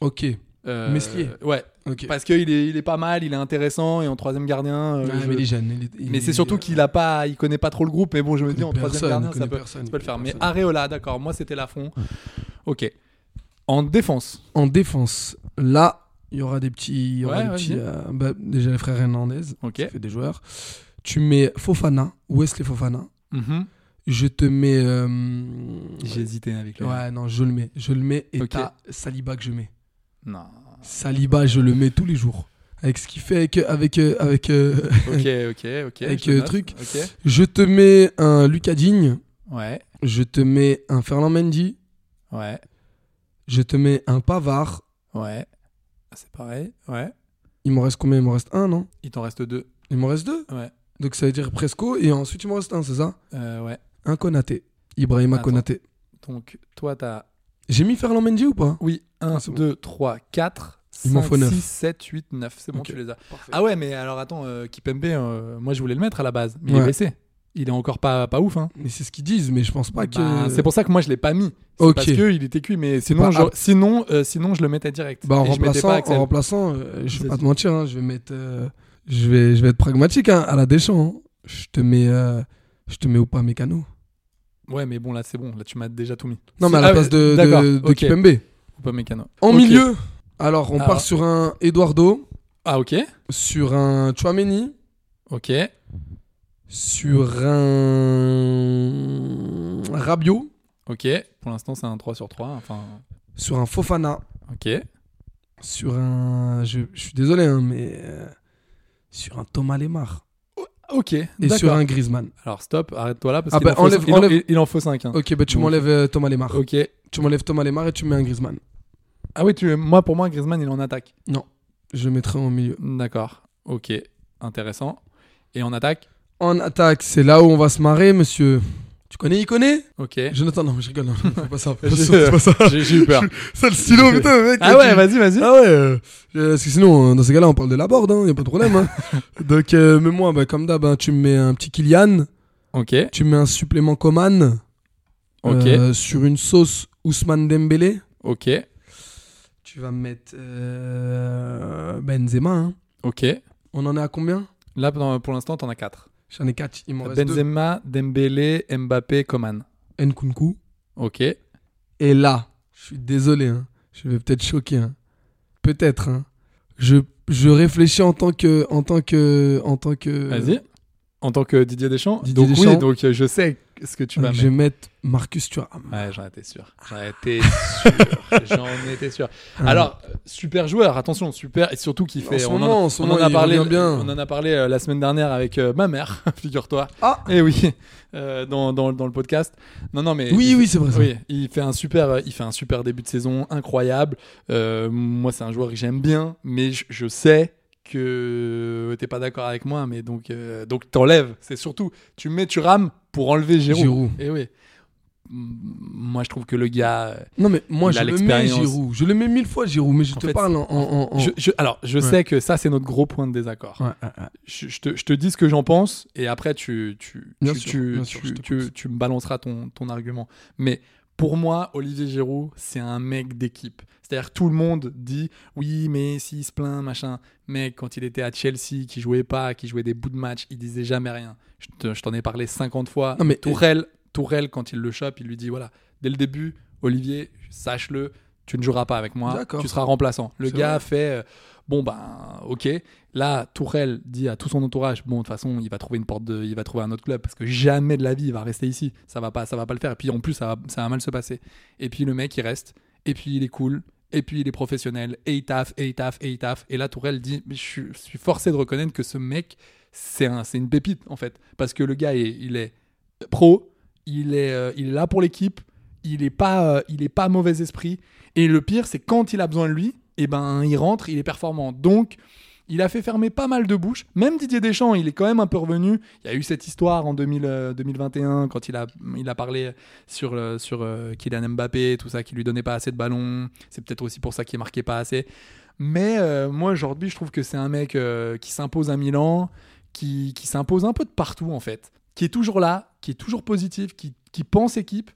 Speaker 8: ok.
Speaker 7: Euh,
Speaker 8: Meslier.
Speaker 7: Ouais,
Speaker 8: Ok.
Speaker 7: parce qu'il est, il est pas mal, il est intéressant et en troisième gardien. euh,
Speaker 8: Ouais,
Speaker 7: je-
Speaker 8: mais il est jeune, il est- il
Speaker 7: Mais
Speaker 8: est-
Speaker 7: c'est surtout qu'il a pas, il connaît pas trop le groupe. Mais bon, je me dis en
Speaker 8: Personne,
Speaker 7: troisième gardien,
Speaker 8: il
Speaker 7: ça
Speaker 8: connaît
Speaker 7: peut,
Speaker 8: personne,
Speaker 7: ça peut le
Speaker 8: il
Speaker 7: faire.
Speaker 8: connaît
Speaker 7: Mais
Speaker 8: personne.
Speaker 7: Areola, d'accord. Moi, c'était Lafond. Ok. En défense.
Speaker 8: En défense, là, il y aura des petits. il y aura
Speaker 7: Ouais,
Speaker 8: des
Speaker 7: ouais,
Speaker 8: petits,
Speaker 7: vas-y.
Speaker 8: euh, bah, déjà les frères Hernandez,
Speaker 7: Ok.
Speaker 8: ça fait des joueurs. Tu mets Fofana, Wesley Fofana.
Speaker 7: Mhm.
Speaker 8: Je te mets. euh,
Speaker 7: J'ai hésité avec lui.
Speaker 8: Ouais, non, je le mets. Je le mets et
Speaker 7: Ok.
Speaker 8: t'as Saliba que je mets.
Speaker 7: Non.
Speaker 8: Saliba, je le mets tous les jours. Avec ce qu'il fait avec. avec, euh, avec euh,
Speaker 7: Ok, ok, ok.
Speaker 8: Avec,
Speaker 7: je
Speaker 8: euh,
Speaker 7: note.
Speaker 8: truc.
Speaker 7: Ok.
Speaker 8: je te mets un Lucas Digne.
Speaker 7: Ouais,
Speaker 8: Je te mets un Ferland Mendy.
Speaker 7: ouais,
Speaker 8: Je te mets un Pavard.
Speaker 7: ouais. Ah, C'est pareil, ouais.
Speaker 8: Il m'en reste combien Il m'en reste un, non
Speaker 7: Il t'en reste deux.
Speaker 8: Il m'en reste deux.
Speaker 7: Ouais,
Speaker 8: Donc ça veut dire Presco. Et ensuite, il m'en reste un, c'est ça
Speaker 7: euh, ouais.
Speaker 8: Un Konaté. Ibrahima
Speaker 7: Attends.
Speaker 8: Konaté.
Speaker 7: Donc, toi, t'as.
Speaker 8: J'ai mis Ferland Mendy ou pas
Speaker 7: Oui, 1,
Speaker 8: Ah, c'est bon.
Speaker 7: 2, 3, 4.
Speaker 8: Il m'en faut neuf.
Speaker 7: 6, 7, 8, 9. C'est bon,
Speaker 8: Ok.
Speaker 7: tu les as. Ah ouais, mais alors attends, euh, Kipembe, euh, moi je voulais le mettre à la base, mais il
Speaker 8: Ouais.
Speaker 7: est blessé. Il est encore pas, pas ouf. Hein.
Speaker 8: Mais c'est ce qu'ils disent, mais je pense pas que.
Speaker 7: Bah, c'est pour ça que moi je l'ai pas mis. C'est
Speaker 8: Ok.
Speaker 7: Parce qu'il était cuit, mais sinon,
Speaker 8: pas
Speaker 7: je,
Speaker 8: apte.
Speaker 7: sinon, euh, sinon je le mettais direct.
Speaker 8: Bah, en
Speaker 7: Et je mettais
Speaker 8: remplaçant,
Speaker 7: pas Axel.
Speaker 8: en remplaçant euh, je vais pas
Speaker 7: Vas-y.
Speaker 8: te mentir, hein, je vais mettre, euh, je vais, je vais être pragmatique hein, à la Deschamps. hein. Je te mets, euh, je te mets ou pas Mécano.
Speaker 7: Ouais, mais bon, là c'est bon, là tu m'as déjà tout mis.
Speaker 8: Non, mais à
Speaker 7: C'est-
Speaker 8: la
Speaker 7: ah,
Speaker 8: place de,
Speaker 7: d'accord,
Speaker 8: de, de
Speaker 7: ok.
Speaker 8: Kipembe.
Speaker 7: Ou pas Mécano.
Speaker 8: En
Speaker 7: Ok. Ah.
Speaker 8: milieu, alors on
Speaker 7: Alors.
Speaker 8: part sur un Eduardo,
Speaker 7: Ah, ok.
Speaker 8: sur un Chouameni,
Speaker 7: Ok.
Speaker 8: sur un Rabiot,
Speaker 7: Ok. Pour l'instant, c'est un 3 sur 3. Enfin,
Speaker 8: sur un Fofana,
Speaker 7: ok.
Speaker 8: sur un, je, je suis désolé, hein, mais euh, sur un Thomas Lemar
Speaker 7: Ok.
Speaker 8: et
Speaker 7: d'accord.
Speaker 8: sur un Griezmann.
Speaker 7: Alors stop, arrête-toi là parce
Speaker 8: Ah,
Speaker 7: qu'il
Speaker 8: bah,
Speaker 7: en, faut-
Speaker 8: enlève-
Speaker 7: il en-
Speaker 8: enlève.
Speaker 7: il en faut 5.
Speaker 8: Ok, bah tu
Speaker 7: Donc-
Speaker 8: m'enlèves euh, Thomas Lemar.
Speaker 7: Ok.
Speaker 8: Tu m'enlèves Thomas Lemar et tu mets un Griezmann.
Speaker 7: Ah oui, tu, moi pour moi, Griezmann il est en attaque.
Speaker 8: Non, je le mettrai en milieu.
Speaker 7: D'accord. Ok. Intéressant. Et en attaque
Speaker 8: En attaque, c'est là où on va se marrer, monsieur. Tu connais, il connaît
Speaker 7: Ok.
Speaker 8: Eh, Jonathan, non, je rigole, non, c'est pas
Speaker 7: J'ai-
Speaker 8: ça. C'est pas ça.
Speaker 7: J'ai j'ai eu peur.
Speaker 8: C'est le stylo, putain, mec.
Speaker 7: ah
Speaker 8: tu-
Speaker 7: ouais, vas-y, vas-y.
Speaker 8: Ah ouais. euh, euh, Parce que sinon, euh, dans ces cas-là, on parle de la board, hein, y a pas de problème. Hein. Donc, euh, mais moi, bah, comme d'hab, hein, tu me mets un petit Kylian,
Speaker 7: Ok.
Speaker 8: tu mets un supplément Coman
Speaker 7: Ok.
Speaker 8: euh, sur une sauce Ousmane Dembélé.
Speaker 7: Ok.
Speaker 8: Tu vas me mettre euh, Benzema. hein.
Speaker 7: Ok.
Speaker 8: On en est à combien
Speaker 7: Là, dans- pour l'instant, t'en as 4.
Speaker 8: J'en ai 4, il m'en reste deux.
Speaker 7: Benzema, Dembélé, Mbappé, Coman.
Speaker 8: Nkunku.
Speaker 7: Ok.
Speaker 8: Euh. Et là, je suis désolé, hein. je vais peut-être choquer. hein. Peut-être. hein. Je, je réfléchis en tant que. En tant que, en tant que
Speaker 7: Vas-y. En tant que Didier Deschamps.
Speaker 8: Didier
Speaker 7: donc
Speaker 8: Deschamps.
Speaker 7: oui, donc euh, je sais ce que tu vas
Speaker 8: Donc, je vais
Speaker 7: mettre.
Speaker 8: mettre Marcus Thuram.
Speaker 7: Ouais, j'en étais sûr.
Speaker 8: Ah.
Speaker 7: J'en étais sûr. j'en étais sûr. Alors, euh, super joueur, attention, super, et surtout qui fait.
Speaker 8: En ce
Speaker 7: on
Speaker 8: moment,
Speaker 7: en,
Speaker 8: en ce
Speaker 7: on
Speaker 8: moment,
Speaker 7: en a
Speaker 8: il
Speaker 7: parlé.
Speaker 8: revient bien.
Speaker 7: On en a parlé euh, la semaine dernière avec euh, ma mère, figure-toi.
Speaker 8: Ah
Speaker 7: Et oui, euh, dans, dans, dans le podcast. Non, non, mais.
Speaker 8: Oui,
Speaker 7: il-
Speaker 8: oui, c'est vrai. ça.
Speaker 7: Oui, il fait un super, euh, il fait un super début de saison, incroyable. Euh, moi, c'est un joueur que j'aime bien, mais je, je sais que t'es pas d'accord avec moi, mais donc euh, donc t'enlèves. C'est surtout, tu mets, tu rames pour enlever Giroud.
Speaker 8: Giroud.
Speaker 7: Et oui. M- Moi, je trouve que le gars. euh,
Speaker 8: Non, mais moi,
Speaker 7: Il a
Speaker 8: je le mets
Speaker 7: l'expérience.
Speaker 8: Giroud. Je le mets mille fois Giroud, mais je
Speaker 7: En
Speaker 8: te
Speaker 7: fait,
Speaker 8: parle en. en- en- en-
Speaker 7: je- je- alors, je
Speaker 8: Oh. Ouais.
Speaker 7: sais que ça, c'est notre gros point de désaccord.
Speaker 8: Ouais, ouais, ouais.
Speaker 7: Je, je te, je te dis ce que j'en pense et après tu, tu,
Speaker 8: Bien
Speaker 7: tu,
Speaker 8: sûr,
Speaker 7: tu,
Speaker 8: bien
Speaker 7: tu-
Speaker 8: sûr, je
Speaker 7: tu-
Speaker 8: t'écoute.
Speaker 7: tu me balanceras ton, ton argument. Mais pour moi, Olivier Giroud, c'est un mec d'équipe. C'est-à-dire que tout le monde dit oui, mais s'il se plaint, machin. Mec, quand il était à Chelsea, qui jouait pas, qui jouait des bouts de match, il disait jamais rien. Je te- je t'en ai parlé 50 fois.
Speaker 8: Non, mais-
Speaker 7: Tourelle, Tourelle, quand il le chope, il lui dit voilà, dès le début, Olivier, sache-le, tu ne joueras pas avec moi,
Speaker 8: D'accord.
Speaker 7: tu seras remplaçant. Le
Speaker 8: C'est
Speaker 7: gars
Speaker 8: vrai.
Speaker 7: fait euh, bon ben ok. Là, Tourelle dit à tout son entourage bon de toute façon il va trouver une porte de, il va trouver un autre club parce que jamais de la vie il va rester ici. Ça va pas, ça va pas le faire. Et puis en plus ça va, ça va mal se passer. Et puis le mec il reste. Et puis il est cool. Et puis il est professionnel. Et il taffe, et il taffe, et il taffe. Et là Tourelle dit mais je suis- je suis forcé de reconnaître que ce mec c'est un, c'est une pépite en fait parce que le gars est- il est pro. Il est, euh, il est là pour l'équipe. Il est pas, euh, il est pas mauvais esprit. Et le pire, c'est quand il a besoin de lui, et ben il rentre, il est performant. Donc il a fait fermer pas mal de bouches. Même Didier Deschamps, il est quand même un peu revenu. Il y a eu cette histoire en 2000, euh, 2021 quand il a, il a parlé sur, euh, sur euh, Kylian Mbappé, tout ça, qui lui donnait pas assez de ballons. C'est peut-être aussi pour ça qu'il marquait pas assez. Mais euh, moi aujourd'hui, je trouve que c'est un mec euh, qui s'impose à Milan, qui, qui s'impose un peu de partout en fait, qui est toujours là, qui est toujours positif, qui, qui pense équipe.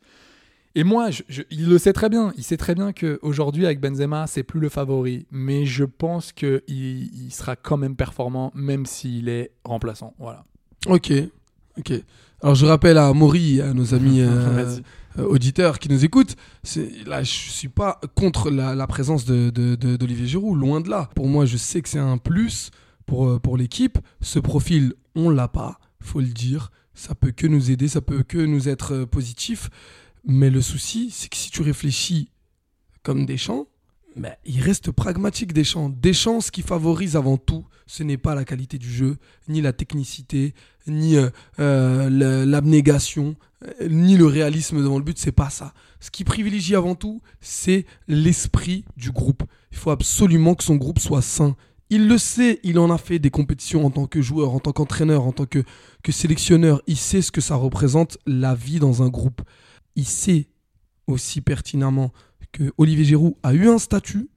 Speaker 7: Et moi, je- je- il le sait très bien. Il sait très bien que aujourd'hui avec Benzema, c'est plus le favori. Mais je pense que il, il sera quand même performant, même s'il est remplaçant. Voilà.
Speaker 8: Ok. Ok. Alors, je rappelle à Maury, à nos amis euh,
Speaker 7: Vas-y.
Speaker 8: euh, auditeurs qui nous écoutent, c'est- là, je suis pas contre la, la présence d'Olivier de, de- d'Olivier Giroud, loin de là. Pour moi, je sais que c'est un plus pour, euh, pour l'équipe. Ce profil, on l'a pas, faut le dire. Ça peut que nous aider, ça peut que nous être euh, positif. Mais le souci, c'est que si tu réfléchis comme des champs, Mais il reste pragmatique Deschamps. Deschamps, ce qui favorise avant tout, ce n'est pas la qualité du jeu, ni la technicité, ni euh, euh, le- l'abnégation, euh, ni le réalisme devant le but, c'est pas ça. Ce qui privilégie avant tout, c'est l'esprit du groupe. Il faut absolument que son groupe soit sain. Il le sait, il en a fait des compétitions en tant que joueur, en tant qu'entraîneur, en tant que, que sélectionneur. Il sait ce que ça représente la vie dans un groupe. Il sait aussi pertinemment que Olivier Giroud a eu un statut,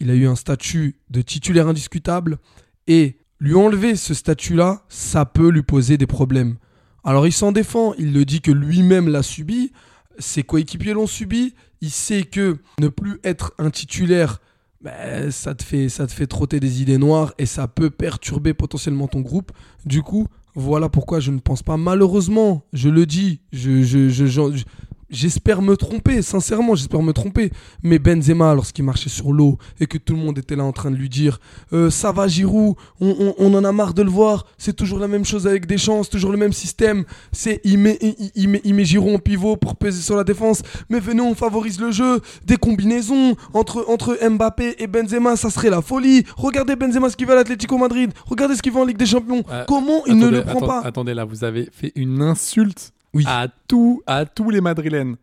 Speaker 8: il a eu un statut de titulaire indiscutable, et lui enlever ce statut-là, ça peut lui poser des problèmes. Alors il s'en défend, il le dit que lui-même l'a subi, ses coéquipiers l'ont subi, il sait que ne plus être un titulaire, ben, ça, te fait, ça te fait trotter des idées noires et ça peut perturber potentiellement ton groupe. Du coup, voilà pourquoi je ne pense pas, malheureusement, je le dis, je, je, je- je- J'espère me tromper, sincèrement, j'espère me tromper. Mais Benzema, lorsqu'il marchait sur l'eau et que tout le monde était là en train de lui dire euh, Ça va, Giroud, on, on- on en a marre de le voir, c'est toujours la même chose avec des chances, toujours le même système. C'est il met, il, il- il met, il met Giroud en pivot pour peser sur la défense. Mais venez, on favorise le jeu, des combinaisons entre, entre Mbappé et Benzema, ça serait la folie. Regardez Benzema ce qu'il va à l'Atlético Madrid, regardez ce qu'il va en Ligue des Champions.
Speaker 7: Euh,
Speaker 8: Comment il ne
Speaker 7: Attendez,
Speaker 8: le prend
Speaker 7: attendez-
Speaker 8: pas
Speaker 7: Attendez, là, vous avez fait une insulte
Speaker 8: Oui.
Speaker 7: à, tout, à tous les Madrilènes.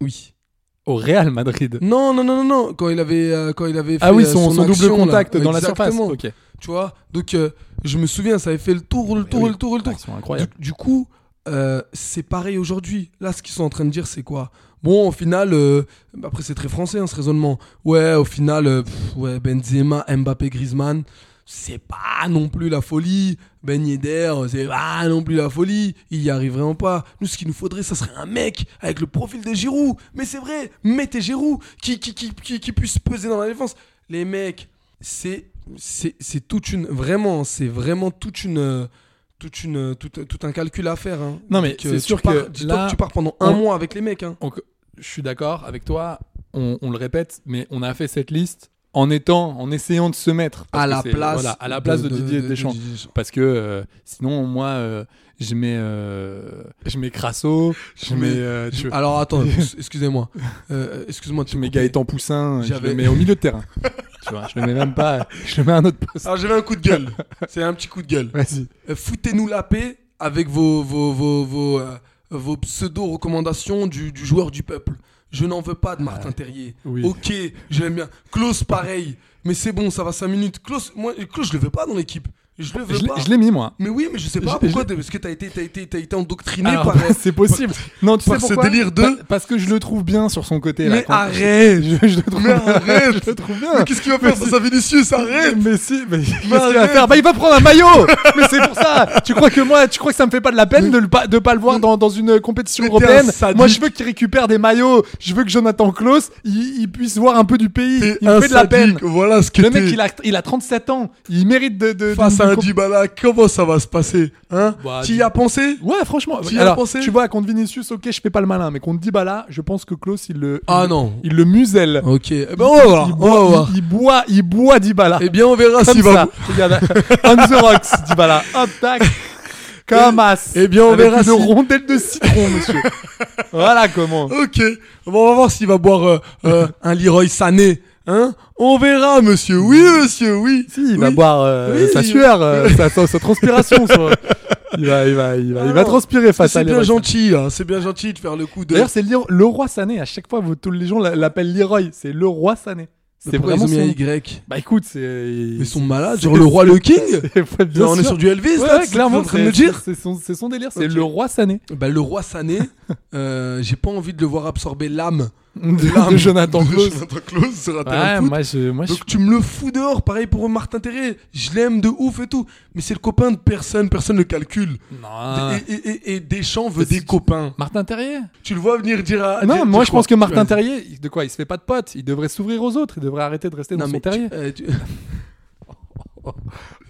Speaker 8: Oui.
Speaker 7: Au Real Madrid.
Speaker 8: Non, non, non, non, non. Quand il avait, euh, quand il avait fait
Speaker 7: Ah oui,
Speaker 8: euh,
Speaker 7: son, son double
Speaker 8: action, là.
Speaker 7: contact dans la surface.
Speaker 8: Exactement.
Speaker 7: Ok.
Speaker 8: Tu vois, donc euh, je me souviens, ça avait fait le tour, le tour,
Speaker 7: oui. Ah,
Speaker 8: le tour, le tour.
Speaker 7: Action incroyable.
Speaker 8: Du, du coup, euh, c'est pareil aujourd'hui. Là, ce qu'ils sont en train de dire, c'est quoi Bon, au final, euh, bah, après c'est très français hein, ce raisonnement. Ouais, au final, euh, pff, ouais, Benzema, Mbappé, Griezmann, c'est pas non plus la folie. Ben Yedder, c'est pas non plus la folie. Il y arrive vraiment pas. Nous, ce qu'il nous faudrait, ça serait un mec avec le profil de Giroud. Mais c'est vrai, mettez Giroud qui, qui, qui, qui, qui puisse peser dans la défense. Les mecs, c'est c'est c'est toute une vraiment c'est vraiment toute une euh, toute une euh, tout, tout un calcul à faire hein.
Speaker 7: Non, mais
Speaker 8: Donc, euh,
Speaker 7: c'est
Speaker 8: tu
Speaker 7: sûr
Speaker 8: pars-
Speaker 7: que
Speaker 8: dis-toi
Speaker 7: là,
Speaker 8: tu pars pendant un
Speaker 7: on-
Speaker 8: mois avec les mecs hein.
Speaker 7: Donc, je suis d'accord avec toi. On, on le répète, mais on a fait cette liste en étant, en essayant de se mettre parce
Speaker 8: à
Speaker 7: que
Speaker 8: la
Speaker 7: c'est-
Speaker 8: place
Speaker 7: voilà, à la place de, Didier Deschamps.
Speaker 8: Didier Deschamps.
Speaker 7: Parce que euh, sinon, moi, euh, je mets, euh, je mets Crasso, je mets, euh, tu-
Speaker 8: alors attends excusez-moi Euh, excuse-moi de te
Speaker 7: je mets
Speaker 8: couper.
Speaker 7: Gaëtan Poussin, euh, je
Speaker 8: J'avais-
Speaker 7: le mets au milieu de terrain. tu vois, je le mets même pas, je le mets à un autre poste.
Speaker 8: alors j'avais un coup de gueule c'est un petit coup de gueule
Speaker 7: Vas-y.
Speaker 8: Euh, foutez-nous la paix avec vos, vos, vos, vos, euh, vos pseudo-recommandations du, du joueur du peuple. Je n'en veux pas de Martin Terrier.
Speaker 7: oui.
Speaker 8: Ok, je l'aime bien. Klaus, pareil. Mais c'est bon, ça va 5 minutes. Klaus, moi, Klaus, je le veux pas dans l'équipe. Je le veux
Speaker 7: Je l'ai-
Speaker 8: pas.
Speaker 7: je l'ai mis, moi.
Speaker 8: Mais oui, mais je sais pas
Speaker 7: Je- je-
Speaker 8: pourquoi. t'es- Parce que t'as été, t'as été, t'as été endoctriné
Speaker 7: Alors,
Speaker 8: par. euh,
Speaker 7: c'est possible. Non, tu
Speaker 8: par
Speaker 7: sais
Speaker 8: ce
Speaker 7: pourquoi
Speaker 8: délire de-
Speaker 7: Pa- Parce que je le trouve bien sur son côté. là,
Speaker 8: Mais
Speaker 7: quand-
Speaker 8: arrête
Speaker 7: Je, je le trouve
Speaker 8: Mais
Speaker 7: bien.
Speaker 8: arrête
Speaker 7: Je le trouve bien.
Speaker 8: Mais qu'est-ce qu'il va faire sans sa Vinicius Arrête
Speaker 7: Mais si, mais qu'est-ce qu'il va
Speaker 8: arrête.
Speaker 7: faire Bah, il va prendre un maillot Mais c'est pour ça Tu crois que moi, tu crois que ça me fait pas de la peine de, le pas, de pas le voir dans, dans une compétition
Speaker 8: Mais t'es un
Speaker 7: européenne
Speaker 8: sadique.
Speaker 7: Moi, je veux qu'il récupère des maillots, je veux que Jonathan Klaus, il, il puisse voir un peu du pays,
Speaker 8: T'es
Speaker 7: il me
Speaker 8: un
Speaker 7: fait de la peine.
Speaker 8: sadique, Voilà ce que
Speaker 7: Le mec,
Speaker 8: t'es.
Speaker 7: il a, il a 37 ans, il mérite de... de
Speaker 8: Face
Speaker 7: d'une
Speaker 8: à un
Speaker 7: comp-
Speaker 8: Dybala, comment ça va se passer Hein
Speaker 7: Bah,
Speaker 8: Tu y as pensé
Speaker 7: Ouais, franchement.
Speaker 8: Tu y as
Speaker 7: alors,
Speaker 8: pensé
Speaker 7: tu vois, contre Vinicius, ok, je fais pas le malin, mais contre Dybala, je pense que Klaus, il le...
Speaker 8: Ah
Speaker 7: il-
Speaker 8: non.
Speaker 7: Il le muselle.
Speaker 8: Ok, eh ben on va voir.
Speaker 7: Il
Speaker 8: on va
Speaker 7: boit,
Speaker 8: voir.
Speaker 7: il, il boit, il boit Dybala.
Speaker 8: Eh bien, on verra
Speaker 7: Comme
Speaker 8: s'il va.
Speaker 7: ça. Regarde, on the rocks, Dybala. Hop, tac. Comme as.
Speaker 8: eh bien, on
Speaker 7: Avec
Speaker 8: verra
Speaker 7: une
Speaker 8: si-
Speaker 7: rondelle de citron, monsieur. voilà comment.
Speaker 8: Ok. Bon, on va voir s'il va boire euh, euh, un Leroy Sané. Hein On verra, monsieur. Oui, monsieur, oui.
Speaker 7: Mm. Si, il va
Speaker 8: Oui.
Speaker 7: boire euh,
Speaker 8: Oui,
Speaker 7: sa
Speaker 8: il-
Speaker 7: sueur, euh, sa, sa- sa transpiration. sur- Il va, il va, il va, il va
Speaker 8: Ah non,
Speaker 7: transpirer face à
Speaker 8: C'est bien
Speaker 7: Leroy.
Speaker 8: gentil, hein, c'est bien gentil de faire le coup de.
Speaker 7: D'ailleurs, c'est Leroy- Leroy Sané. À chaque fois, vous, tous les gens l'a- l'appellent Leroy. C'est Leroy Sané. C'est
Speaker 8: Pourquoi
Speaker 7: vraiment
Speaker 8: ils ont
Speaker 7: son...
Speaker 8: mis un Y.
Speaker 7: Bah écoute, c'est. Ils
Speaker 8: Ils sont malades, genre le roi, le king. Là, on est sur du Elvis, là, c'est ce que t'es en train de me dire.
Speaker 7: C'est son, c'est son délire, c'est
Speaker 8: Ok.
Speaker 7: le roi Sané.
Speaker 8: Bah, le roi Sané, euh, j'ai pas envie de le voir absorber l'âme.
Speaker 7: de,
Speaker 8: L'âme
Speaker 7: de Jonathan
Speaker 8: de
Speaker 7: Klaus.
Speaker 8: Jonathan Klaus sur un terrain
Speaker 7: Ouais,
Speaker 8: de foot.
Speaker 7: moi je, moi je
Speaker 8: Donc tu me le fous dehors, pareil pour Martin Terré. Je l'aime de ouf et tout. Mais c'est le copain de personne, personne le calcule.
Speaker 7: Non.
Speaker 8: Et, et- et- et Deschamps veut
Speaker 7: Parce
Speaker 8: des
Speaker 7: que-
Speaker 8: copains.
Speaker 7: Martin Terrier
Speaker 8: Tu le vois venir dire à.
Speaker 7: Non,
Speaker 8: dire-
Speaker 7: moi
Speaker 8: dire
Speaker 7: je pense que
Speaker 8: quoi
Speaker 7: Martin
Speaker 8: Ouais.
Speaker 7: Terrier, il- de quoi Il se fait pas de potes, il devrait s'ouvrir aux autres, il devrait arrêter de rester
Speaker 8: Non,
Speaker 7: dans son
Speaker 8: mais
Speaker 7: terrier.
Speaker 8: tu- euh, tu-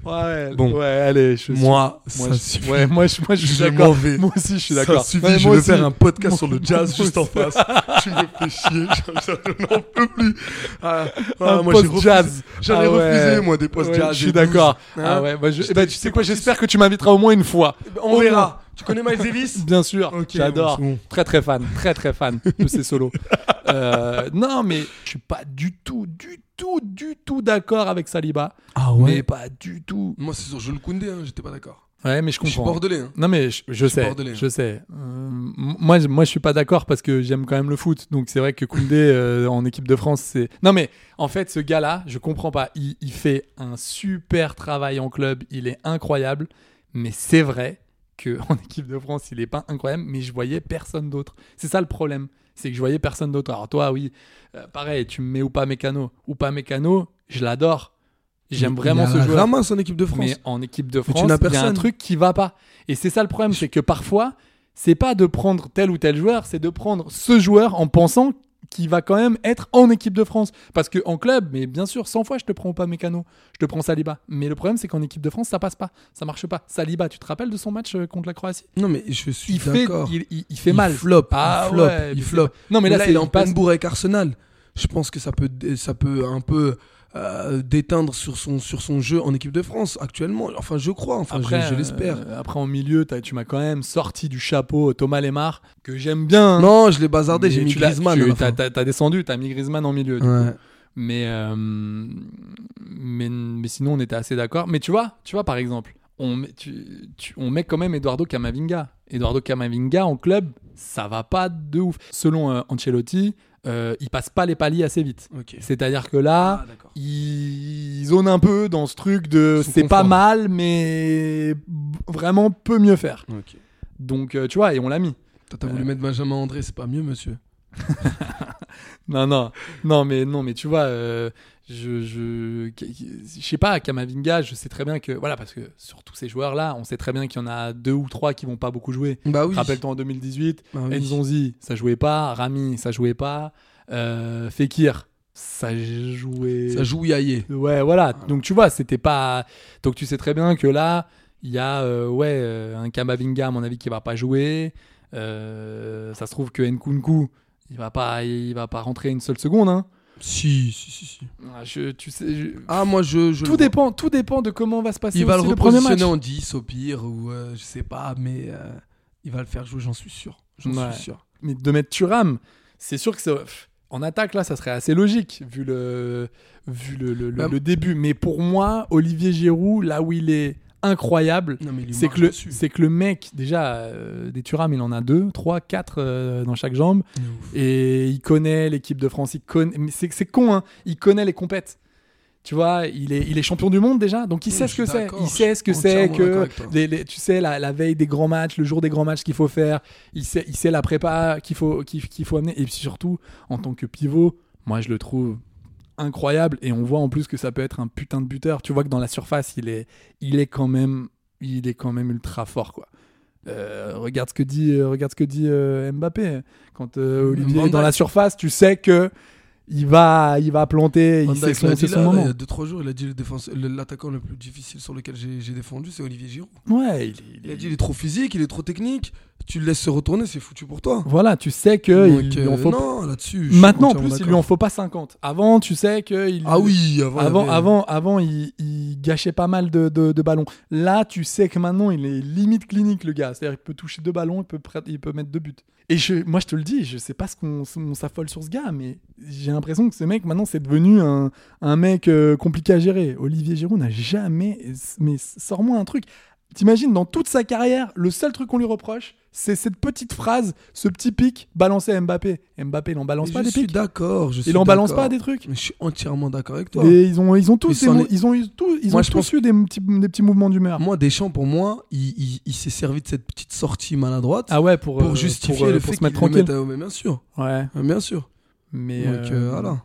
Speaker 7: Ouais,
Speaker 8: Bon.
Speaker 7: ouais, allez, je suis-
Speaker 8: euh, Moi,
Speaker 7: moi,
Speaker 8: ça
Speaker 7: je-
Speaker 8: suffit.
Speaker 7: ouais, moi, je, moi, je suis
Speaker 8: Je m'en
Speaker 7: d'accord.
Speaker 8: vais.
Speaker 7: Moi aussi, je suis
Speaker 8: Ça
Speaker 7: d'accord.
Speaker 8: suffit,
Speaker 7: Ouais,
Speaker 8: je
Speaker 7: moi
Speaker 8: vais
Speaker 7: aussi.
Speaker 8: faire un podcast
Speaker 7: Moi-
Speaker 8: sur le jazz
Speaker 7: moi
Speaker 8: juste en
Speaker 7: aussi. Ah,
Speaker 8: face. tu me fais chier, j'en- j'en- j'en peux plus. Ah, ah,
Speaker 7: Un
Speaker 8: moi, j'ai
Speaker 7: post
Speaker 8: refusé-
Speaker 7: jazz.
Speaker 8: J'en ai
Speaker 7: Ah ouais.
Speaker 8: refusé, moi, des post
Speaker 7: Ouais,
Speaker 8: jazz.
Speaker 7: Je
Speaker 8: et
Speaker 7: suis
Speaker 8: tout.
Speaker 7: d'accord.
Speaker 8: Hein
Speaker 7: Ah ouais, bah, je-
Speaker 8: J'étais-
Speaker 7: bah, tu sais quoi, j'espère que tu m'inviteras au moins une fois.
Speaker 8: On
Speaker 7: Au
Speaker 8: verra. Tu connais Miles Davis
Speaker 7: Bien sûr,
Speaker 8: Ok,
Speaker 7: j'adore.
Speaker 8: bon, c'est bon.
Speaker 7: Très très fan, très très fan de ses solos. Euh, non, mais je suis pas du tout, du tout, du tout d'accord avec Saliba.
Speaker 8: Ah
Speaker 7: Mais pas du tout.
Speaker 8: Moi, c'est sur Jules Koundé, hein, j'étais pas d'accord.
Speaker 7: Ouais, mais je comprends.
Speaker 8: Je suis bordelais. hein.
Speaker 7: Non mais je, je
Speaker 8: suis
Speaker 7: sais,
Speaker 8: bordelais.
Speaker 7: je sais. Euh, m- moi, je- moi, je suis pas d'accord parce que j'aime quand même le foot. Donc c'est vrai que Koundé euh, en équipe de France, c'est. Non mais en fait, ce gars-là, je comprends pas. Il, il fait un super travail en club. Il est incroyable. Mais c'est vrai que en équipe de France, il est pas incroyable. Mais je voyais personne d'autre. C'est ça le problème. C'est que je voyais personne d'autre. Alors toi, oui, euh, pareil. Tu me mets ou pas Mécano ou pas Mécano. Je l'adore. J'aime
Speaker 8: Il-
Speaker 7: vraiment
Speaker 8: il a
Speaker 7: ce joueur.
Speaker 8: La main, son équipe de France.
Speaker 7: Mais en équipe de
Speaker 8: tu
Speaker 7: France,
Speaker 8: n'as
Speaker 7: il y a un
Speaker 8: personne.
Speaker 7: truc qui va pas. Et c'est ça le problème, c'est que parfois, c'est pas de prendre tel ou tel joueur, c'est de prendre ce joueur en pensant qu'il va quand même être en équipe de France. Parce que en club, mais bien sûr, 100 fois, je te prends pas Mécano, je te prends Saliba. Mais le problème, c'est qu'en équipe de France, ça passe pas, ça marche pas. Saliba, tu te rappelles de son match euh, contre la Croatie
Speaker 8: Non, mais je suis
Speaker 7: il fait,
Speaker 8: d'accord.
Speaker 7: il, il- il fait mal.
Speaker 8: Il flop,
Speaker 7: Ah
Speaker 8: il flop,
Speaker 7: ouais, mais
Speaker 8: il
Speaker 7: c'est
Speaker 8: flop.
Speaker 7: pas- Non, mais là, c'est-
Speaker 8: il est en
Speaker 7: passe-
Speaker 8: pleine bourre avec Arsenal. Je pense que ça peut, ça peut un peu euh, déteindre sur son, sur son jeu en équipe de France actuellement. Enfin, je crois, enfin, je- je,
Speaker 7: euh,
Speaker 8: l'espère.
Speaker 7: après, en milieu, t'as- tu m'as quand même sorti du chapeau Thomas Lemar, que j'aime bien. hein.
Speaker 8: non, je l'ai bazardé, j'ai
Speaker 7: Mais
Speaker 8: mis
Speaker 7: tu l'as-
Speaker 8: Griezmann.
Speaker 7: tu-
Speaker 8: à la
Speaker 7: T'as
Speaker 8: fin.
Speaker 7: t'as- t'as descendu, t'as mis Griezmann en milieu. du coup.
Speaker 8: Ouais.
Speaker 7: Mais, euh, mais, mais sinon, on était assez d'accord. Mais tu vois, tu vois par exemple, on met, tu- tu- on met quand même Eduardo Camavinga. Eduardo Camavinga en club, ça va pas de ouf. Selon euh, Ancelotti, euh, il passe pas les paliers assez vite.
Speaker 8: Ok.
Speaker 7: C'est-à-dire que là,
Speaker 8: Ah, d'accord.
Speaker 7: il zone un peu dans ce truc de
Speaker 8: Son
Speaker 7: c'est pas
Speaker 8: confort.
Speaker 7: mal, mais vraiment peut mieux faire.
Speaker 8: Ok.
Speaker 7: Donc, euh, tu vois, et on l'a mis.
Speaker 8: Toi, T'as voulu mettre Benjamin André, c'est pas mieux, monsieur.
Speaker 7: Non, non, non, mais non, mais tu vois, euh, je, je, je sais pas, Kamavinga, je sais très bien que, voilà, parce que sur tous ces joueurs-là, on sait très bien qu'il y en a deux ou trois qui vont pas beaucoup jouer.
Speaker 8: Bah oui.
Speaker 7: Rappelle-toi en 2018,
Speaker 8: Bah oui.
Speaker 7: Nzonzi, ça jouait pas, Rami, ça jouait pas, euh, Fekir, ça jouait.
Speaker 8: Ça joue Yaye.
Speaker 7: Ouais, voilà. Donc tu vois, c'était pas. Donc tu sais très bien que là, il y a euh, ouais euh, un Kamavinga à mon avis qui va pas jouer. Euh, ça se trouve que Nkunku, il va pas, il va pas rentrer une seule seconde. Hein.
Speaker 8: Si, si, si, si.
Speaker 7: Ah, je- tu sais, je-
Speaker 8: Ah, moi, je. je
Speaker 7: tout
Speaker 8: le vois.
Speaker 7: dépend, tout dépend de comment va se passer
Speaker 8: Il va le
Speaker 7: aussi le premier match.
Speaker 8: repositionner en 10 au pire, ou euh, je sais pas, mais euh, il va le faire jouer, j'en suis sûr. J'en
Speaker 7: Ouais.
Speaker 8: suis sûr.
Speaker 7: Mais de mettre Thuram, c'est sûr que ça- pff, en attaque là, ça serait assez logique vu le vu le, le- le-
Speaker 8: Bah,
Speaker 7: le début. Mais pour moi, Olivier Giroud, là où il est incroyable,
Speaker 8: Non, mais il lui
Speaker 7: c'est
Speaker 8: marche
Speaker 7: que le
Speaker 8: dessus.
Speaker 7: c'est que le mec déjà euh, des Thuram, il en a deux, trois, quatre euh, dans chaque jambe
Speaker 8: Il est ouf.
Speaker 7: et il connaît l'équipe de France. Il connaît, mais c'est c'est con, hein, il connaît les compètes. Tu vois, il est, il est champion du monde déjà, donc il
Speaker 8: Oui,
Speaker 7: sait
Speaker 8: je
Speaker 7: ce que
Speaker 8: suis
Speaker 7: c'est.
Speaker 8: d'accord,
Speaker 7: Il
Speaker 8: je
Speaker 7: sait
Speaker 8: suis
Speaker 7: ce que c'est
Speaker 8: entièrement d'accord
Speaker 7: que,
Speaker 8: avec toi.
Speaker 7: les- les- tu sais, la, la veille des grands matchs, le jour des grands matchs qu'il faut faire. Il sait, il sait la prépa qu'il faut, qu'il, qu'il faut amener. Et puis surtout, en tant que pivot, moi je le trouve incroyable. Et on voit en plus que ça peut être un putain de buteur. Tu vois que dans la surface, il est, il est quand même, il est quand même ultra fort, quoi. Euh, regarde ce que dit, euh, regarde ce que dit euh, Mbappé quand euh, Olivier
Speaker 8: Van
Speaker 7: est dans
Speaker 8: Dijk.
Speaker 7: la surface. Tu sais que il va, il va planter.
Speaker 8: Van
Speaker 7: Il sait
Speaker 8: Dijk
Speaker 7: son,
Speaker 8: l'a
Speaker 7: c'est
Speaker 8: dit
Speaker 7: son
Speaker 8: là,
Speaker 7: moment.
Speaker 8: Il y a 2-3 jours, il a dit le défense- le- l'attaquant le plus difficile sur lequel j'ai j'ai défendu, c'est Olivier Giroud.
Speaker 7: Ouais, il, il-
Speaker 8: Il a dit il est trop physique, il est trop technique, tu le laisses se retourner, c'est foutu pour toi.
Speaker 7: voilà, tu sais que
Speaker 8: Donc,
Speaker 7: il lui en
Speaker 8: euh,
Speaker 7: faut.
Speaker 8: non, là-dessus. je suis
Speaker 7: Maintenant, en
Speaker 8: entièrement
Speaker 7: plus, il lui
Speaker 8: d'accord.
Speaker 7: en faut pas 50. Avant, tu sais que il,
Speaker 8: Ah oui, avant. il y
Speaker 7: avant,
Speaker 8: avait-
Speaker 7: avant, avant, il, il gâchait pas mal de, de- de ballons. Là, tu sais que maintenant, il est limite clinique, le gars. C'est-à-dire, il peut toucher deux ballons, il peut, pr- il peut mettre deux buts. Et je, moi, je te le dis, je sais pas ce qu'on ce- on s'affole sur ce gars, mais j'ai l'impression que ce mec, maintenant, c'est devenu un, un mec euh, compliqué à gérer. Olivier Giroud n'a jamais. Mais sors-moi un truc. T'imagines, dans toute sa carrière, le seul truc qu'on lui reproche, c'est cette petite phrase, ce petit pic balancé à Mbappé. Mbappé, il en balance
Speaker 8: Mais
Speaker 7: pas
Speaker 8: Je
Speaker 7: des
Speaker 8: suis
Speaker 7: pics.
Speaker 8: d'accord. je suis
Speaker 7: Il en balance
Speaker 8: d'accord.
Speaker 7: pas des trucs.
Speaker 8: Mais je suis entièrement d'accord avec toi.
Speaker 7: Et ils ont, ils ont tous,
Speaker 8: Ils
Speaker 7: des
Speaker 8: s'en
Speaker 7: mou-
Speaker 8: est-
Speaker 7: ils ont eu tous, ils
Speaker 8: Moi,
Speaker 7: ont
Speaker 8: je pense-
Speaker 7: tous eu des petits, des petits mouvements d'humeur.
Speaker 8: Ah, Moi, Deschamps, pour moi, il, il- il s'est servi de cette petite sortie maladroite
Speaker 7: Ah ouais, pour,
Speaker 8: pour
Speaker 7: euh,
Speaker 8: justifier
Speaker 7: pour, euh,
Speaker 8: le
Speaker 7: pour
Speaker 8: fait
Speaker 7: se mettre
Speaker 8: qu'il le
Speaker 7: tranquille.
Speaker 8: mette à- mais bien sûr,
Speaker 7: Ouais.
Speaker 8: euh, bien sûr.
Speaker 7: Mais euh,
Speaker 8: Donc euh, voilà.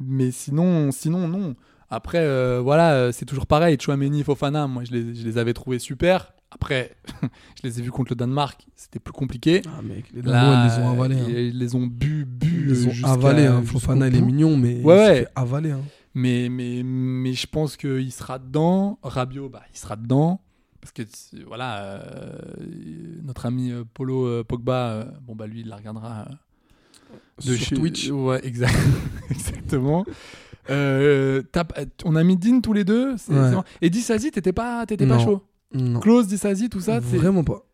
Speaker 7: Mais sinon, sinon non. Après, euh, voilà, euh, c'est toujours pareil. Chouameni, Fofana, moi, je les, je les avais trouvés super. Après, je les ai vus contre le Danemark. C'était plus compliqué.
Speaker 8: Ah mec, les
Speaker 7: Là,
Speaker 8: Danois, ils les ont avalés. hein.
Speaker 7: ils- Ils les ont bu, bu.
Speaker 8: Ils les
Speaker 7: euh,
Speaker 8: ont
Speaker 7: jusqu'à-
Speaker 8: avalés. hein.
Speaker 7: jusqu'au
Speaker 8: Fofana, il est
Speaker 7: bout.
Speaker 8: mignon, mais il
Speaker 7: Ouais,
Speaker 8: s'est
Speaker 7: ouais.
Speaker 8: fait avaler. hein.
Speaker 7: Mais, mais, mais je pense qu'il sera dedans. Rabiot, bah, il sera dedans. Parce que tu- voilà, euh, notre ami euh, Polo euh, Pogba, euh, bon bah lui il la regardera euh, de
Speaker 8: Sur
Speaker 7: chez- euh,
Speaker 8: Twitch.
Speaker 7: Ouais, exact- exactement. Euh, t'as pas- on a mis Dean tous les deux. c'est-
Speaker 8: Ouais.
Speaker 7: c'est vrai. Et Dissasi, t'étais pas, t'étais pas
Speaker 8: Non.
Speaker 7: chaud.
Speaker 8: Non,
Speaker 7: Close Dissasi, tout ça. c'est-
Speaker 8: vraiment pas.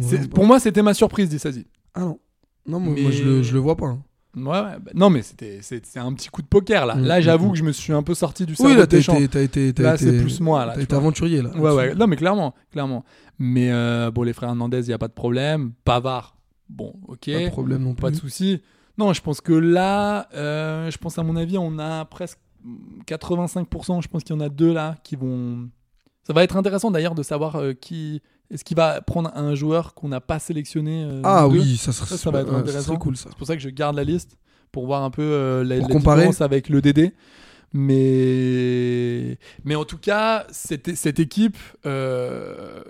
Speaker 7: c'est-
Speaker 8: Vraiment pas.
Speaker 7: pour moi, c'était ma surprise Dissasi.
Speaker 8: Ah non. Non, moi,
Speaker 7: Mais-
Speaker 8: moi, je, le, je le vois pas. hein.
Speaker 7: Ouais, ouais. Bah, non, mais c'était, c'est, c'est un petit coup de poker là.
Speaker 8: Mm,
Speaker 7: Là,
Speaker 8: mm,
Speaker 7: j'avoue
Speaker 8: mm.
Speaker 7: que je me suis un peu sorti du cerveau
Speaker 8: Oui, là, t'as
Speaker 7: péchant.
Speaker 8: été, t'as été, t'as
Speaker 7: Là,
Speaker 8: été-
Speaker 7: c'est plus moi, là,
Speaker 8: T'as
Speaker 7: tu
Speaker 8: été
Speaker 7: vois.
Speaker 8: aventurier, là.
Speaker 7: Ouais, ouais.
Speaker 8: là-dessus.
Speaker 7: Non, mais clairement, clairement. Mais euh, bon, les frères Hernandez, il y a pas de problème. Pavard, bon, ok.
Speaker 8: Pas de problème Mhm. non plus.
Speaker 7: Pas de souci. Non, je pense que là, euh, je pense à mon avis, on a presque 85%. Je pense qu'il y en a deux là qui vont. Ça va être intéressant d'ailleurs de savoir euh, qui est-ce qui va prendre un joueur qu'on n'a pas sélectionné. euh,
Speaker 8: Ah
Speaker 7: nous deux.
Speaker 8: oui, ça serait
Speaker 7: Ça, ça va être
Speaker 8: ouais, ça
Speaker 7: intéressant.
Speaker 8: serait cool, ça.
Speaker 7: C'est pour ça que je garde la liste pour voir un peu euh, la,
Speaker 8: Pour
Speaker 7: la
Speaker 8: comparer.
Speaker 7: différence avec le DD. Mais, mais en tout cas, cette, cette équipe, euh,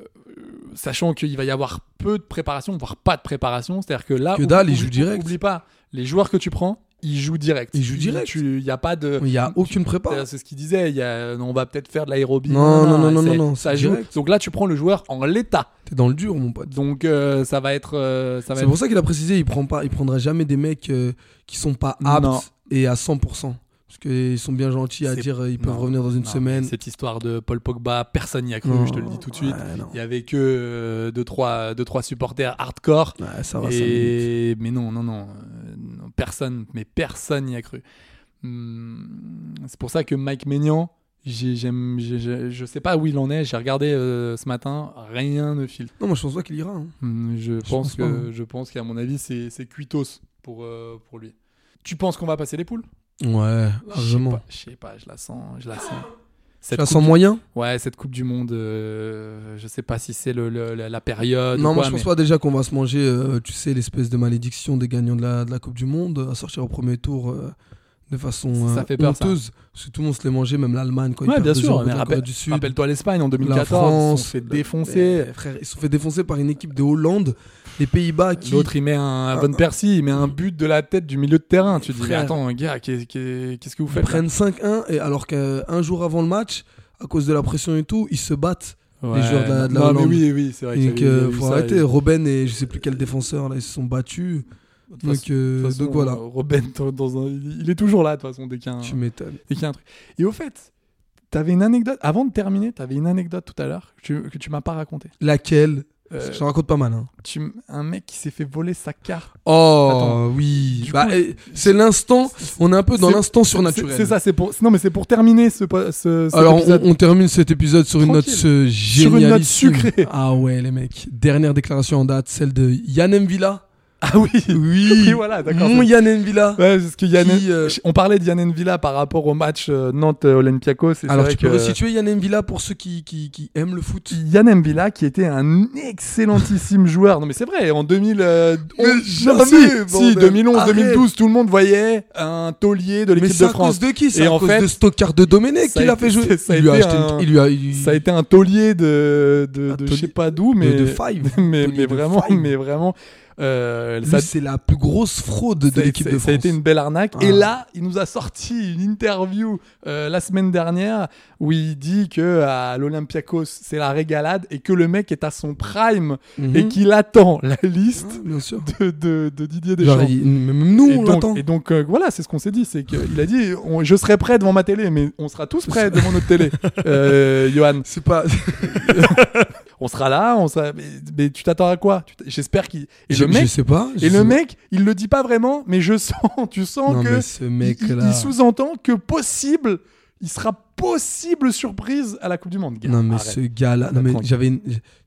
Speaker 7: sachant qu'il va y avoir peu de préparation, voire pas de préparation, c'est-à-dire que là,
Speaker 8: Que dalle, ils
Speaker 7: oublie-
Speaker 8: jouent direct.
Speaker 7: Oublie pas, les joueurs que tu prends, ils jouent direct.
Speaker 8: Ils jouent direct.
Speaker 7: Tu- Il n'y a pas de.
Speaker 8: Il y a aucune prépa.
Speaker 7: C'est- C'est ce qu'il disait, il y a, on va peut-être faire de l'aérobie.
Speaker 8: Non, non, non, non,
Speaker 7: c'est-
Speaker 8: non, non,
Speaker 7: ça
Speaker 8: c'est
Speaker 7: joue.
Speaker 8: direct.
Speaker 7: Donc là, tu prends le joueur en l'état.
Speaker 8: T'es dans le dur, mon pote.
Speaker 7: Donc euh, ça va être. euh, ça va
Speaker 8: C'est
Speaker 7: être
Speaker 8: pour ça qu'il a précisé, il prend pas, il prendra jamais des mecs euh, qui sont pas aptes
Speaker 7: Non.
Speaker 8: et à 100%. Parce qu'ils sont bien gentils à
Speaker 7: C'est-
Speaker 8: dire, euh, ils peuvent
Speaker 7: Non,
Speaker 8: revenir dans une
Speaker 7: non,
Speaker 8: semaine.
Speaker 7: mais Cette histoire de Paul Pogba, personne n'y a cru,
Speaker 8: Non,
Speaker 7: je te le dis tout de suite.
Speaker 8: ouais, non.
Speaker 7: Il y avait que euh, deux, trois, deux, trois supporters hardcore.
Speaker 8: Ouais, ça va, ça minutes.
Speaker 7: et... Mais non, non, non, euh, non, Personne, mais personne n'y a cru. Hum, C'est pour ça que Mike Maignan, j'ai- j'aime, j'ai- j'ai- je sais pas où il en est. J'ai regardé euh, ce matin, rien ne file.
Speaker 8: Non, moi je pense pas qu'il ira. hein.
Speaker 7: Hum, Je, pense
Speaker 8: pense pas,
Speaker 7: que,
Speaker 8: hein.
Speaker 7: je pense qu'à mon avis, c'est, c'est cuitos pour, euh, pour lui. Tu penses qu'on va passer les poules
Speaker 8: Ouais,
Speaker 7: Je sais
Speaker 8: largement.
Speaker 7: pas, je sais pas, je la sens, je la sens.
Speaker 8: Tu
Speaker 7: Cette
Speaker 8: la
Speaker 7: coupe
Speaker 8: sens moyen
Speaker 7: Ouais, cette Coupe du Monde, euh, je sais pas si c'est le, le- la, la période.
Speaker 8: Non,
Speaker 7: ou
Speaker 8: moi
Speaker 7: quoi,
Speaker 8: je pense
Speaker 7: mais-
Speaker 8: pas déjà qu'on va se manger, euh, tu sais, l'espèce de malédiction des gagnants de la, de la Coupe du Monde euh, à sortir au premier tour euh, de façon
Speaker 7: Ça
Speaker 8: euh,
Speaker 7: fait peur, ça.
Speaker 8: honteuse. Parce que tout le monde se les mangeait, même l'Allemagne quand ils
Speaker 7: Ouais,
Speaker 8: perdent
Speaker 7: bien
Speaker 8: 2-0
Speaker 7: sûr. euh,
Speaker 8: contre
Speaker 7: mais
Speaker 8: la Corée
Speaker 7: rappelle-
Speaker 8: du Sud.
Speaker 7: Rappelle-toi l'Espagne en
Speaker 8: La
Speaker 7: 2014.
Speaker 8: France
Speaker 7: on se fait défoncer.
Speaker 8: Eh, frère, ils se sont fait défoncer par une équipe de Hollande, les Pays-Bas qui. Ah,
Speaker 7: L'autre, il met un Van Persie, il met un but de la tête du milieu de terrain. Tu te dis, mais
Speaker 8: Frère.
Speaker 7: attends, gars, qu'est- qu'est- qu'est-ce que vous
Speaker 8: Ils
Speaker 7: faites là
Speaker 8: prennent 5-1 et alors qu'un jour avant le match, à cause de la pression et tout, ils se battent.
Speaker 7: Ouais,
Speaker 8: joueurs de la- de la
Speaker 7: Non, mais
Speaker 8: Hollande.
Speaker 7: oui, oui, c'est vrai.
Speaker 8: Donc
Speaker 7: qu'il y avait- il y
Speaker 8: euh,
Speaker 7: avait
Speaker 8: faut
Speaker 7: ça,
Speaker 8: arrêter.
Speaker 7: et-
Speaker 8: Robben et je sais plus quel défenseur là, ils se sont battus.
Speaker 7: de toute façon-
Speaker 8: Donc, euh,
Speaker 7: de toute façon,
Speaker 8: donc voilà.
Speaker 7: euh, Robben, dans- dans un- il est toujours là, de toute façon, dès qu'il y a un-
Speaker 8: Tu m'étonnes.
Speaker 7: dès qu'il y a un truc. Et au fait, t'avais une anecdote, avant de terminer, t'avais une anecdote tout à l'heure que tu- que tu m'as pas racontée.
Speaker 8: Laquelle
Speaker 7: Euh,
Speaker 8: J'en raconte pas mal. hein.
Speaker 7: tu m- un mec qui s'est fait voler sa carte.
Speaker 8: Oh
Speaker 7: Attends.
Speaker 8: oui.
Speaker 7: Du
Speaker 8: Bah,
Speaker 7: coup,
Speaker 8: eh, c'est l'instant. On est un peu dans
Speaker 7: C'est-
Speaker 8: l'instant
Speaker 7: c'est-
Speaker 8: surnaturel.
Speaker 7: C'est ça, c'est pour. Non, mais c'est pour terminer ce, po- ce, cet
Speaker 8: Alors on,
Speaker 7: épisode.
Speaker 8: on termine cet épisode sur une note
Speaker 7: Tranquille.
Speaker 8: euh,
Speaker 7: Sur une note
Speaker 8: génialissime.
Speaker 7: sucrée.
Speaker 8: Ah ouais les mecs. Dernière déclaration en date, celle de Yann Villa.
Speaker 7: Ah oui.
Speaker 8: Oui.
Speaker 7: Oui, voilà, d'accord.
Speaker 8: Mon Yann Villa.
Speaker 7: Ouais, parce que Yann-
Speaker 8: Qui, euh,
Speaker 7: On parlait de Yann Villa par rapport au match euh, Nantes euh, Olympiakos. et c'est
Speaker 8: Alors
Speaker 7: vrai
Speaker 8: tu peux
Speaker 7: que-
Speaker 8: resituer Yann Villa pour ceux qui, qui, qui aiment le foot.
Speaker 7: Yann Villa qui était un excellentissime joueur. Non mais c'est vrai, en euh, 2011,
Speaker 8: Mais jamais, bordel.
Speaker 7: 2011,
Speaker 8: Arrête.
Speaker 7: 2012, tout le monde voyait un taulier de
Speaker 8: Mais
Speaker 7: l'équipe
Speaker 8: c'est
Speaker 7: de
Speaker 8: à
Speaker 7: France.
Speaker 8: cause de qui
Speaker 7: Et
Speaker 8: C'est à
Speaker 7: en
Speaker 8: cause
Speaker 7: fait,
Speaker 8: de Stockard de Domenech
Speaker 7: ça a
Speaker 8: qu'il a
Speaker 7: été-
Speaker 8: fait jouer.
Speaker 7: ça a
Speaker 8: il lui a
Speaker 7: été
Speaker 8: acheté une-
Speaker 7: un-
Speaker 8: il lui a, il-
Speaker 7: Ça a été un taulier de, de,
Speaker 8: Un
Speaker 7: de je
Speaker 8: taulier
Speaker 7: sais pas d'où, mais
Speaker 8: de Five.
Speaker 7: mais,
Speaker 8: Taulier
Speaker 7: mais
Speaker 8: de
Speaker 7: vraiment,
Speaker 8: Five.
Speaker 7: mais vraiment, euh,
Speaker 8: Lui,
Speaker 7: ça,
Speaker 8: c'est la plus grosse fraude de
Speaker 7: ça-
Speaker 8: l'équipe
Speaker 7: ça-
Speaker 8: de France.
Speaker 7: ça a été une belle arnaque. Et
Speaker 8: Ah.
Speaker 7: là, il nous a sorti une interview euh, la semaine dernière où il dit que à l'Olympiakos c'est la régalade et que le mec est à son prime
Speaker 8: Mhm.
Speaker 7: et qu'il attend la liste
Speaker 8: Ah Bien sûr.
Speaker 7: de, de, de Didier Deschamps.
Speaker 8: Genre, il- même nous,
Speaker 7: et
Speaker 8: on
Speaker 7: donc,
Speaker 8: l'attend.
Speaker 7: et donc, euh, voilà, c'est ce qu'on s'est dit, c'est qu'il a dit, on- je serai prêt devant ma télé, mais on sera tous prêts devant notre télé, euh, Johan.
Speaker 8: C'est pas.
Speaker 7: On sera là, on sera. Mais, mais tu t'attends à quoi Tu t- J'espère qu'il. Et
Speaker 8: je,
Speaker 7: le mec,
Speaker 8: je sais pas. je
Speaker 7: et le
Speaker 8: sais-
Speaker 7: mec, il le dit pas vraiment, mais je sens, tu sens
Speaker 8: Non,
Speaker 7: que
Speaker 8: mais ce mec-là.
Speaker 7: il, il sous-entend que possible, il sera possible surprise à la Coupe du Monde. gars.
Speaker 8: Non, mais
Speaker 7: Arrête.
Speaker 8: ce gars-là. Non, mais
Speaker 7: Tranquille.
Speaker 8: j'avais une,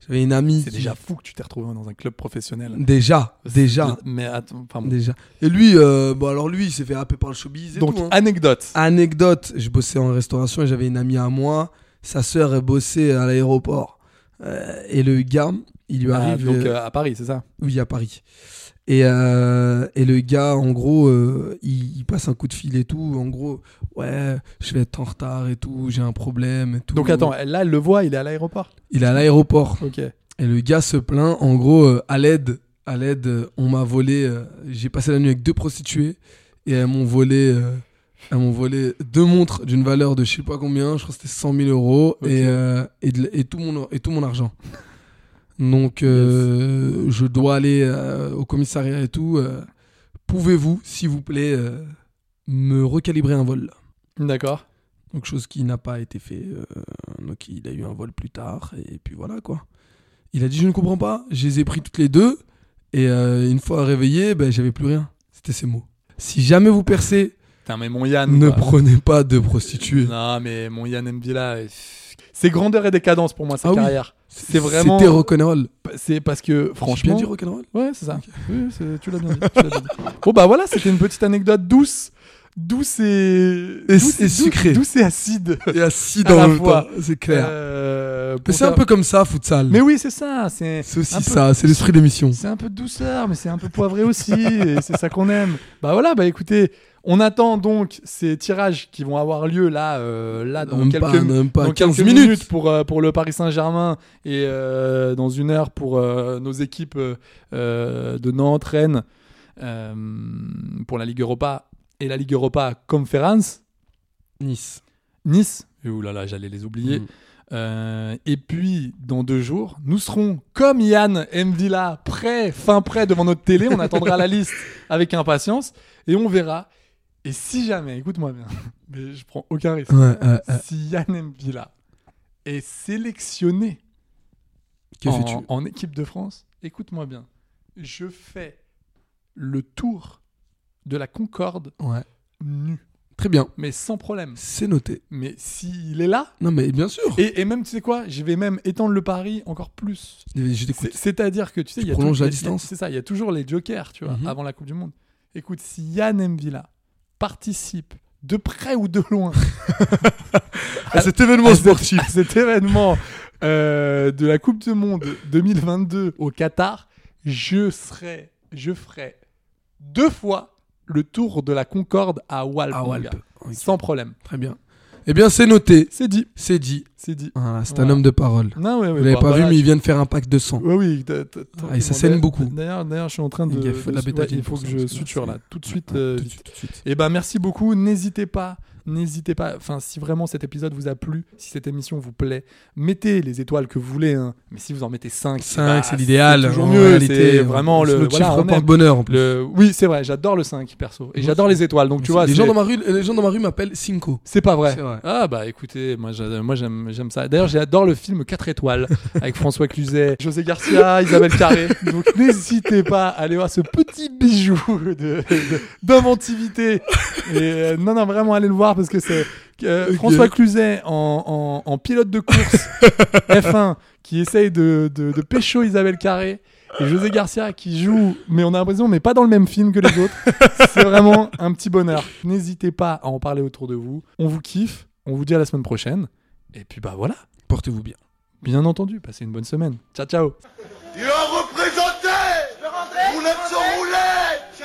Speaker 8: j'avais une amie.
Speaker 7: C'est
Speaker 8: qui-
Speaker 7: déjà fou que tu t'es retrouvé dans un club professionnel.
Speaker 8: Déjà. Déjà.
Speaker 7: Mais attends, enfin bon.
Speaker 8: Déjà. Et lui, euh, bon, alors lui, il s'est fait happer par le showbiz. Et
Speaker 7: Donc
Speaker 8: tout, hein.
Speaker 7: anecdote.
Speaker 8: Anecdote, je bossais en restauration et j'avais une amie à moi, sa sœur elle bossait à l'aéroport. Euh, et le gars, il lui
Speaker 7: Ah,
Speaker 8: arrive
Speaker 7: donc
Speaker 8: euh,
Speaker 7: euh, à Paris, c'est ça.
Speaker 8: oui, à Paris. Et, euh, et le gars, en gros, euh, il, il passe un coup de fil et tout. En gros, ouais, je vais être en retard et tout, j'ai un problème et tout.
Speaker 7: Donc attends, là, elle le voit, il est à l'aéroport.
Speaker 8: Il est à l'aéroport.
Speaker 7: Ok.
Speaker 8: Et le gars se plaint, en gros, euh, à l'aide, à l'aide, euh, on m'a volé, euh, j'ai passé la nuit avec deux prostituées et elles m'ont volé, euh, elles m'ont volé deux montres d'une valeur de je sais pas combien, je crois que c'était 100 000 euros
Speaker 7: Ok.
Speaker 8: et, euh, et, de- et tout mon, et tout mon argent. Donc euh, je dois aller euh, au commissariat et tout. euh, Pouvez-vous, s'il vous plaît, euh, me recalibrer un vol
Speaker 7: D'accord.
Speaker 8: donc chose qui n'a pas été fait. euh, donc il a eu un vol plus tard et puis voilà quoi. Il a dit je ne comprends pas. Je les ai pris toutes les deux et euh, une fois réveillé, ben j'avais plus rien. C'était ses mots. Si jamais vous percez,
Speaker 7: Putain, mais mon Yann.
Speaker 8: ne
Speaker 7: quoi.
Speaker 8: prenez pas de prostituées.
Speaker 7: Non, mais mon Yann Mbila. euh, C'est grandeur et décadence pour moi, sa
Speaker 8: Ah oui.
Speaker 7: carrière. C'est vraiment.
Speaker 8: C'était rock'n'roll.
Speaker 7: C'est parce que,
Speaker 8: J'ai bien
Speaker 7: franchement.
Speaker 8: dit rock'n'roll
Speaker 7: Ouais, c'est ça. Oui, c'est- tu l'as bien dit. tu l'as bien dit. bon, bah voilà, c'était une petite anecdote douce. Douce et.
Speaker 8: Et-
Speaker 7: douce
Speaker 8: et sucrée.
Speaker 7: Douce et acide.
Speaker 8: Et assis
Speaker 7: À
Speaker 8: dans
Speaker 7: la
Speaker 8: le
Speaker 7: fois.
Speaker 8: temps, c'est clair.
Speaker 7: Euh,
Speaker 8: Mais
Speaker 7: pour
Speaker 8: c'est un
Speaker 7: ta-
Speaker 8: peu comme ça, futsal.
Speaker 7: Mais oui, c'est ça. C'est
Speaker 8: C'est aussi
Speaker 7: un peu-
Speaker 8: ça, c'est l'esprit d'émission.
Speaker 7: C'est un peu de douceur, mais c'est un peu poivré aussi, et c'est ça qu'on aime. Bah voilà, bah écoutez, on attend donc ces tirages qui vont avoir lieu là, euh, là dans
Speaker 8: Même
Speaker 7: quelques,
Speaker 8: pas, même pas,
Speaker 7: dans
Speaker 8: 15
Speaker 7: quelques
Speaker 8: minutes.
Speaker 7: pour, euh, pour le Paris Saint-Germain et euh, dans une heure pour euh, nos équipes euh, euh, de Nantes, Rennes, euh, pour la Ligue Europa et la Ligue Europa Conference.
Speaker 8: Nice.
Speaker 7: Nice. Et Ouh là là, j'allais les oublier.
Speaker 8: Mm.
Speaker 7: Euh, et puis, dans deux jours, nous serons comme Yann Mvila, prêt, fin prêt devant notre télé. On attendra la liste avec impatience et on verra. Et si jamais, écoute-moi bien, mais je prends aucun risque.
Speaker 8: Ouais, ouais, ouais.
Speaker 7: Si Yann Mvila est sélectionné
Speaker 8: Que
Speaker 7: en,
Speaker 8: fais-tu
Speaker 7: en équipe de France, écoute-moi bien, je fais le tour de la Concorde
Speaker 8: Ouais.
Speaker 7: nu,
Speaker 8: Très bien.
Speaker 7: mais sans problème.
Speaker 8: C'est noté.
Speaker 7: Mais s'il est là,
Speaker 8: Non, mais bien sûr.
Speaker 7: Et, et même, tu sais quoi, je vais même étendre le pari encore plus.
Speaker 8: Je t'écoute.
Speaker 7: C'est- C'est-à-dire que, tu sais, il y a
Speaker 8: prolonges
Speaker 7: tout-
Speaker 8: la
Speaker 7: il y a-
Speaker 8: distance.
Speaker 7: C'est ça, il y a toujours les jokers, tu vois,
Speaker 8: Mhm.
Speaker 7: avant la Coupe du Monde. Écoute, si Yann Mvila participe de près ou de loin
Speaker 8: À
Speaker 7: ah,
Speaker 8: cet événement
Speaker 7: à
Speaker 8: sportif.
Speaker 7: cet- à cet événement euh, de la Coupe du Monde 2022 au Qatar, je serai, je ferai deux fois le tour de la Concorde à Walp,
Speaker 8: À
Speaker 7: mon
Speaker 8: ah, Walp.
Speaker 7: gars.
Speaker 8: Ok.
Speaker 7: sans problème.
Speaker 8: Très bien. Eh bien, c'est noté.
Speaker 7: C'est dit,
Speaker 8: C'est dit.
Speaker 7: c'est dit.
Speaker 8: Voilà, c'est un
Speaker 7: Voilà.
Speaker 8: homme de parole.
Speaker 7: Non, ouais, ouais,
Speaker 8: Vous l'avez
Speaker 7: bah,
Speaker 8: pas
Speaker 7: voilà, Euh,
Speaker 8: vu, mais il vient de faire un pack de sang.
Speaker 7: Oui, oui. t'as- t'as- t'as-
Speaker 8: Ah, et ça
Speaker 7: t'as-
Speaker 8: saigne
Speaker 7: t'as-
Speaker 8: beaucoup.
Speaker 7: D'ailleurs, d'ailleurs, je suis en train de.
Speaker 8: Il y a fait de la
Speaker 7: ouais,
Speaker 8: bétadine
Speaker 7: il faut
Speaker 8: pour
Speaker 7: que
Speaker 8: ça,
Speaker 7: je
Speaker 8: parce que là,
Speaker 7: suture là,
Speaker 8: hein, c'est-
Speaker 7: tout de suite.
Speaker 8: Ouais,
Speaker 7: euh,
Speaker 8: tout de
Speaker 7: vite.
Speaker 8: suite, tout de suite.
Speaker 7: Eh ben, merci beaucoup. N'hésitez pas, n'hésitez pas. Enfin, si vraiment cet épisode vous a plu, si cette émission vous plaît, mettez les étoiles que vous voulez. hein. Mais si vous en mettez 5
Speaker 8: 5, c'est l'idéal.
Speaker 7: Bah, C'est toujours
Speaker 8: en
Speaker 7: mieux.
Speaker 8: réalité.
Speaker 7: c'est vraiment
Speaker 8: C'est
Speaker 7: le.
Speaker 8: notre
Speaker 7: voilà,
Speaker 8: chiffre
Speaker 7: on aime.
Speaker 8: porte-bonheur en plus.
Speaker 7: Le- Oui, c'est vrai. J'adore le 5 perso, et
Speaker 8: Moi,
Speaker 7: j'adore les étoiles. Donc tu vois,
Speaker 8: les gens
Speaker 7: c'est-
Speaker 8: dans ma rue, les gens dans ma rue m'appellent Cinco.
Speaker 7: c'est pas vrai.
Speaker 8: C'est vrai.
Speaker 7: Ah bah écoutez, moi j'a- moi, j'aime j'aime ça. D'ailleurs, j'adore le film 4 étoiles avec François Cluzet, José Garcia, Isabelle Carré. Donc n'hésitez pas à aller voir ce petit bijou de- de- d'inventivité. Et, euh, non non, vraiment allez le voir parce que c'est euh,
Speaker 8: Ok.
Speaker 7: François Cluzet en, en- en pilote de course F1 qui essaye de, de, de pécho Isabelle Carré. Et José Garcia qui joue, mais on a l'impression, mais pas dans le même film que les autres. C'est vraiment un petit bonheur. N'hésitez pas à en parler autour de vous. On vous kiffe. On vous dit à la semaine prochaine. Et puis bah voilà.
Speaker 8: Portez-vous bien.
Speaker 7: Bien entendu, passez une bonne semaine. Ciao ciao.
Speaker 1: Il a représenté Roulette sur roulette Je suis